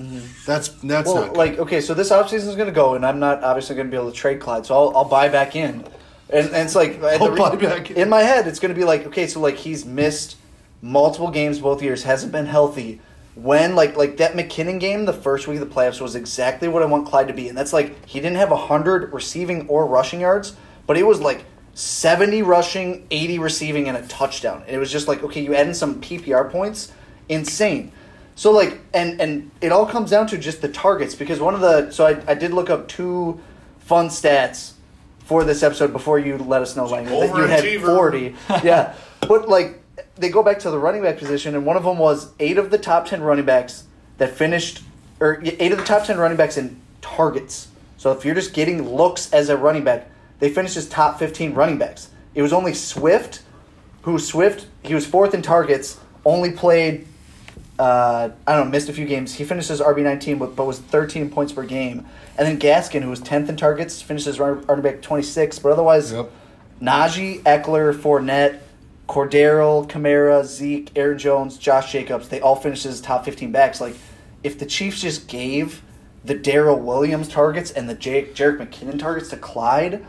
That's that's Mm-hmm. Well, not good. like okay, so this offseason is going to go, and I'm not obviously going to be able to trade Clyde, so I'll, I'll buy back in, and, and it's like at I'll the buy back in. in my head, it's going to be like okay, so like he's missed multiple games both years, hasn't been healthy. When like like that McKinnon game, the first week of the playoffs was exactly what I want Clyde to be, and that's like he didn't have hundred receiving or rushing yards, but it was like. 70 rushing, 80 receiving, and a touchdown. And it was just like, okay, you add in some PPR points. Insane. So like, and and it all comes down to just the targets because one of the so I, I did look up two fun stats for this episode before you let us know Langman that you had Overachiever. forty. yeah, but like they go back to the running back position, and one of them was eight of the top ten running backs that finished, or yeah, eight of the top ten running backs in targets. So if you're just getting looks as a running back, they finished as top fifteen running backs. It was only Swift, who Swift he was fourth in targets, only played uh, I don't know, missed a few games. He finishes RB nineteen, but, but was thirteen points per game. And then Gaskin, who was tenth in targets, finishes run- running back twenty six. But otherwise, Yep. Najee, Eckler, Fournette, Cordero, Kamara, Zeke, Aaron Jones, Josh Jacobs, they all finished as top fifteen backs. Like, if the Chiefs just gave the Daryl Williams targets and the Jake Jarek McKinnon targets to Clyde.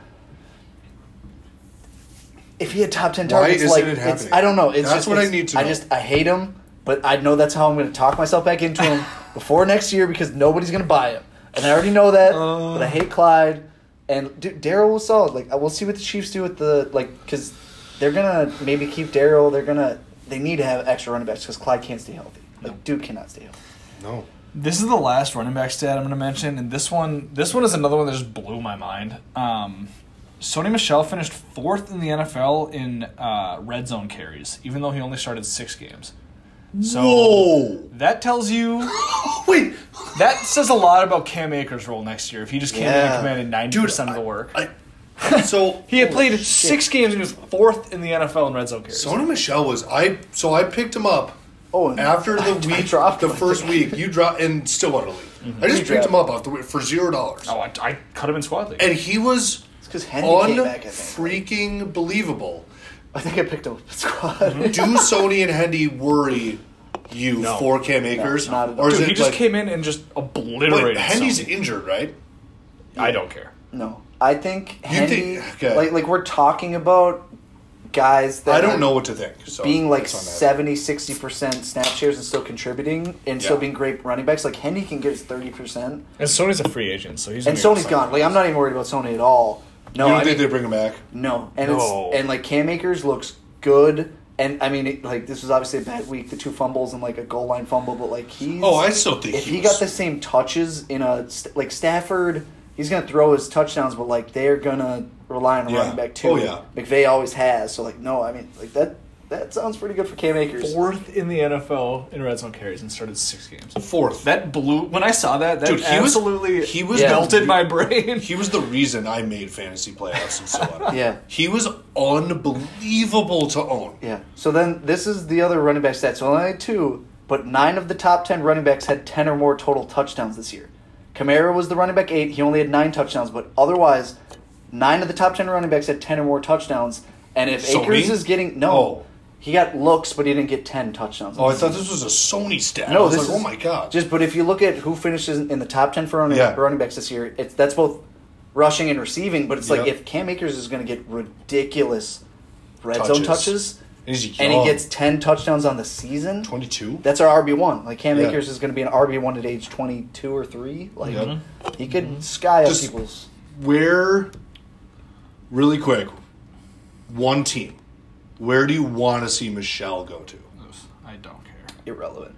If he had top ten Why targets, isn't like it it's- happening? I don't know. It's That's just, what I it's- need to I know. just I hate him, but I know that's how I'm going to talk myself back into him before next year because nobody's going to buy him, and I already know that. Uh. but I hate Clyde, and dude, Daryl was solid. Like I- we'll see what the Chiefs do with the like because they're gonna maybe keep Daryl. They're gonna they need to have extra running backs because Clyde can't stay healthy. Like, dude cannot stay healthy. No. This is the last running back stat I'm going to mention, and this one, this one is another one that just blew my mind. Um, Sony Michelle finished fourth in the NFL in uh, red zone carries, even though he only started six games. So Whoa! that tells you Wait, that says a lot about Cam Akers' role next year. If he just came in Yeah. and commanded ninety dude, percent of the work, I, so he had played six games and he was fourth in the NFL in red zone carries. Sony Michelle was I. So I picked him up Oh, and after I- the I week, dropped the him, I first think. week. You dropped and still won a league. I just You picked him up dropped. off the for zero dollars, oh, I, I cut him in squad league. and he was It's because Henry came back. I think. unfreaking believable. I think I picked up a squad. Do Sony and Hendy worry you No. for Cam Akers, not at all. or is Dude, it he just like, came in and just Wait, obliterated. Hendy's some. injured, right? I don't care. No, I think Henry. think- okay. Like like we're talking about guys that I don't are know what to think. So being like that's on that. 70 60 percent snap shares and still contributing and still Yeah. being great running backs. Like Henry can get his thirty percent, And Sony's a free agent, so he's and gonna be Sony's upset. gone. Like I'm not even worried about Sony at all. No, You I don't think mean- they bring him back? No, and No. it's and like Cam Akers looks good, and I mean it, like this was obviously a bad week, the two fumbles and like a goal line fumble, but like he's Oh, I still think if he he got was- the same touches in a st- like Stafford, he's gonna throw his touchdowns, but like they're gonna rely on a Yeah. running back too. Oh, yeah. McVay always has, so like no, I mean like that that sounds pretty good for Cam Akers. fourth in the NFL in red zone carries and started six games. fourth. That blew when I saw that. That Dude, he was- absolutely he was melted the- my brain. He was the reason I made fantasy playoffs and so on. Yeah. He was unbelievable to own. Yeah. So then this is the other running back stats. So only two, but nine of the top ten running backs had ten or more total touchdowns this year. Kamara was the running back eight. He only had nine touchdowns, but otherwise, nine of the top ten running backs had ten or more touchdowns. And if Sony? Akers is getting no, Oh. he got looks, but he didn't get ten touchdowns. Oh, I thought this was a Sony stat. I no, was this like, is, oh my god. Just but if you look at who finishes in the top ten for running, Yeah. running backs this year, it's that's both rushing and receiving. But it's like Yep. if Cam Akers is going to get ridiculous red Touches. zone touches, and he's and he young. gets 10 touchdowns on the season. 22. That's our RB1. Like Cam Yeah. Akers is going to be an RB1 at age 22 or 3. Like Yep. Mhm. he could Mm-hmm. sky up Just- people's. Where, really quick, one team. Where do you want to see Michelle go to? I don't care. Irrelevant.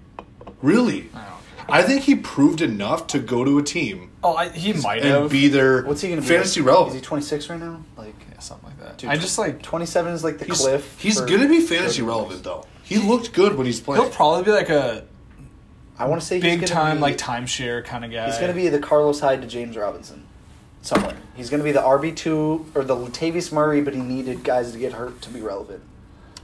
Really? I don't care. I think he proved enough to go to a team Oh, I, he might and have be their What's he going to be? fantasy like? Is relevant. he 26 right now? Like Yeah, something like that. Dude, I just like 27 is like the He's, cliff. he's for- going to be fantasy for- relevant, though. He looked good when he's playing. he'll probably be like a I want to say he's big gonna time be- like timeshare kind of guy. He's going to be the Carlos Hyde to James Robinson. Somewhere. He's going to be the RB2 or the Latavius Murray, but he needed guys to get hurt to be relevant.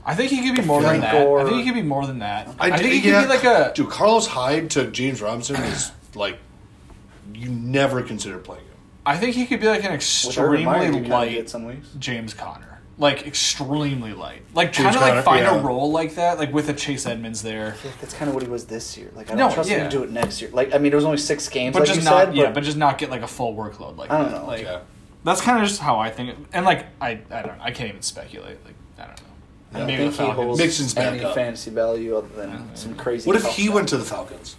I think he could be more than Frank that. Gore. I think he could be more than that. I, I, think he could yeah, be like a dude. Carlos Hyde to James Robinson is like you never consider playing him. I think he could be like an With Urban extremely Meyer, you kinda light get some weeks. James Conner. Like extremely light. Like James kind of like Conner, find yeah. a role like that, like with a Chase Edmonds there. Like, that's kind of what he was this year. Like I No, don't trust yeah. him to do it next year. Like I mean, it was only six games, But like just you not said. yeah, but, but just not get like a full workload like I don't that. know. Like Yeah. that's kind of just how I think it, and like I I don't I can't even speculate. Like I don't know. I don't Maybe think the he holds Falcons. Mixon's back any up. fantasy value other than Yeah. some crazy. What if tough he stuff. went to the Falcons?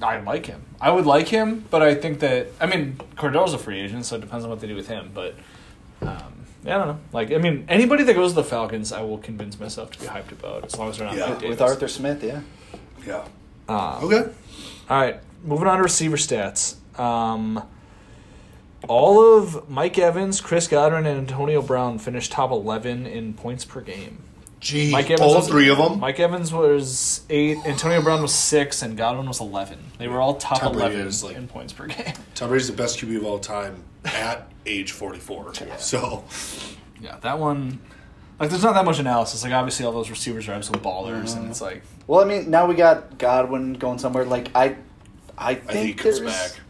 I like him. I would like him, but I think that I mean Cordell's a free agent, so it depends on what they do with him. But um, yeah, I don't know. Like I mean, anybody that goes to the Falcons, I will convince myself to be hyped about, as long as they're not Yeah. Mike with Davis. Arthur Smith? Yeah, Yeah. Uh, Okay. All right, moving on to receiver stats. Um, all of Mike Evans, Chris Godwin, and Antonio Brown finished top eleven in points per game. Gee, Mike Evans all was- three of them. Mike Evans was eight. Antonio Brown was six, and Godwin was eleven. They were all top Tom Brady eleven is, like- in points per game. Tom Brady's the best QB of all time at age forty-four. So Yeah, that one. Like, there's not that much analysis. Like, obviously, all those receivers are absolute ballers, and it's like, well, I mean, now we got Godwin going somewhere. Like I, I think, I think he comes there's back.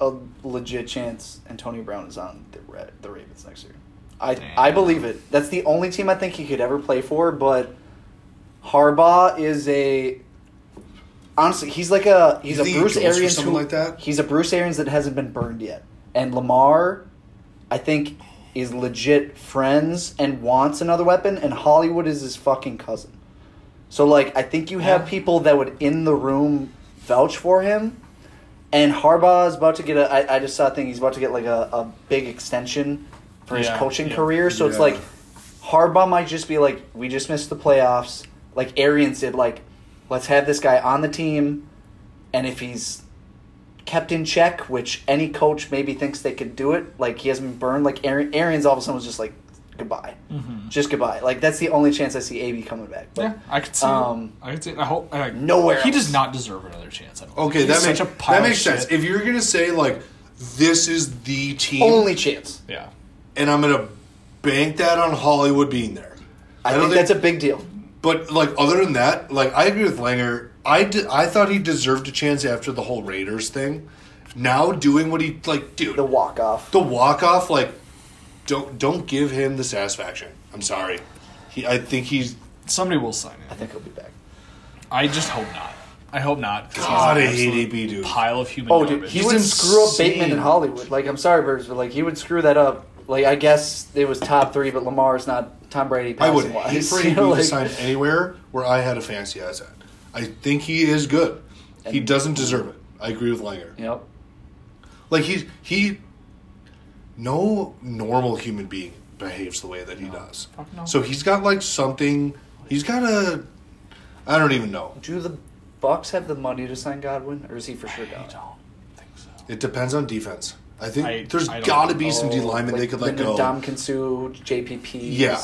a legit chance Antonio Brown is on the Red, the Ravens next year. I Damn. I believe it. That's the only team I think he could ever play for. But Harbaugh is a honestly he's like a he's You a think he Bruce goes for Arians something who- like that? he's a Bruce Arians that hasn't been burned yet. And Lamar, I think, is legit friends and wants another weapon. And Hollywood is his fucking cousin. So like I think you have Yeah. people that would in the room vouch for him. And Harbaugh is about to get a. I, I just saw a thing. He's about to get like a, a big extension for his Yeah, coaching yeah. career. So it's Yeah. like Harbaugh might just be like, we just missed the playoffs. Like Arians did. Like Let's have this guy on the team, and if he's kept in check, which any coach maybe thinks they could do it, like he hasn't been burned. Like Aaron, Arians all of a sudden was just like goodbye, Mm-hmm. just goodbye. Like that's the only chance I see AB coming back. But Yeah, I could see. Um, it. I could see. It. I hope. I, Nowhere He else. does not deserve another chance. I don't Okay, think. that He's makes such a pile that makes of sense. shit. If you're gonna say like this is the team, Only chance. yeah. and I'm gonna bank that on Hollywood being there. I, I think, don't that's a think- big deal. But like other than that, like I agree with Langer. I did, I thought he deserved a chance after the whole Raiders thing. Now doing what he like, dude, The walk off. the walk off, like don't don't give him the satisfaction. I'm sorry. He, I think he's Somebody will sign I it. think he'll be back. I just hope not. I hope not. 'cause he's God, an I hate absolute AB, dude. Pile of human. Oh, garbage. dude, he He's would screw up insane. Bateman in Hollywood. Like, I'm sorry, Birds, but like he would screw that up. Like, I guess it was top three, but Lamar's not Tom Brady. I would passing-wise. hate for You AB know, to like- sign anywhere where I had a fancy eyes at. I think he is good. He doesn't deserve it. I agree with Langer. Yep. Like he he no normal human being behaves the way that he does. Fuck no. So he's got like something he's got a I don't even know. Do the Bucks have the money to sign Godwin, or is he for sure I gone? don't think so. It depends on defense. I think I- there's I don't got to know. be some D linemen Oh, they could let go. Dom Kinsu, JPP. Yeah.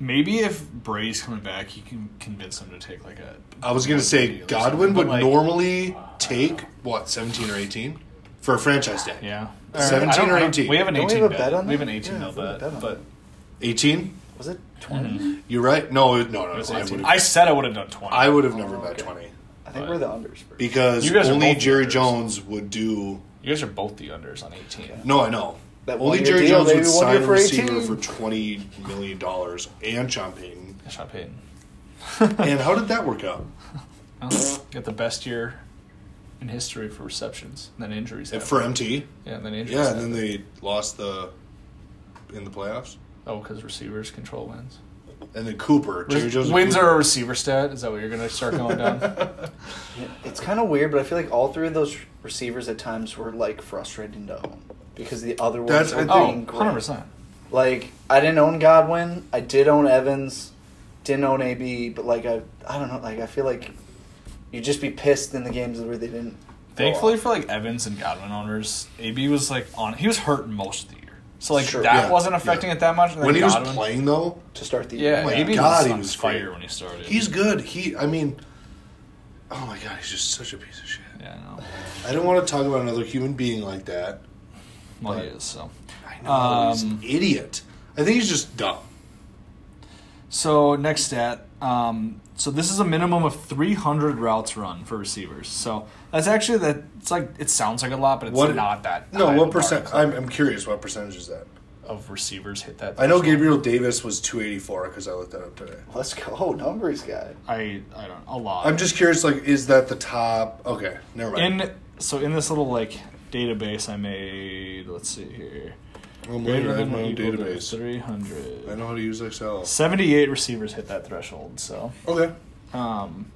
Maybe if Brady's coming back, you can convince him to take like a. I was going to say Deal or Godwin something, but, would like, normally take what 17 or 18 for a franchise tag. Yeah. Or- 17 I don't- or I don't- 18? We have an Don't we 18 have a bet. bet on we have that? an 18 Yeah, mil we have a bet. bet on But 18? Was it 20? You're right. No, it- no, no. it was no, I 18. would've- I said I would have done 20. I would have never bet Oh, okay. 20 I think we're the unders. Birds. because You guys are only both Jerry leaders. Jones would do you guys are both the unders on 18. No, I know. That Only one-year Jerry deal, Jones would baby, one year sign a for receiver 18. for twenty million dollars and Sean Payton. Sean Payton. and how did that work out? Got the best year in history for receptions, and then injuries. And happened. for MT, yeah, and then injuries. yeah, and then happened. they lost the in the playoffs. oh, because receivers control wins. And then Cooper, Jerry Jones, and wins Cooper. are a receiver stat. Is that what you're going to start going down? It's kind of weird, but I feel like all three of those receivers at times were like frustrating to own because the other ones That's- were I oh, 100 being great. percent. Like I didn't own Godwin, I did own Evans, didn't own AB, but like I, I don't know. Like I feel like you'd just be pissed in the games where they didn't. go Thankfully off. for like Evans and Godwin owners, AB was like on. He was hurt most of the year, so like Sure. that Yeah, wasn't affecting yeah. it that much. And then when he was Godwin- playing though, to start the yeah, Oh my AB God, was he on was fire great. when he started. he's good. He, I mean, oh my god, he's just such a piece of shit. yeah, I know. I don't want to talk about another human being like that. Well, he But- is so. I know he's an idiot. I think he's just dumb. So next stat. Um, so this is a minimum of 300 routes run for receivers. So that's actually that. It's like it sounds like a lot, but it's What- not that. No, high of what a percent? margin I'm, I'm curious. What percentage is that? of receivers hit that? I know threshold. Gabriel Davis was 284 because I looked that up today. let's go Oh, numbers guy. I I don't a lot. I'm just curious, like, is that the top? Okay, never mind. in so in this little like database I made. Let's see here. I'm later, I have my or own equal to database. 300. I know how to use Excel. 78 receivers hit that threshold. So. Okay. Um,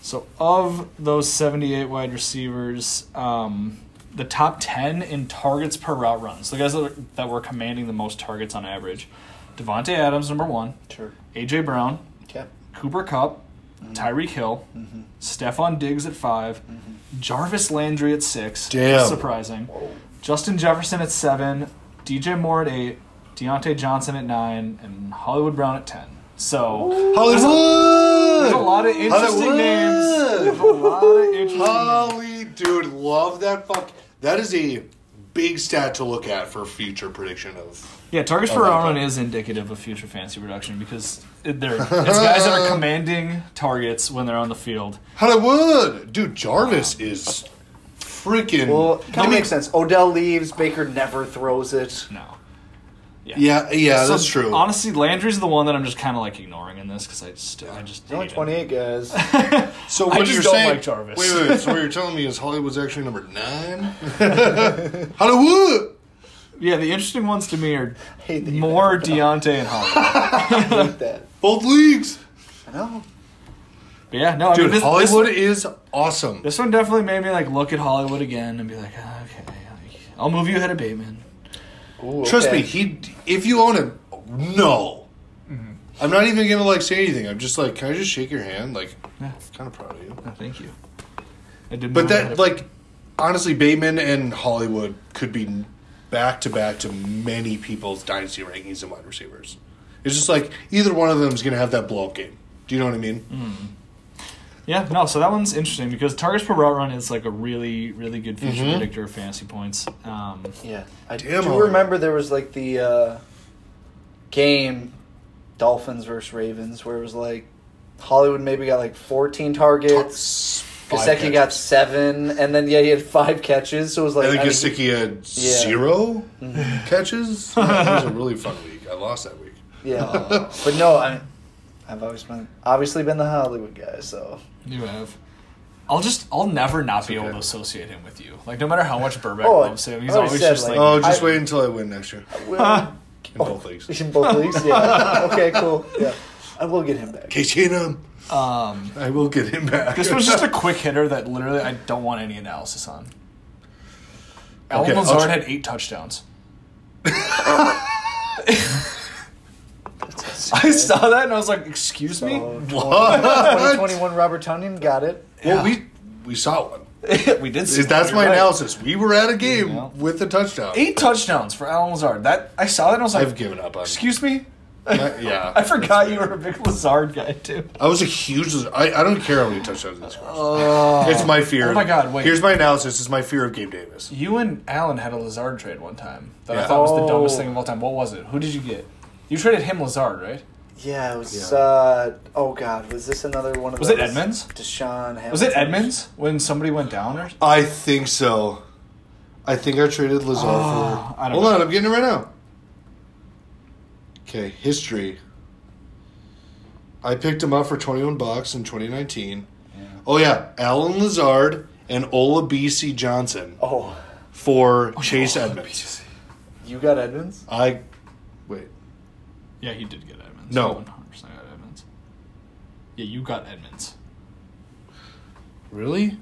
so of those 78 wide receivers, um, the top 10 in targets per route run. So the guys that, are, that were commanding the most targets on average. Devontae Adams, number one. Sure. A.J. Brown, Okay. Cooper Cup, Tyreek Hill, Stephon Diggs at 5 Jarvis Landry at six. Damn. Surprising. Justin Jefferson at seven. DJ Moore at eight. Deontay Johnson at nine. And Hollywood Brown at 10. So. Hollywood. There's a lot of interesting Hollywood! names. There's a lot of interesting names. Holly, dude, love that fuck. That is a big stat to look at for future prediction of. Yeah, targets per Okay. round run is indicative of future fantasy production because it- they're it's guys that are commanding targets when they're on the field. Hollywood, dude, Jarvis is freaking. Well, it I kind of mean, makes sense. Odell leaves. Baker never throws it. No, Yeah, yeah, So, that's true. Honestly, Landry's the one that I'm just kind of like ignoring in this because I just I just There's only hate him. 28 guys. So I what just you're don't saying? like Jarvis. Wait, wait, wait. So what you're telling me is Hollywood's actually number nine? Hollywood. Yeah, the interesting ones to me are hate that you more Deontay and Hollywood. hate that. Both leagues. I know. But yeah, no, I Dude, mean, this, this- Hollywood is awesome. This one definitely made me like look at Hollywood again and be like, "Ah, okay, I'll move you ahead of Bateman. Ooh, Trust okay. me, he. If you own him, no. Mm-hmm. I'm not even gonna like say anything. I'm just like, can I just shake your hand? Like, Yeah. kind of proud of you. Oh, thank you. I did But move that ahead. like, honestly, Bateman and Hollywood could be back to back to many people's dynasty rankings and wide receivers. It's just like either one of them is gonna have that blow up game. Do you know what I mean? Mm-hmm. yeah, no. So that one's interesting because targets per route run is like a really, really good future predictor of fantasy points. Um, Yeah, I Damn, do Oliver. remember there was like the uh, game Dolphins versus Ravens where it was like Hollywood maybe got like 14 targets, Five Gasecki got catches. seven, and then yeah, he had five catches. So it was like I think I mean, Gasicki had Yeah. zero Mm-hmm. catches. Yeah, it was a really fun week. I lost that week. yeah, but no, I I've always been obviously been the Hollywood guy, so you have. I'll just, I'll never not be okay. able to associate him with you. Like no matter how much Burbank Oh, loves him, he's I always already said, just like, like- Oh, just I- wait until I win next year we'll, in both leagues. Oh, in both leagues, yeah, okay, cool, yeah, I will get him back. Case Keenum, um. I will get him back. This was just a quick hitter that literally I don't want any analysis on. Alan Okay, I'll Lazard tr- had eight touchdowns. I saw that and I was like, "Excuse me." what? 2021 Robert Tunyon got it. Well, we we saw one. we did see. See, that's that. my You're right. analysis. We were at a game Yeah. with a touchdown. Eight touchdowns for Alan Lazard. That I saw that and I was like, I've given up on. "Excuse me." I- yeah, I forgot that's you fair. were a big Lazard guy too. I was a huge. I, I don't care how many touchdowns this scores. it's my fear. Oh my God, wait. Here's my analysis. It's my fear of Gabe Davis. You and Alan had a Lazard trade one time that I Yeah. thought was the dumbest Oh. thing of all time. What was it? Who did you get? You traded him Lazard, right? Yeah, it was. Yeah. Uh, oh God, was this another one of Was those? it Edmonds? Deshaun. Hamilton. Was it Edmonds when somebody went down or I think so. I think I traded Lazar Oh, for. I don't Hold know. on, I'm getting it right now. Okay, history. I picked him up for 21 bucks in 2019. Oh yeah, Alan Lazard and Ola BC Johnson Oh, for Chase Edmonds. you got Edmonds. I wait. Yeah, he did get Edmonds. No. one hundred percent got Edmonds. Yeah, you got Edmonds. Really?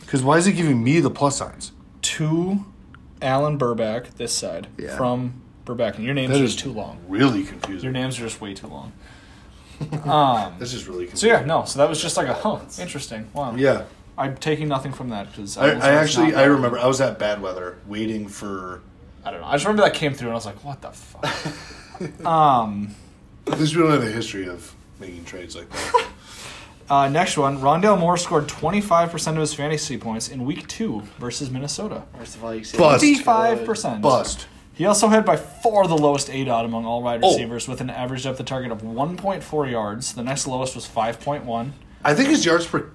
Because why is it giving me the plus signs? Two, Alan Burback this side Yeah. from Burback, and your names That are is- just too long. Really Your confusing. names are just way too long. um. This is really So confusing. yeah, no. So that was just like a huh, interesting. Wow. yeah. I'm taking nothing from that because I, I actually I remember I was at bad weather waiting for I don't know. I just remember that came through and I was like, what the fuck. um. At least we don't have a history of making trades like that. Uh, next one, Rondell Moore scored 25% of his fantasy points in week two versus Minnesota. First of all, you said Bust. he was good. 55%. Bust. He also had by far the lowest ADOT among all wide Oh. receivers with an average depth of target of 1.4 yards. The next lowest was 5.1. I think his yards per.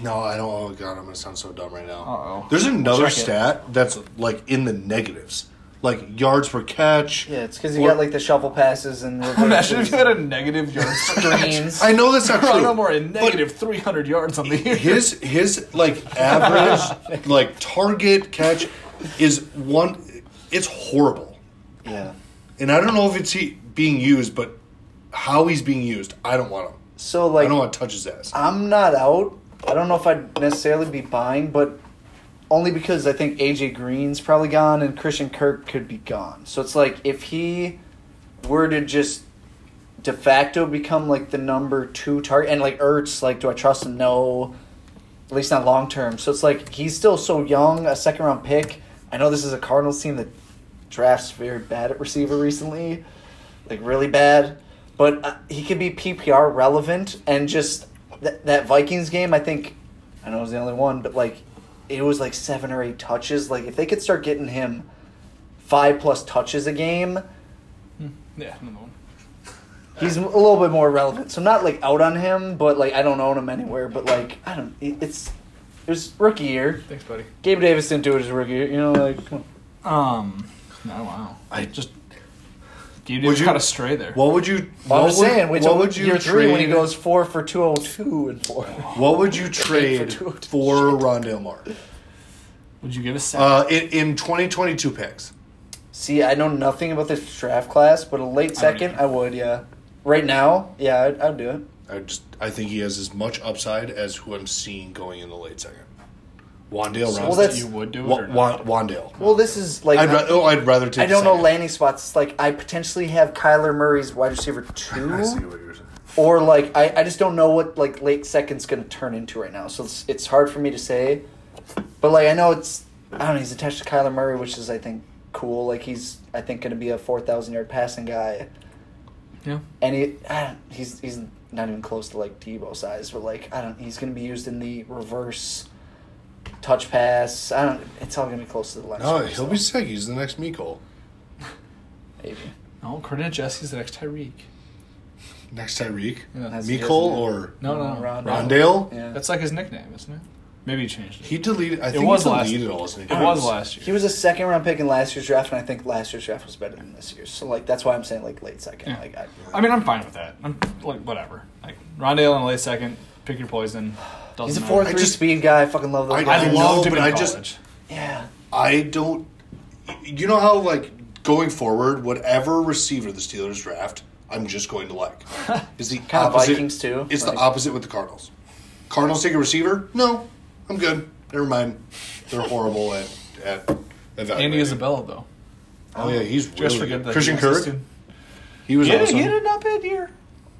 No, I don't. Oh god, I'm gonna sound so dumb right now. Uh-oh. There's another Check it. stat that's like in the negatives, like yards per catch. Yeah, it's because you Or- got like the shovel passes and reverses Imagine if you had and a negative yards. screens. I know that's not true. Rondell Moore had negative 300 yards on the year. His his like average like target catch is one. It's horrible, yeah. and I don't know if it's he, being used, but how he's being used, I don't want him. So I like, don't want to touch his ass. I'm not out. I don't know if I'd necessarily be buying, but only because I think AJ Green's probably gone and Christian Kirk could be gone. So it's like if he were to just de facto become like the number two target and like Ertz, like do I trust him? No. At least not long term. So it's like he's still so young, a second round pick. I know this is a Cardinals team that drafts very bad at receiver recently like really bad, but uh, he could be PPR relevant and just th- that Vikings game. I think I know it was the only one, but like it was like seven or eight touches. Like if they could start getting him five plus touches a game, yeah, another one. he's a little bit more relevant. So not like out on him, but like I don't own him anywhere. But like I don't, it, it's it was rookie year. Thanks, buddy. Gabe Davis didn't do it as a rookie. year, You know, like come on. Um, no, wow. I just. You Would did you- got a stray there. What would you? I'm what just would- saying. Wait till what would you year three when he trade- goes four for two hundred two and four. What would you trade two- for Rondale Moore Would you give a sack? uh, in, in 2022 picks? See, I know nothing about this draft class, but a late I don't second, either. I, would, yeah. Right now, yeah, I'd, I'd do it. I just I think he has as much upside as who I'm seeing going in the late second. Wandale Robinson. Well, that's- you would do it Wa- or not? Wa- Wandale. Well, this is like I'd, ra- oh, I'd rather take. I the don't know second. landing spots. It's like I potentially have Kyler Murray's wide receiver two, I see what you're saying. or like I, I just don't know what like late second's going to turn into right now. So it's it's hard for me to say, but like I know it's I don't know he's attached to Kyler Murray, which is I think cool. Like he's I think going to be a four thousand yard passing guy, Yeah. and he ah, he's he's not even close to like Debo size, but like I don't he's going to be used in the reverse. Touch pass. I don't. It's all gonna be close to the line. No, so he'll be sick. He's the next Miko. maybe. No, according to Jesse's the next Tyreek. Next Tyreek. Yeah. That's- Miko yeah. or No, no, no. Rondale. Rondale? Yeah. That's like his nickname, isn't it? Maybe he changed it. He deleted. I think was he last- deleted all his it nicknames. was last year. He was a second round pick in last year's draft, and I think last year's draft was better than this year's. So like that's why I'm saying like late second. Yeah. Like I, I mean, I'm fine with that. I'm like whatever. Like Rondale in the late second, pick your poison. Doesn't he's a matter. four three I just- speed guy. I fucking love those. I- guys. I know, loved him but in I college. just- yeah, I don't. You know how like going forward, whatever receiver the Steelers draft, I'm just going to like. Is the Kinda opposite, Vikings, too, It's like- the opposite with the Cardinals. Cardinals take a receiver? No, I'm good. Never mind. They're horrible at at. evaluating. Andy Isabella though. Oh yeah, he's really Just forget that Christian he was Kirk. this dude. He was He had, awesome. he had a not bad year,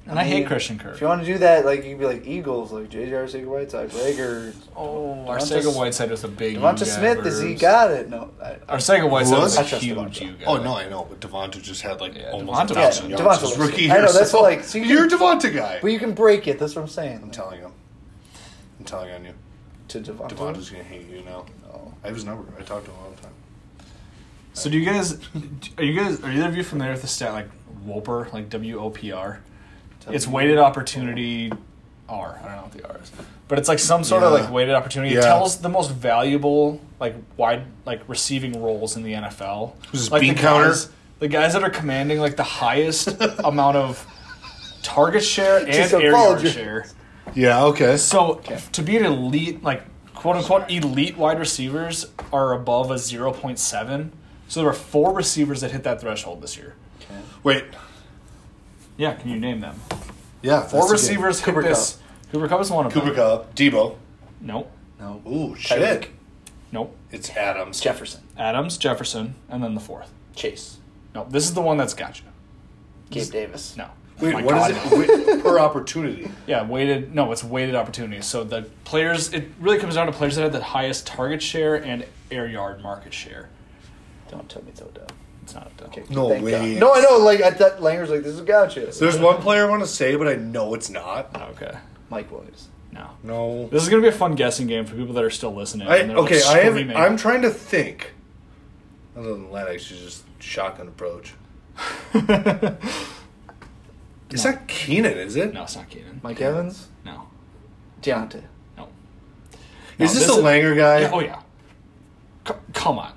and I, hate mean, Christian If Kirk. you want to do that, like you'd be like Eagles, like J.J. Arcega Whiteside, Rager, Oh, Devonta Arcega S- Whiteside was a big. Devonta you Smith. Is he guys. got it? No. I, Arcega Whiteside Who was was? a I trust huge Devonta. you guy. Oh no, I know, but Devonta just had like Yeah, almost Devonta a was- thousand Yeah, yards Devonta his was- rookie I year. know, that's so like- so you you are can- Devonta guy. but you can break it. That's what I'm saying. I'm telling you, I'm telling on you. to Devonta. Devonta's gonna hate you now. I have his number. I talked to him all the time. So do you guys? Are you guys? Are either of you familiar with the stat like WOPR, like W O P R? It's weighted opportunity R. I don't know what the R is, but it's like some sort of Yeah. like weighted opportunity. It Yeah. tells the most valuable like wide like receiving roles in the NFL. Who's this, like bean counter? Guys, the guys that are commanding like the highest amount of target share and Just air yard apologize. share. Yeah. Okay. So to be an elite, like quote unquote elite wide receivers are above a zero point seven. So there are four receivers that hit that threshold this year. Wait. Yeah, can you name them? Yeah. Four that's the game. receivers hit Cooper this. Cooper Cup is one of Cooper them. Cup. Debo. Nope, No. Ooh Tyreek. nope. It's Adams. Jefferson. Adams, Jefferson, and then the fourth. Chase. Nope. This is the one that's got you. Gabe Davis. No. Wait. Oh my what is God. it? Wait, per opportunity. Yeah, weighted. No, it's weighted opportunities. So the players, it really comes down to players that have the highest target share and air yard market share. Don't tell me it's Odell. It's not a Okay. No thank way. God. No, I know. Like I thought, Langer's like this is gotcha. There's one player I want to say, but I know it's not. Okay. Mike Williams. No. No. This is gonna be a fun guessing game for people that are still listening. I, and they're, like, okay. I have. screaming. I'm trying to think. Other than Lennox, she's just shotgun approach. It's not Keenan, is it? no, it's not Keenan. Mike Evans. No, Deontay. no. No, Is this, this a is- Langer guy? Yeah, oh yeah. C- come on.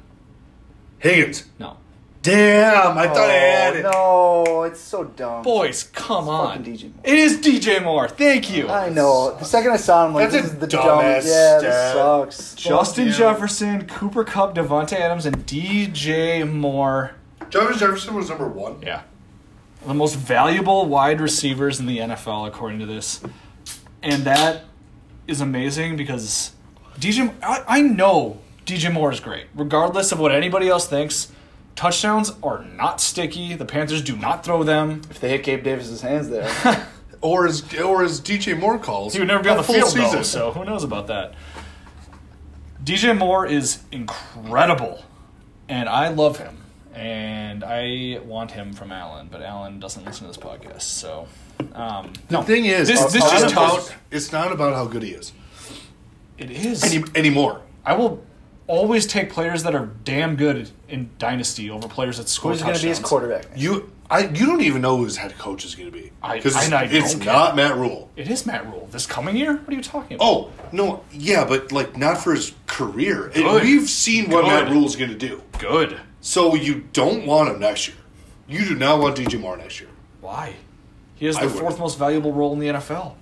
Higgins. No, Damn, I thought I had Oh, it. No, it's so dumb. boys, come on. fucking DJ Moore. It is DJ Moore. Thank you. I know. The second I saw him, like That's this a is the dumb. Yeah, dumbass this stat. sucks. Justin Fuck you. Jefferson, Cooper Cup, Devonte Adams, and DJ Moore. Jarvis Jefferson was number one. Yeah, the most valuable wide receivers in the NFL according to this, and that is amazing because DJ. I, I know DJ Moore is great, regardless of what anybody else thinks. Touchdowns are not sticky. The Panthers do not throw them. If they hit Gabe Davis's hands there, Or as or as DJ Moore calls, He would never be on a the full field though, so who knows about that? DJ Moore is incredible, and I love him, and I want him from Allen, but Allen doesn't listen to this podcast, so um, The thing is, uh, This- it's, this not just tells- about, it's not about how good he is it is. any, anymore. I will always take players that are damn good in dynasty over players that score who's going to be his touchdowns. quarterback? You I you don't even know who his head coach is going to be I- because I- it's, I it's don't care. not Matt Rule. It is Matt Rule this coming year. What are you talking about? Oh no, yeah, but like not for his career. And Good. we've seen what Good. Matt Rule's going to do, good. so you don't want him next year. You do not want DJ Moore next year. Why? He is I the would. fourth most valuable role in the NFL.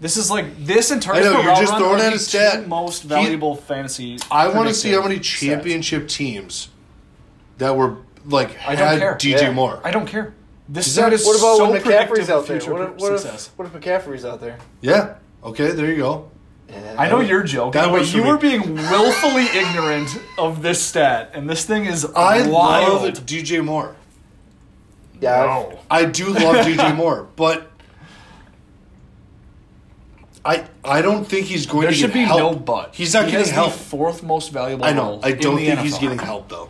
This is like this and I targets know, per you're route just run throwing are out the a stat. two most He- valuable fantasy. I want to see how many predictive championship teams that were like I had don't care. DJ Yeah. Moore. stats. I don't care. This that- stat is What about so when McCaffrey's predictive out of there? future What if, what, success. if, what if McCaffrey's out there? Yeah. Okay. There you go. I know you're joking, That but was for you me. were being willfully ignorant of this stat, and this thing is I wild. love DJ Moore. Yeah, I've- Wow. I do love DJ Moore, but I I don't think he's going There to should get be help. no but. He's not he getting has help. The fourth most valuable. I know. role I don't in the think he's NFL. getting help though.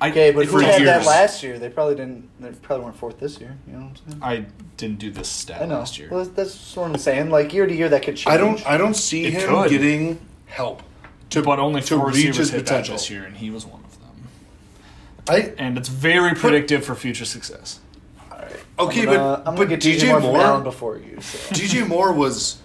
I, Okay, but if who for we had that years. last year? They probably didn't. They probably weren't fourth this year. You know what I'm saying? I didn't do this stat I know. last year. Well, that's what I'm saying. Like year to year, that could change. I don't I don't see It him could. getting help. To, but only to four reach receivers his hit that potential. this year, and he was one of them. I And it's very predictive for future success. okay, I'm gonna, but I'm but gonna get DJ DJ Moore, Moore before you. So. DJ Moore was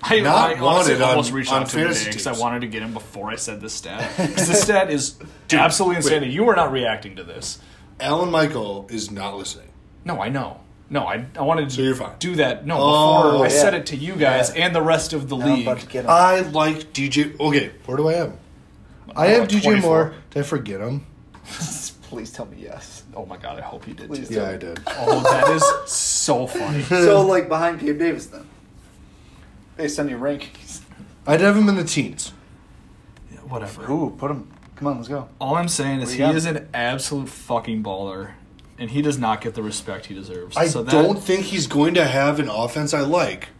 I, Not I honestly wanted on- almost reached on out to him fantasy today because I teams. wanted to get him before I said this stat. 'Cause this stat is absolutely wait. insane. and You are not reacting to this. Alan Michael is not listening. No, I know. No, I, I wanted to So you're fine. do that. No, Oh, before I yeah. said it to you guys Yeah. and the rest of the I'm league. about to get him. I like DJ. Okay, where do I have? him? I have DJ 24. Moore. Did I forget him? Please tell me yes. Oh my god, I hope you did Please too. Yeah, I did. Oh, that is so funny. so like behind Gabe Davis then, based on your rankings. I'd have him in the teens. Yeah, Whatever. Ooh, put him. Come on, let's go. All I'm saying is What he do you got? is an absolute fucking baller, and he does not get the respect he deserves. I so that, don't think he's going to have an offense I like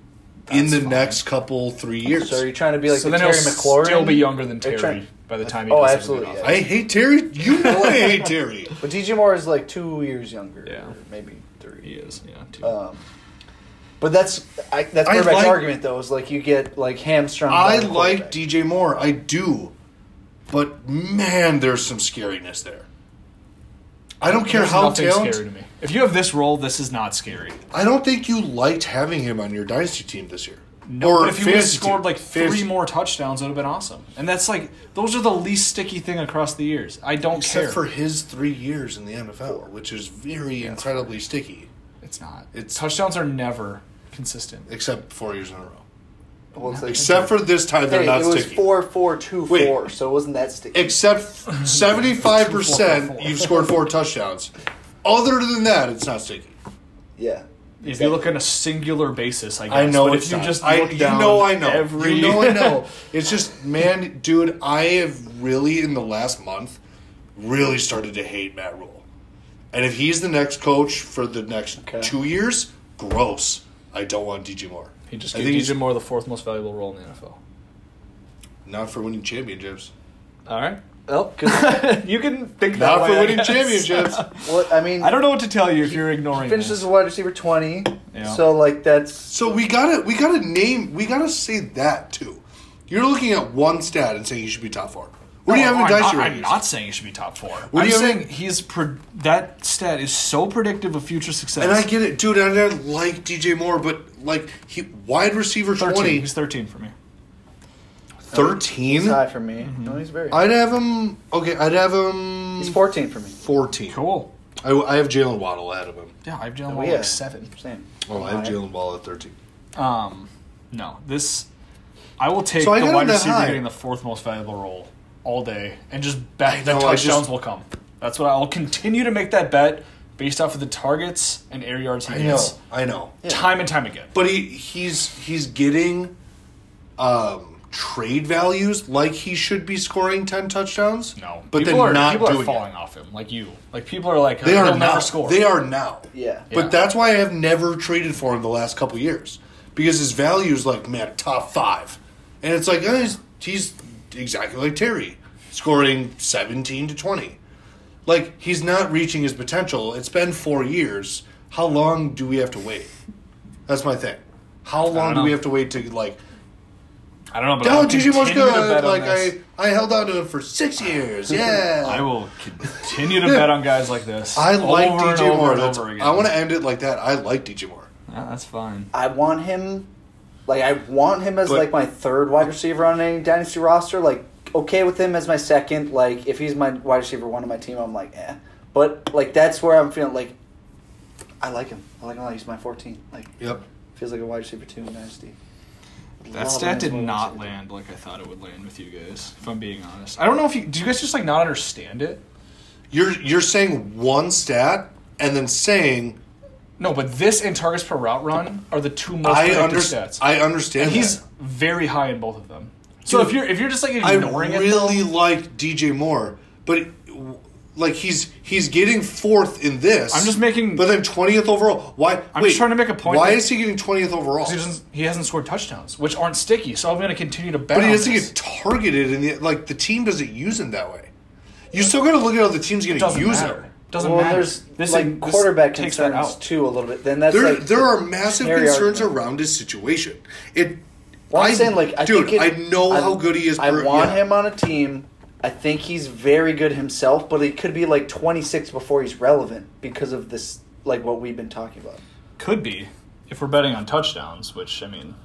in That's the fine. next couple three years. So you're trying to be like so the then Terry he'll McLaurin? still be younger than They're Terry trying- by the time he. Oh, does have a absolutely, good yeah. I hate Terry. You know I hate Terry. But DJ Moore is like two years younger. Yeah. or maybe He three. is, yeah. Too. Uh, Um, but that's I, that's I Burbeck's like- argument though. Is like you get like hamstrung. by I the like quarterback. DJ Moore. I do. But man, there's some scariness there. I don't care There's how nothing talented. scary to me. If you have this role, this is not scary. I don't think you liked having him on your dynasty team this year. No, but if you would have fantasy team. scored like three Fantasy- more touchdowns, it would have been awesome. And that's like those are the least sticky thing across the years. I don't Except care. for his three years in the NFL, which is very incredibly sticky. it's not. It's- touchdowns are never consistent. Except four years in a row. Well, it's like- Except for this time, they're Hey, not it was sticky. four, four, two, Wait. four. So it wasn't that sticky. Except seventy-five percent, you've scored four touchdowns. Other than that, it's not sticky. yeah. If you look on a singular basis, I guess. I know but it's if you not. just I, look down you know I know every you know I know. It's just man, dude. I have really in the last month really started to hate Matt Rule, and if he's the next coach for the next Okay. two years, gross. I don't want DJ Moore. He just I gave think he's- DJ Moore the fourth most valuable role in the NFL. Not for winning championships. All right, Oh, because you can think that Not way, for I winning guess. championships. what I mean, I don't know what to tell you if you're ignoring. Finishes this. as a wide receiver twenty. Yeah. So like that's So we gotta we gotta name we gotta say that too. You're looking at one stat and saying you should be top four. What do you No, have in I'm dice not- rankings? I'm not saying he should be top four. What do I'm you have in- saying he's pre- that stat is so predictive of future success. And I get it, dude. And I like DJ Moore, but like he wide receiver 13. 20, He's thirteen for me. 13? high for me. Mm-hmm. No, he's very. I'd have him. Okay, I'd have him. he's fourteen for me. 14. Cool. I, I have Jalen Waddle ahead of him. Yeah, I've Jalen Oh, Waddle yeah. like seven. Same. Oh, I have Jalen Waddle at 13. Um, no, this I will take So I the got him wide that receiver high. getting the fourth most valuable role all day, and just bet that know, I touchdowns just- will come. That's what I'll continue to make that bet based off of the targets and air yards he I know. gets, I know. time and time again. But he he's he's getting um, trade values like he should be scoring 10 touchdowns. No, but people they're are, not people doing are falling it. off him, like you. Like people are like, They he'll are now. never score. They are now. Yeah. Yeah. But that's why I have never traded for him the last couple years because his value is like man top five, and it's like eh, he's, he's exactly like Terry, scoring seventeen to twenty. Like he's not reaching his potential. It's been four years. How long do we have to wait? That's my thing. How long do know. we have to wait to like? I don't know, but Oh, I'll DJ Moore's continue to bet good. on Like this. I, I held on to him for six years. Yeah. I will continue to bet on guys like this. I like over and DJ over Moore. and That's- over again. I want to end it like that. I like DJ Moore. Yeah, that's fine. I want him. Like I want him as But- like my third wide receiver on any dynasty roster. Like okay with him as my second. Like if he's my wide receiver one on my team, I'm like eh. But like that's where I'm feeling like I like him. I like him. a lot. He's my 14. Like Yep. feels like a wide receiver two in dynasty. That Love him stat as did my wide not receiver. land like I thought it would land with you guys. If I'm being honest, I don't know if you do. You guys just like not understand it. You're you're saying one stat and then saying No, but this and targets per route run are the two most I, productive under- stats. I understand. and he's that. very high in both of them. So Dude, if you're if you're just like I ignoring it, though- really like DJ Moore, but like he's he's getting fourth in this. I'm just making- but then twentieth overall. Why? I'm wait, just trying to make a point Why that- is he getting twentieth overall? he doesn't, he hasn't scored touchdowns, which aren't sticky. So I'm going to continue to bet. But he on doesn't this. get targeted, and the, like the team doesn't use him that way. You still got to look at how the team's going to doesn't use matter. him. Doesn't Well, matter. there's This like is- this quarterback takes that concerns out. too a little bit. Then that's There, like there are massive canary concerns argument. around his situation. It. Well, I'm I- saying like I dude, think it- I know I- how good he is. I per- want yeah. him on a team. I think he's very good himself, but he could be like 26 before he's relevant because of this, like what we've been talking about. Could be if we're betting on touchdowns, which I mean,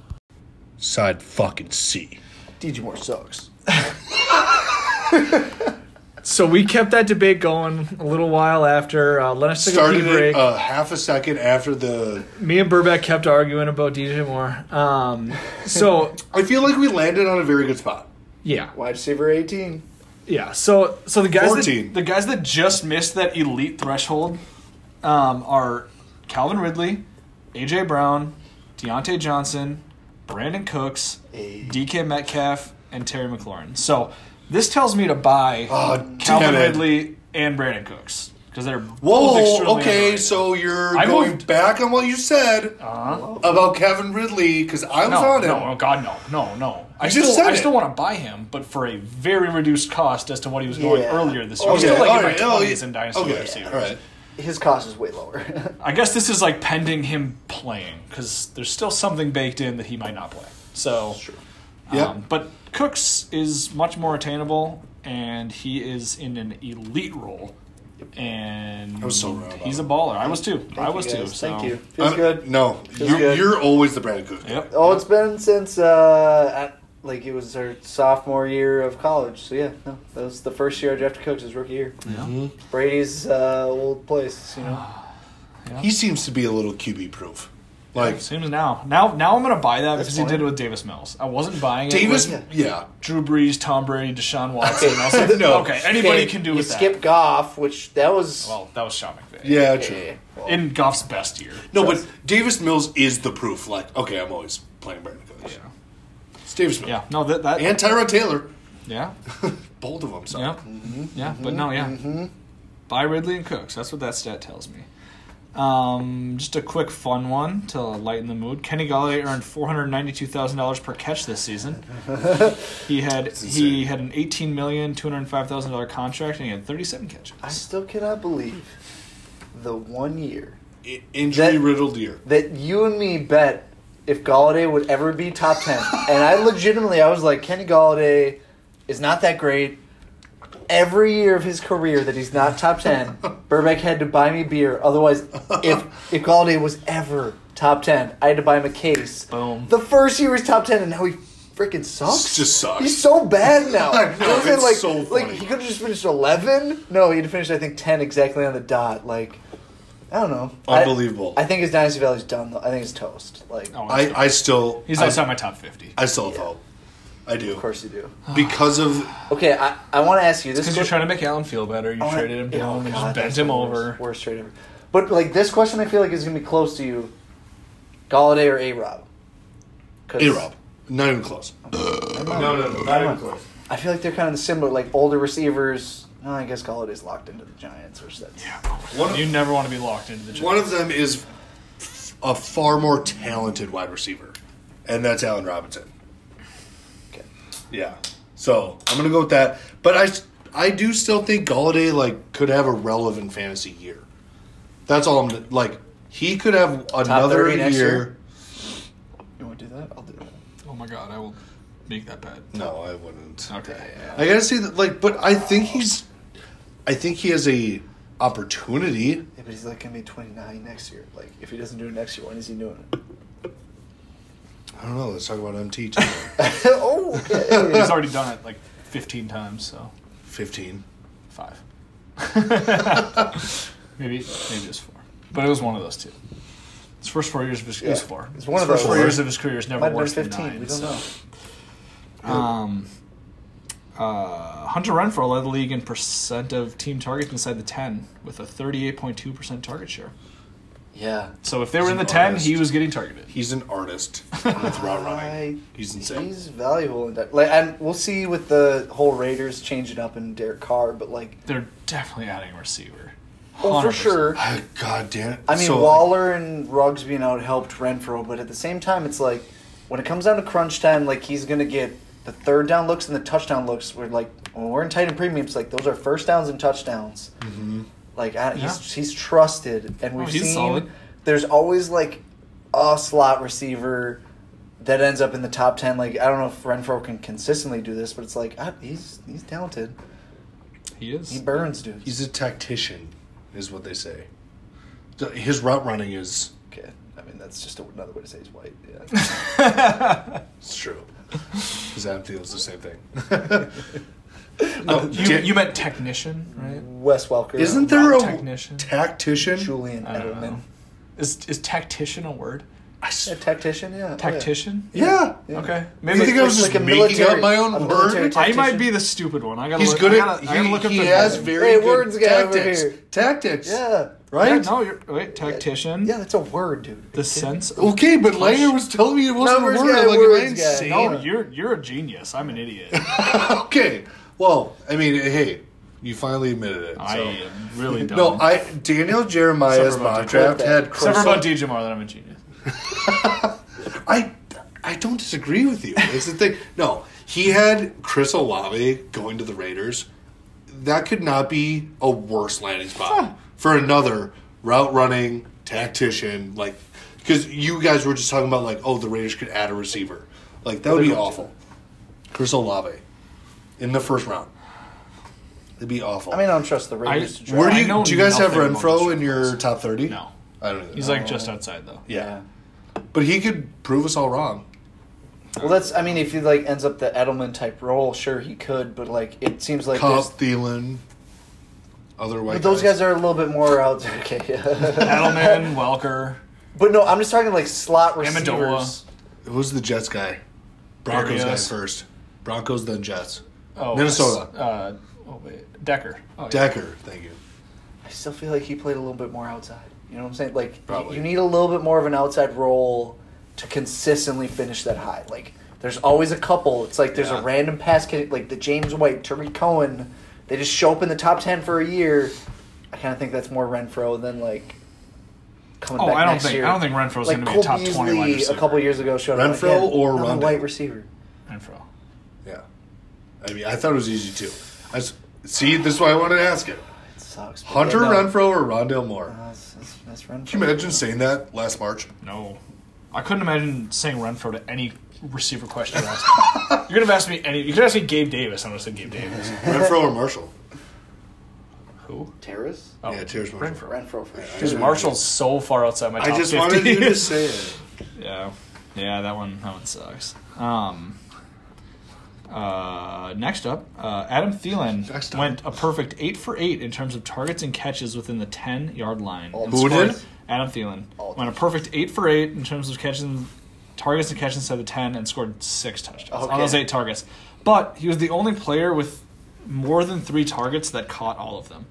Side fucking C. DJ Moore sucks. So we kept that debate going a little while after. Uh, Lennox took a Started pee break. it uh, half a second after the. Me and Burbeck kept arguing about DJ Moore. Um, so I feel like we landed on a very good spot. yeah, Wide receiver 18. yeah. So so the guys that, 14. the guys that just missed that elite threshold um, are Calvin Ridley, AJ Brown, Deontay Johnson, Brandon Cooks, Hey. DK Metcalf, and Terry McLaurin. So this tells me to buy Oh, damn Calvin it. Ridley and Brandon Cooks because they're both Whoa, extremely okay, underrated. so you're I going moved- back on what you said Uh-huh. about Kevin Ridley because I was No, on him. no, oh God, no, no, no. I You just still, said I it. still want to buy him, but for a very reduced cost as to what he was going Yeah. earlier this year. Okay, I'm still like all in my right, oh, twenties yeah, in dynasty okay, receivers. all right. His cost is way lower. I guess this is like pending him playing because there's still something baked in that he might not play. So, Yeah. um, but Cooks is much more attainable, and he is in an elite role. And I was so wrong about he's a him. baller. I was too. I was Thank you too. guys. So. Thank you. Feels Uh, good. No, Feels you're, good. you're always the Brandon Cook. Yep. Oh, it's been since uh, I, like it was her sophomore year of college. So yeah, no, that was the first year I drafted Cooks his rookie year. Mm-hmm. Brady's uh, old place, you know. He seems to be a little QB proof. Like Same as now. Now, now I'm gonna buy that That's because he did fine. it with Davis Mills. I wasn't buying it. Davis, with yeah. with- Drew Brees, Tom Brady, Deshaun Watson. I was like, No. okay, anybody Okay, can do you with that. skip Goff, which that was Well, that was Sean McVay. yeah, yeah, true. yeah, well, in Goff's best year. No, but Davis Mills is the proof. Like, okay, I'm always playing Brandon Cook. Yeah. It's Davis Mills Yeah. No, that that. and Tyrod Taylor, yeah. both of them. So Yeah. Mm-hmm. Yeah. But no, yeah. Buy Ridley and Cooks. That's what that stat tells me. Um, just a quick fun one to lighten the mood. Kenny Galladay earned four hundred ninety-two thousand dollars per catch this season. he had he insane. had an eighteen million two hundred five thousand dollar contract, and he had thirty-seven catches. I still cannot believe the one year I- injury That- riddled year. that you and me bet if Galladay would ever be top ten, and I legitimately I was like Kenny Galladay is not that great. Every year of his career that he's not top ten, Burbank had to buy me beer. Otherwise, if if Galladay was ever top ten, I had to buy him a case. Boom. The first year was top ten, and now he freaking sucks. It just sucks. He's so bad now. I know, Doesn't, it's like, so like funny. he could have just finished eleven. No, he'd have finished I think ten exactly on the dot. Like I don't know. I- Unbelievable. I, think his dynasty value's done though. I think it's toast. Like Oh, that's- I, I still, he's I, outside my top fifty. I still have hope. I do. of course Ah. you do. because of Okay, I, I want to ask you this. Because is you're trying to make Allen feel better. You traded him down oh, and just bent him over. Worst, worst trade ever. But like this question, I feel like is gonna be close to you, Galladay or A Rob. A Rob. Not even close. No, I feel like they're kind of similar, like older receivers. No, I guess Galladay's locked into the Giants, which that's One- you never want to be locked into the. One of them is f- a far more talented wide receiver, and that's Allen Robinson. okay. Yeah. So I'm gonna go with that, but I s- I do still think Galladay like could have a relevant fantasy year. That's all I'm like. He could have another 30 year. next year? You want to do that? I'll do that. oh my god, I will make that bet. No, I wouldn't. Okay. I gotta say that like, but I think he's, I think he has a opportunity. Yeah, but he's like gonna be 29 next year. Like, if he doesn't do it next year, when is he doing it? I don't know. Let's talk about MT. too. oh, okay. He's already done it like 15 times, so Fifteen. five. maybe maybe it's four, but it was one of those two. His first four years of his it was Yeah. four. It's one His of first four those. years of his career is Might never have been worse 15. than nine. we don't so. know. Um, uh, Hunter Renfro led the league in percent of team targets inside the 10 with a 38.2% target share. Yeah. So if they were in the He's an 10, he artist. was getting targeted. He's an artist with route running. He's insane. He's valuable, in that. like, and we'll see with the whole Raiders changing up in Derek Carr, but like, They're definitely adding a receiver. well, for 100%. sure. Ah, God damn it. I mean, So, Waller and Ruggs being out helped Renfro, but at the same time, it's like when it comes down to crunch time, like he's gonna get the third down looks and the touchdown looks. We're like when we're in tight end premiums, like those are first downs and touchdowns. mm-hmm. Like I, he's he's trusted, and we've Oh, he's seen solid. there's always like a slot receiver that ends up in the top ten. Like I don't know if Renfro can consistently do this, but it's like ah, he's he's talented. He is. He burns dudes. He's a tactician, is what they say. So His route running is okay. I mean, that's just another way to say he's white. Yeah. it's true. Because Adam Thiel's the same thing. Uh, no, you, Dan- you meant technician, right? Wes Welker. isn't um, there a Technician. tactician? Julian I don't Edelman. know. Is, is tactician a word? I s- A tactician, yeah. Tactician? yeah. Yeah. Okay. You Maybe think I was just like a making up military- my own a military word? tactic. I might tactician? be the stupid one. I gotta He's look, good I at. gotta, I gotta He, look up he the has word. very Hey, good words guy over tactics. here. Tactics. Yeah. Right. Yeah, no, you're wait, tactician. Yeah, that's a word, dude. The sense of Okay, but Langer was telling me it wasn't Numbers a word. guy, I'm like, am I words guy. insane? No, you're you're a genius. I'm an idiot. okay. Well, I mean, hey, you finally admitted it. So. I am really dumb. no, I Daniel Jeremiah's Except for mock about draft Djibouti. had Except Chris. for about DJ Moore, that I'm a genius. I I don't disagree with you. It's the thing. No, he had Chris Olave going to the Raiders. That could not be a worse landing spot for another route running tactician. Like, because you guys were just talking about like, oh, the Raiders could add a receiver. Like that would be awful. Chris Olave in the first round. That'd be awful. I mean, I don't trust the Raiders I- to where draft. do I you know do you guys have nothing about Renfro this in your top thirty? No. I don't. Either. He's like just outside though. yeah, but he could prove us all wrong. Well, that's. I mean, if he like ends up the Edelman type role, sure he could, but like it seems like Cup, there's, Thielen, other white but those guys are a little bit more out there. Okay, yeah. Edelman, Welker, but no, I'm just talking like slot receivers. Amendola. Who's the Jets guy? Broncos guy Arias. first. Broncos then Jets. oh, Minnesota. Uh, oh wait, Decker. Oh, yeah. Decker, thank you. I still feel like he played a little bit more outside. You know what I'm saying? Like y- Probably. you need a little bit more of an outside role to consistently finish that high. Like there's always a couple. It's like there's Yeah. a random pass ca- like the James White, Tariq Cohen. They just show up in the top ten for a year. I kind of think that's more Renfro than like coming Oh, back I don't next think- year. I don't think Renfro's like gonna be a Cole top 20 wide Beasley receiver. a couple years ago showed up. Renfro or another Rondell? white receiver? Renfro. Yeah. I mean, I thought it was easy too. I s- see, this is why I wanted to ask it. It sucks. but Hunter yeah, no. Renfro or Rondale Moore? That's, that's, that's Renfro. Can you imagine saying that last March? No, I couldn't imagine saying Renfro to any receiver question you asked. me. You're gonna ask me any. You could ask me Gabe Davis. I'm gonna say Gabe Davis. Renfro or Marshall? Who? Terrace? Oh, Yeah, Terrence Marshall. Renfro. Renfro for sure. Because Marshall's so far outside my I top just 50. wanted you to say it. Yeah, yeah, that one, that one sucks. Um, uh, next up, uh, Adam Thielen Next up. went a perfect eight for eight in terms of targets and catches within the ten yard line. All And Who scored- did? Adam Thielen All went a perfect eight for eight in terms of catching targets and catches inside the ten and scored six touchdowns Okay. on those eight targets. But he was the only player with more than three targets that caught all of them.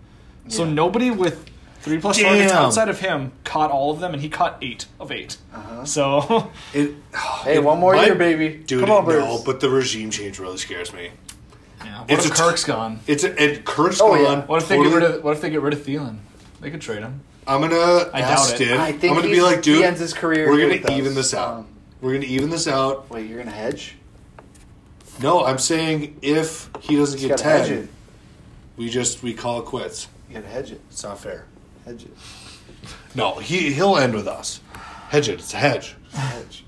So Yeah. nobody with three plus targets Damn. outside of him caught all of them, and he caught eight of 8 Uh-huh. So It, Hey, it one more might- year, baby. Dude, Come on, Birds. no, but the regime change really scares me. Yeah, what It's if a t- Kirk's gone? It's a, and Kirk's Oh, gone. yeah. What if they Totally- get rid of? What if they get rid of Thielen? They could trade him. I'm gonna I ask doubt it. Stan. I think I'm gonna be he's- like, dude, he ends his career We're here gonna with even us. this out. Um, we're gonna even this out. Wait, you're gonna hedge? No, I'm saying if he doesn't You get gotta hedge ten, it. we just we call it quits. You gotta hedge it. It's not fair. Hedge it. No, he he'll end with us. Hedge it. It's a hedge. Hedge.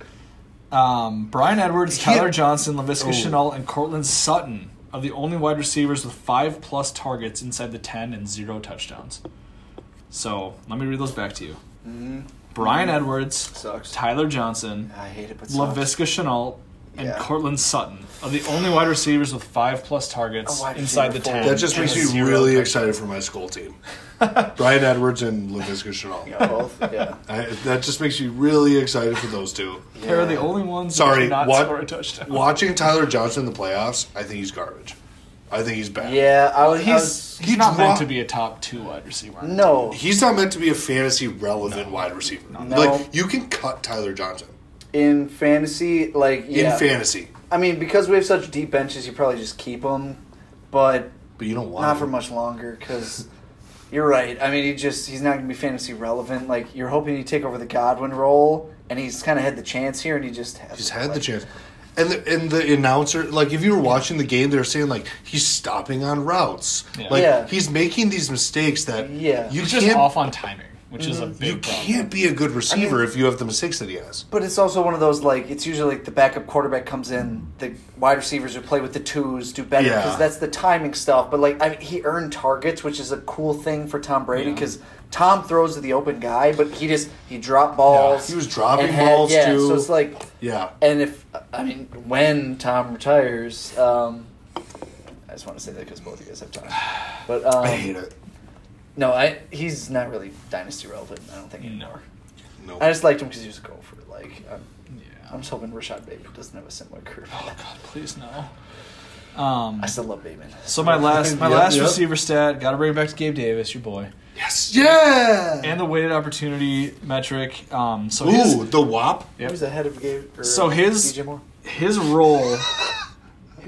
Um, Brian Edwards, Tyler He- Johnson, Lavisca Oh. Chenault, and Cortland Sutton are the only wide receivers with five plus targets inside the ten and zero touchdowns. So let me read those back to you. Mm-hmm. Brian Edwards, Sucks. Tyler Johnson, I hate it, but sucks. Lavisca Chenault, and Yeah. Cortland Sutton are the only wide receivers with five plus targets A wide inside the receiver ten. full. That just and makes me zero really touchdowns. excited for my school team. Brian Edwards and LaVisca Chenault. Yeah, both. Yeah. I, that just makes you really excited for those two. They're the Yeah. only ones Sorry, that cannot what- score a touchdown. Watching Tyler Johnson in the playoffs, I think he's garbage. I think he's back. Yeah, I was. I He's was- he's He's not meant wrong. to be a top two wide receiver. no, He's not meant to be a fantasy relevant wide receiver. No. Like you can cut Tyler Johnson in fantasy, like yeah. in fantasy, I mean, because we have such deep benches, you probably just keep him, but but you don't want not him. for much longer because you're right. I mean, he just he's not going to be fantasy relevant. Like you're hoping he take over the Godwin role, and he's kind of had the chance here, and he just has He's had the chance. And the, and the announcer, like if you were watching the game, they were saying like he's stopping on routes, Yeah. like Yeah. he's making these mistakes that Yeah. you He's can't Mm-hmm. just off on timing, which is a big you problem. can't be a good receiver if you have the mistakes that he has. But it's also one of those like it's usually like the backup quarterback comes in, the wide receivers who play with the twos do better Yeah. because that's the timing stuff. But like I mean, he earned targets, which is a cool thing for Tom Brady Yeah. because Tom throws to the open guy, but he just he dropped balls. Yeah, he was dropping and balls, yeah, too. So it's like, Yeah, and if I mean when Tom retires, um, I just want to say that because both of you guys have Tom, but um, I hate it. no, I he's not really dynasty relevant. I don't think anymore. No, I just liked him because he was a gopher. Like. i Yeah. I'm just hoping Rashad Bateman doesn't have a similar career. Oh God, please no. Um. I still love Bateman. So my last my Yep, last yep. receiver stat. Got to bring it back to Gabe Davis, your boy, yes, yeah. and the weighted opportunity metric. Um. So his Ooh, the WAP. Yep. Who's ahead of Gabe? or, So uh, his- DJ Moore. his role,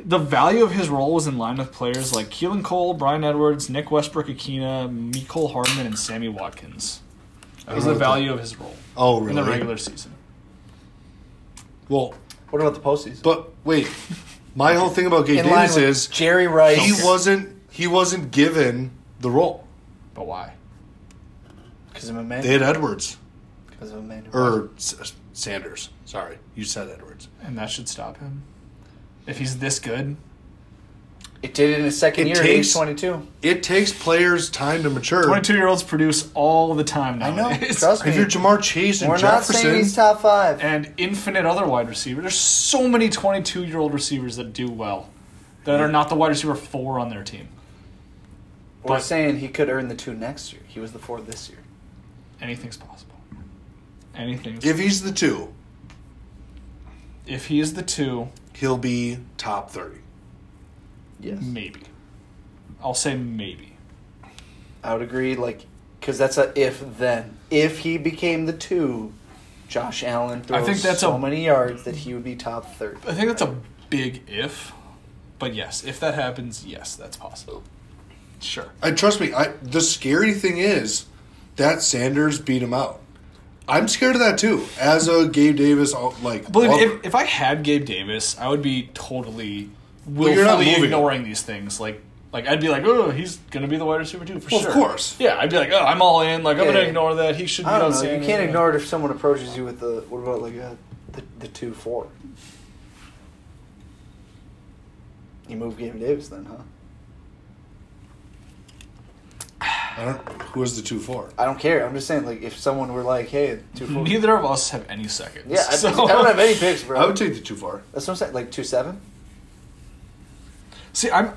the value of his role was in line with players like Keelan Cole, Brian Edwards, Nick Westbrook, Akina, Mecole Hardman, and Sammy Watkins. That was don't the know what value of his role Oh, in really? the regular season. Well, What about the postseason? but wait, my whole thing about Gabe In line Davis with is Jerry Rice. he wasn't he wasn't given the role. But why? because I'm a man. They had Edwards Because I'm a man. er who- or S- Sanders. Sorry, you said Edwards. And that should stop him. If he's this good, it did it in his second It year. at takes- age 22. It takes players time to mature. twenty-two year olds produce all the time I know. nowadays. Trust If me. you're Jamar Chase and We're not saying Jefferson, he's top five. And infinite other wide receivers. There's so many twenty-two year old receivers that do well, that are not the wide receiver four on their team. We're but- saying he could earn the two next year. He was the four this year. Anything's possible. Anything's if he's the two, if he is the two, he'll be top thirty. Yes. maybe. I'll say maybe. I would agree. Like, because that's a if then. If he became the two, Josh Allen throws think that's so a- many yards that he would be top 30. I think that's a big if, but yes, if that happens, yes, that's possible. Sure. I trust me. I the scary thing is that Sanders beat him out. I'm scared of that too. As a Gabe Davis, uh, like Believe me, lover. if, if I had Gabe Davis, I would be totally you're not willfully moving. ignoring these things. Like, like I'd be like, oh, he's gonna be the wide receiver too for Well, of sure. course. Yeah, I'd be like, oh, I'm all in. Like, I'm Yeah, gonna yeah. ignore that. He should be I don't know. outstanding. You can't ignore it if someone approaches you with the what about like a, the the two four. You move Gabe Davis then, huh? I don't, who is the two four? I don't care. I'm just saying, like, if someone were like, "Hey, two four. yeah, Neither of us have any seconds. I, so- I don't have any picks, bro. I would take the two four. That's what I'm saying. Like two seven. See, I'm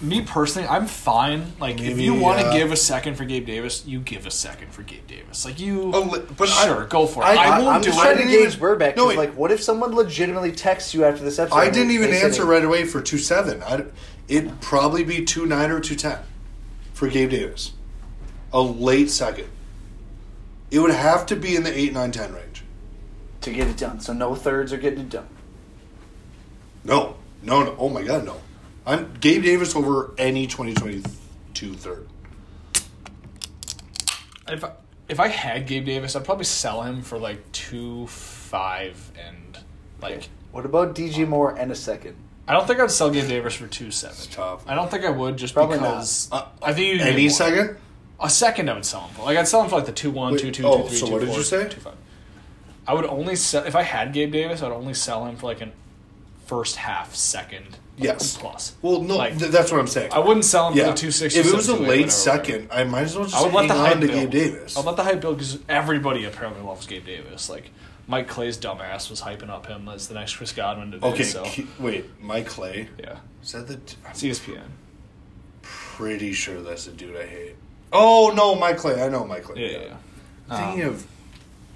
me personally, I'm fine. Like, if Maybe, you want to uh, give a second for Gabe Davis, you give a second for Gabe Davis. Like you, Oh, li- but I- sure, go for it. I- I, I- won't I'm do just it. trying to didn't even- gauge Burback. No, No, wait. like, what if someone legitimately texts you after this episode? I and didn't they- even they said answer it? right away for two seven. I, it'd probably be two nine or two ten for Gabe Davis. A late second. It would have to be in the eight nine ten range. to get it done. So no thirds are getting it done. No, no, no. Oh my God, no. I'm Gabe Davis over any 2022 third. If I, if I had Gabe Davis, I'd probably sell him for like two five and like. What about DJ Moore and a second? I don't think I'd sell Gabe Davis for two seven. tough. I don't think I would just Probably not. because Uh, I think you could get Any more. second? a second I would sell him for. Like I'd sell him for like the two one, Wait, two two, oh, two three, so two what did you four, say? two five. I would only sell if I had Gabe Davis. I'd only sell him for like an first half second. Yes. Plus. Well, no, Like, th- that's what I'm saying. I wouldn't sell him yeah. for the two sixty. if it was a late second, I might as well just I would let hang the hype on to Gabe build. Davis. I'll let the hype build because everybody apparently loves Gabe Davis. Like Mike Clay's dumbass was hyping up him as the next Chris Godwin today. okay, So Ke- wait, Mike Clay. yeah, Is that the? T- I'm it's E ESPN. pretty sure that's the dude I hate. Oh no, Mike Clay. I know Mike Yeah, Clay. yeah. Um, yeah. Thinking of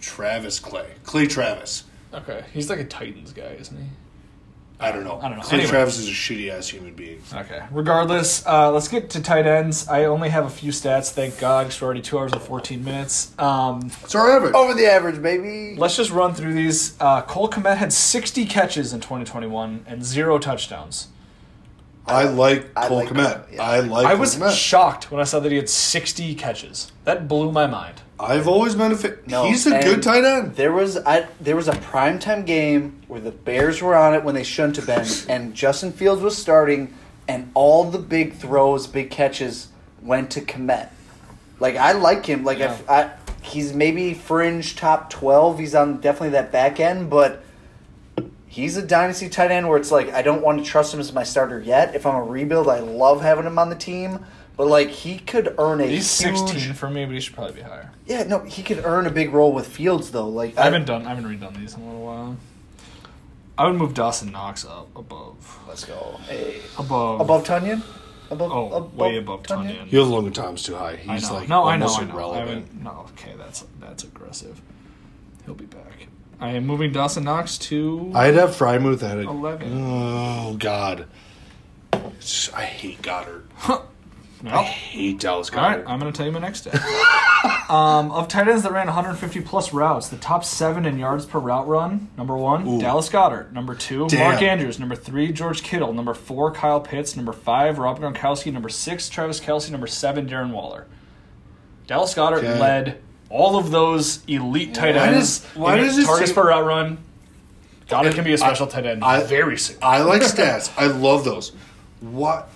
Travis Clay, Clay Travis. Okay, he's like a Titans guy, isn't he? I don't know. I don't know. Clay Anyway. Travis is a shitty ass human being. Okay. Regardless, uh, let's get to tight ends. I only have a few stats, thank God, 'cause we're already two hours and 14 minutes. Um, It's our average. Over the average, baby. let's just run through these. Uh, Cole Komet had 60 catches in 2021 and zero touchdowns. I like I Cole like- Kmet. yeah. I like I Cole was Kmet. shocked when I saw that he had 60 catches. That blew my mind. I've always been a fan. No, He's a and good tight end. There was I, there was a primetime game where the Bears were on it when they shouldn't have been, and Justin Fields was starting, and all the big throws, big catches went to Komet. Like I like him. Like Yeah. if I, he's maybe fringe top twelve. He's on definitely that back end, but he's a dynasty tight end where it's like I don't want to trust him as my starter yet. If I'm a rebuild, I love having him on the team, but like he could earn a He's huge, 16 for me, but he should probably be higher. Yeah, no, he could earn a big role with Fields though. Like uh, I haven't done. I haven't redone these in a little while. I would move Dawson Knox up above. Let's go. Above. Eh, Above Tunyon? Above, Oh, way above Tunyon. Your longer time's too high. I He's know. like no, I know. almost I know. I irrelevant. would, no, okay, that's that's aggressive. He'll be back. I am moving Dawson Knox to. I'd have Frymuth at a- 11. Oh God, It's- I hate Goddard. I Well, hate Dallas all right, Goddard. I'm going to tell you my next day. um, of tight ends that ran 150 plus routes, the top seven in yards per route run. Number one, Ooh. Dallas Goddard. Number two, Damn. Mark Andrews. Number three, George Kittle. Number four, Kyle Pitts. Number five, Rob Gronkowski. Number six, Travis Kelsey. Number seven, Darren Waller. Dallas Goddard Okay. led all of those elite tight Why ends. does- why in does it targets seem- per route run? Goddard can be a special I- tight end. I- very soon. I like stats. I love those. What?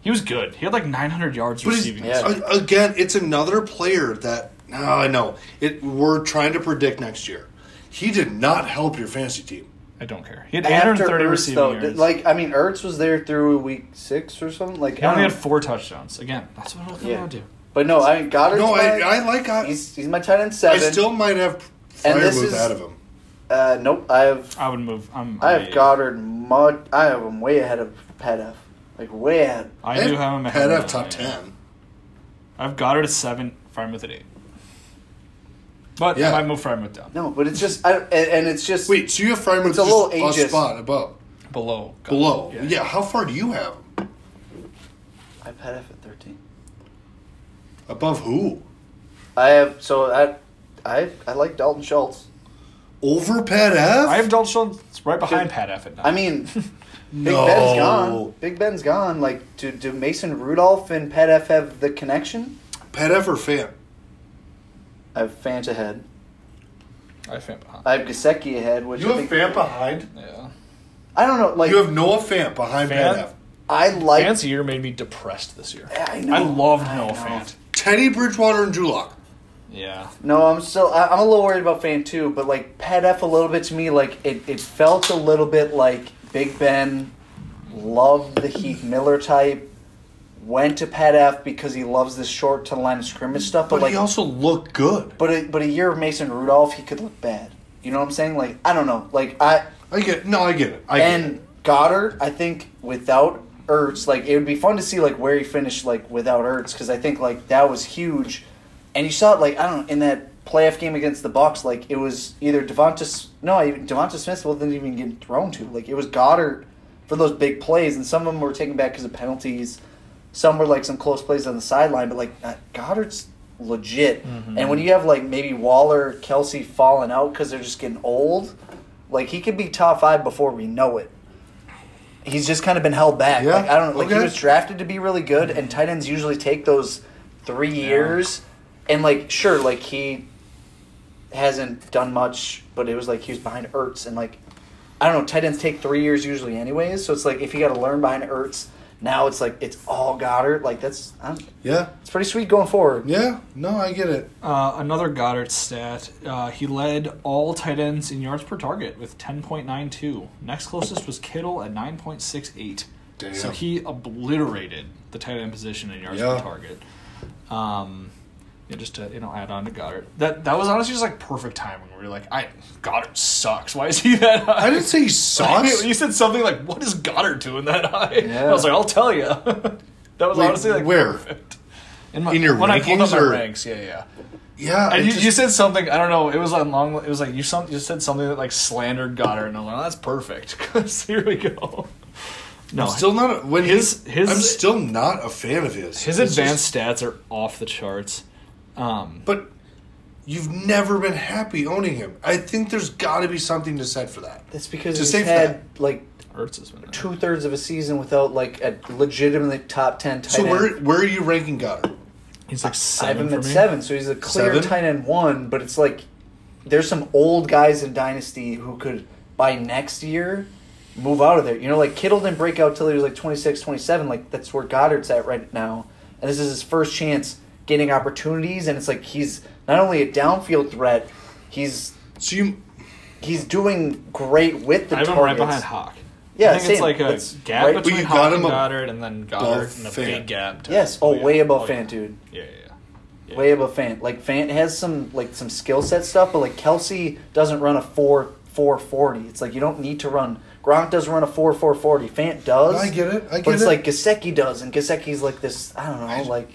He was good. He had like 900 yards But receiving. it's- this year. a- again, it's another player that now I know it. We're trying to predict next year. He did not help your fantasy team. I don't care. He had After 830 Ertz, receiving though, yards. did- like I mean, Ertz was there through week six or something. Like He only I don't had four touchdowns. Again, that's what I was know. Yeah. going to do. But no, I mean, Goddard's No, I, my, I like. I, he's, he's my tight end I seven. still might have And fire this move is- out of him. uh, nope. I have I would move. I'm, I have Goddard much. I have him way ahead of Pettiff. Like way ahead. I do have him ahead. Had of have top Atlanta. ten. I've Goddard at seven, Frymouth at eight. But Yeah. I might move Frymouth down No, but it's just I, and, and it's just Wait, so you have Fryman a just little a, ageist. spot above, below. Goddard. below. Yeah. Yeah. how far do you have him? I have Pettiff at thirteen. Above who? I have so I I I like Dalton Schultz. Over Pat F? I have Dalton Schultz right behind Dude, Pat F at nine. I mean. Big No. Ben's gone. Big Ben's gone. Like, do, do Mason Rudolph and Pet F have the connection? Pat F or Fan? I have Fant ahead. I have Fant behind. I have Gasecki ahead, which I think, behind? yeah. I don't know. Like, You have Noah Fant behind Fant? Pat F. I like. Fant's year made me depressed this year. I know. I loved I Noah know. Fant. Teddy Bridgewater and Drew Lock. Yeah. No, I'm still. I, I'm a little worried about Fant too, but like Pet F a little bit to me, like it, it felt a little bit like Big Ben loved the Heath Miller type, went to Pet F because he loves this short to line of scrimmage stuff, but, But like he also looked good. But a, but a year of Mason Rudolph, he could look bad. You know what I'm saying? Like I don't know. Like I I get no, I get it. I get it. and Goddard, I think without Ertz, like it would be fun to see like where he finished like without Ertz because I think like that was huge. And you saw it like I don't know in that playoff game against the Bucks, like it was either Devonta S- no even- Devonta Smith wasn't even getting thrown to. Like it was Goddard for those big plays, and some of them were taken back because of penalties. Some were like some close plays on the sideline, but like uh, Goddard's legit. And when you have like maybe Waller, Kelsey falling out because they're just getting old, like he could be top five before we know it. He's just kind of been held back. Yeah, Like I don't like he okay. was drafted to be really good, and tight ends usually take those three years. And like sure, like he hasn't done much, but it was like he was behind Ertz, and like I don't know, tight ends take three years usually, anyways. So it's like if you got to learn behind Ertz, now it's like it's all Goddard. Like that's I don't, Yeah. it's pretty sweet going forward. Yeah. No, I get it. Uh, another Goddard stat. Uh, he led all tight ends in yards per target with 10.92. Next closest was Kittle at 9.68. Damn. So he obliterated the tight end position in yards Yeah. per target. Um, yeah, just to you know add on to Goddard. That that was honestly just like perfect timing. Where you're like, I Goddard sucks. Why is he that high? I didn't say he sucks. you said something like, "What is Goddard doing that high?" Yeah. I was like, "I'll tell you." that was Wait, honestly like where? perfect. In, my, In your when I pulled up rankings, my or- ranks, yeah, yeah. Yeah, And it you, just- you said something I don't know. It was on long. It was like you some you said something that like slandered Goddard, and I was like, oh, "That's perfect." 'Cause here we go. No, I'm still not a, when His- his, his- I'm still not a fan of his. his It's just- advanced stats are off the charts. Um, but you've never been happy owning him. I think there's got to be something to said for that. That's because To he's save had like Ertz has been there. two thirds of a season without like a legitimately top ten tight So end. where where are you ranking Goddard? He's like I have seven him for at me. seven, so he's a clear Seven? tight end one. But it's like there's some old guys in Dynasty who could by next year move out of there. You know, like Kittle didn't break out till he was like 26, 27. Like that's where Goddard's at right now, and this is his first chance getting opportunities. And it's like he's not only a downfield threat, he's So you he's doing great with the I have him targets. right behind Hawk. Yeah, I think it's same. like a That's gap right- but between you Hawk got and him ab- Goddard, and then Goddard, above and a Fant. big gap. to- Yes. Oh, yeah. way above yeah. Fan, dude. Yeah, yeah, yeah. way above Fant. Like Fant has some like some skill set stuff, but like Kelsey doesn't run a four four forty. It's like you don't need to run. Gronk doesn't run a four four forty. Fant does. I get it. I get but it's it. like Gasecki does, and Gasecki's like this. I don't know. like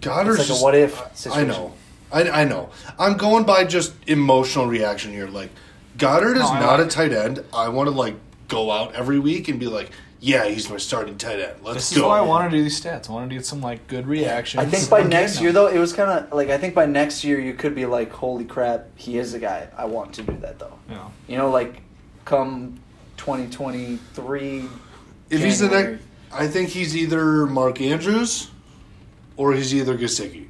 Goddard's It's like a just- what if I- situation. I know. I, I know. I'm going by just emotional reaction here. Like Goddard is No, I not like a tight end. I want to like go out every week and be like, yeah, he's my starting tight end. Let's This go. is why I want to do these stats. I want to get some like good reactions. I think by I'm next getting year them. though, it was kind of like I think by next year you could be like, holy crap, he is a guy. I want to do that though. Yeah. You know, like come twenty twenty three. If he's the next, I think he's either Mark Andrews or he's either Gasicki.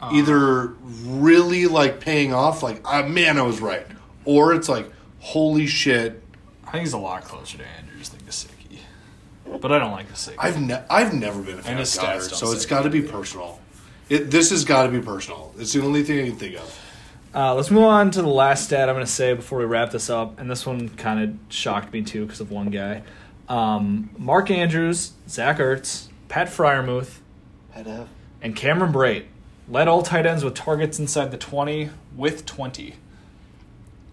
Uh. either really like paying off, like ah, man, I was right, or it's like holy shit. I think he's a lot closer to Andrews than Gasicki, but I don't like Gasicki. I've ne- I've never been a fan of his stats Goddard, don't so it's say got to be personal. It, this has got to be personal. It's the only thing I can think of. Uh, let's move on to the last stat I'm going to say before we wrap this up, and this one kind of shocked me too because of one guy. Um, Mark Andrews, Zach Ertz, Pat Fryermuth, Head up. and Cameron Brate led all tight ends with targets inside the 20 with 20.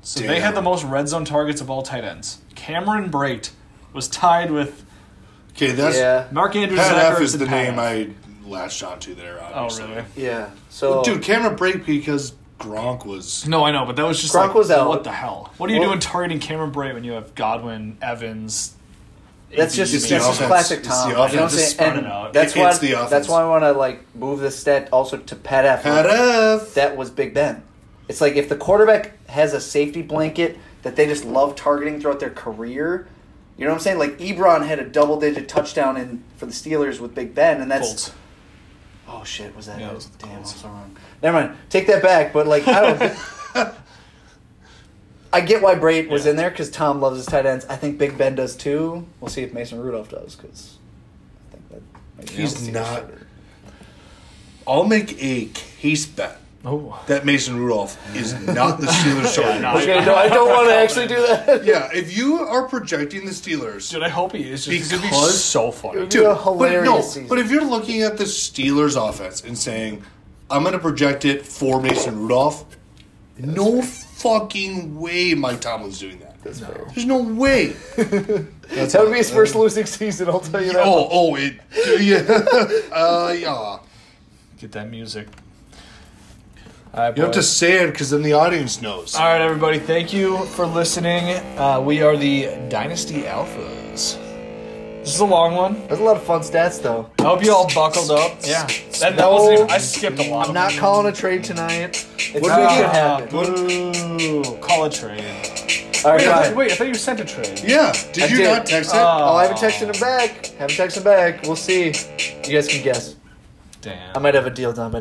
So they Damn. had the most red zone targets of all tight ends. Cameron Brate was tied with Okay, that's Yeah. Mark Andrews. Pat Zach F Ertz, is and the Pat name F. I latched onto there. Oh Obviously. really? Yeah. So Dude, camera break because Gronk was. No, I know, but that was just Gronk like was out. what the hell? What are you Well- doing targeting Cameron Brate when you have Godwin, Evans? That's AP, just It's that's the just offense. classic It's Tom. the You know what I'm offense. saying? Just spread And it out. That's It- why it's the offense. that's why I want to like move the stat also to Pat F. Pat F. That was Big Ben. It's like if the quarterback has a safety blanket that they just love targeting throughout their career. You know what I'm saying? Like Ebron had a double-digit touchdown in for the Steelers with Big Ben, and that's Colts. oh shit, was that? Yeah, it? it was the Damn, I was Colts. so wrong. Never mind, take that back. But like I don't. I get why Brate was Yeah. in there because Tom loves his tight ends. I think Big Ben does too. We'll see if Mason Rudolph does because I think that might be He's the not- starter. I'll make a case bet Oh, that Mason Rudolph is not the Steelers starter. no. Okay, no, I don't want to actually do that. yeah, if you are projecting the Steelers, dude, I hope he is. Just, it'd be Because- so funny. Dude, a hilarious but no, season. but if you're looking at the Steelers offense and saying, I'm going to project it for Mason Rudolph, no fucking way Mike Tomlin's doing that. That's fair. There's no way. That would be his first losing season. I'll tell you that. oh, oh, it, yeah, uh, yeah. Get that music. All right, You have to boys. say it because then the audience knows. All right, everybody. Thank you for listening. Uh, we are the Dynasty Alphas. This is a long one. That's a lot of fun stats, though. I hope you all buckled up. Yeah, that, that No. wasn't. Even, I skipped a lot. I'm of not them. calling a trade tonight. It's what did we not get? gonna happen. Boo! Call a trade. All right, Wait, I fine. thought- wait, I thought you sent a trade. Yeah, did I you did. not text it? Uh, Oh, I haven't texted him back. Haven't texted him back. We'll see. You guys can guess. Damn. I might have a deal done by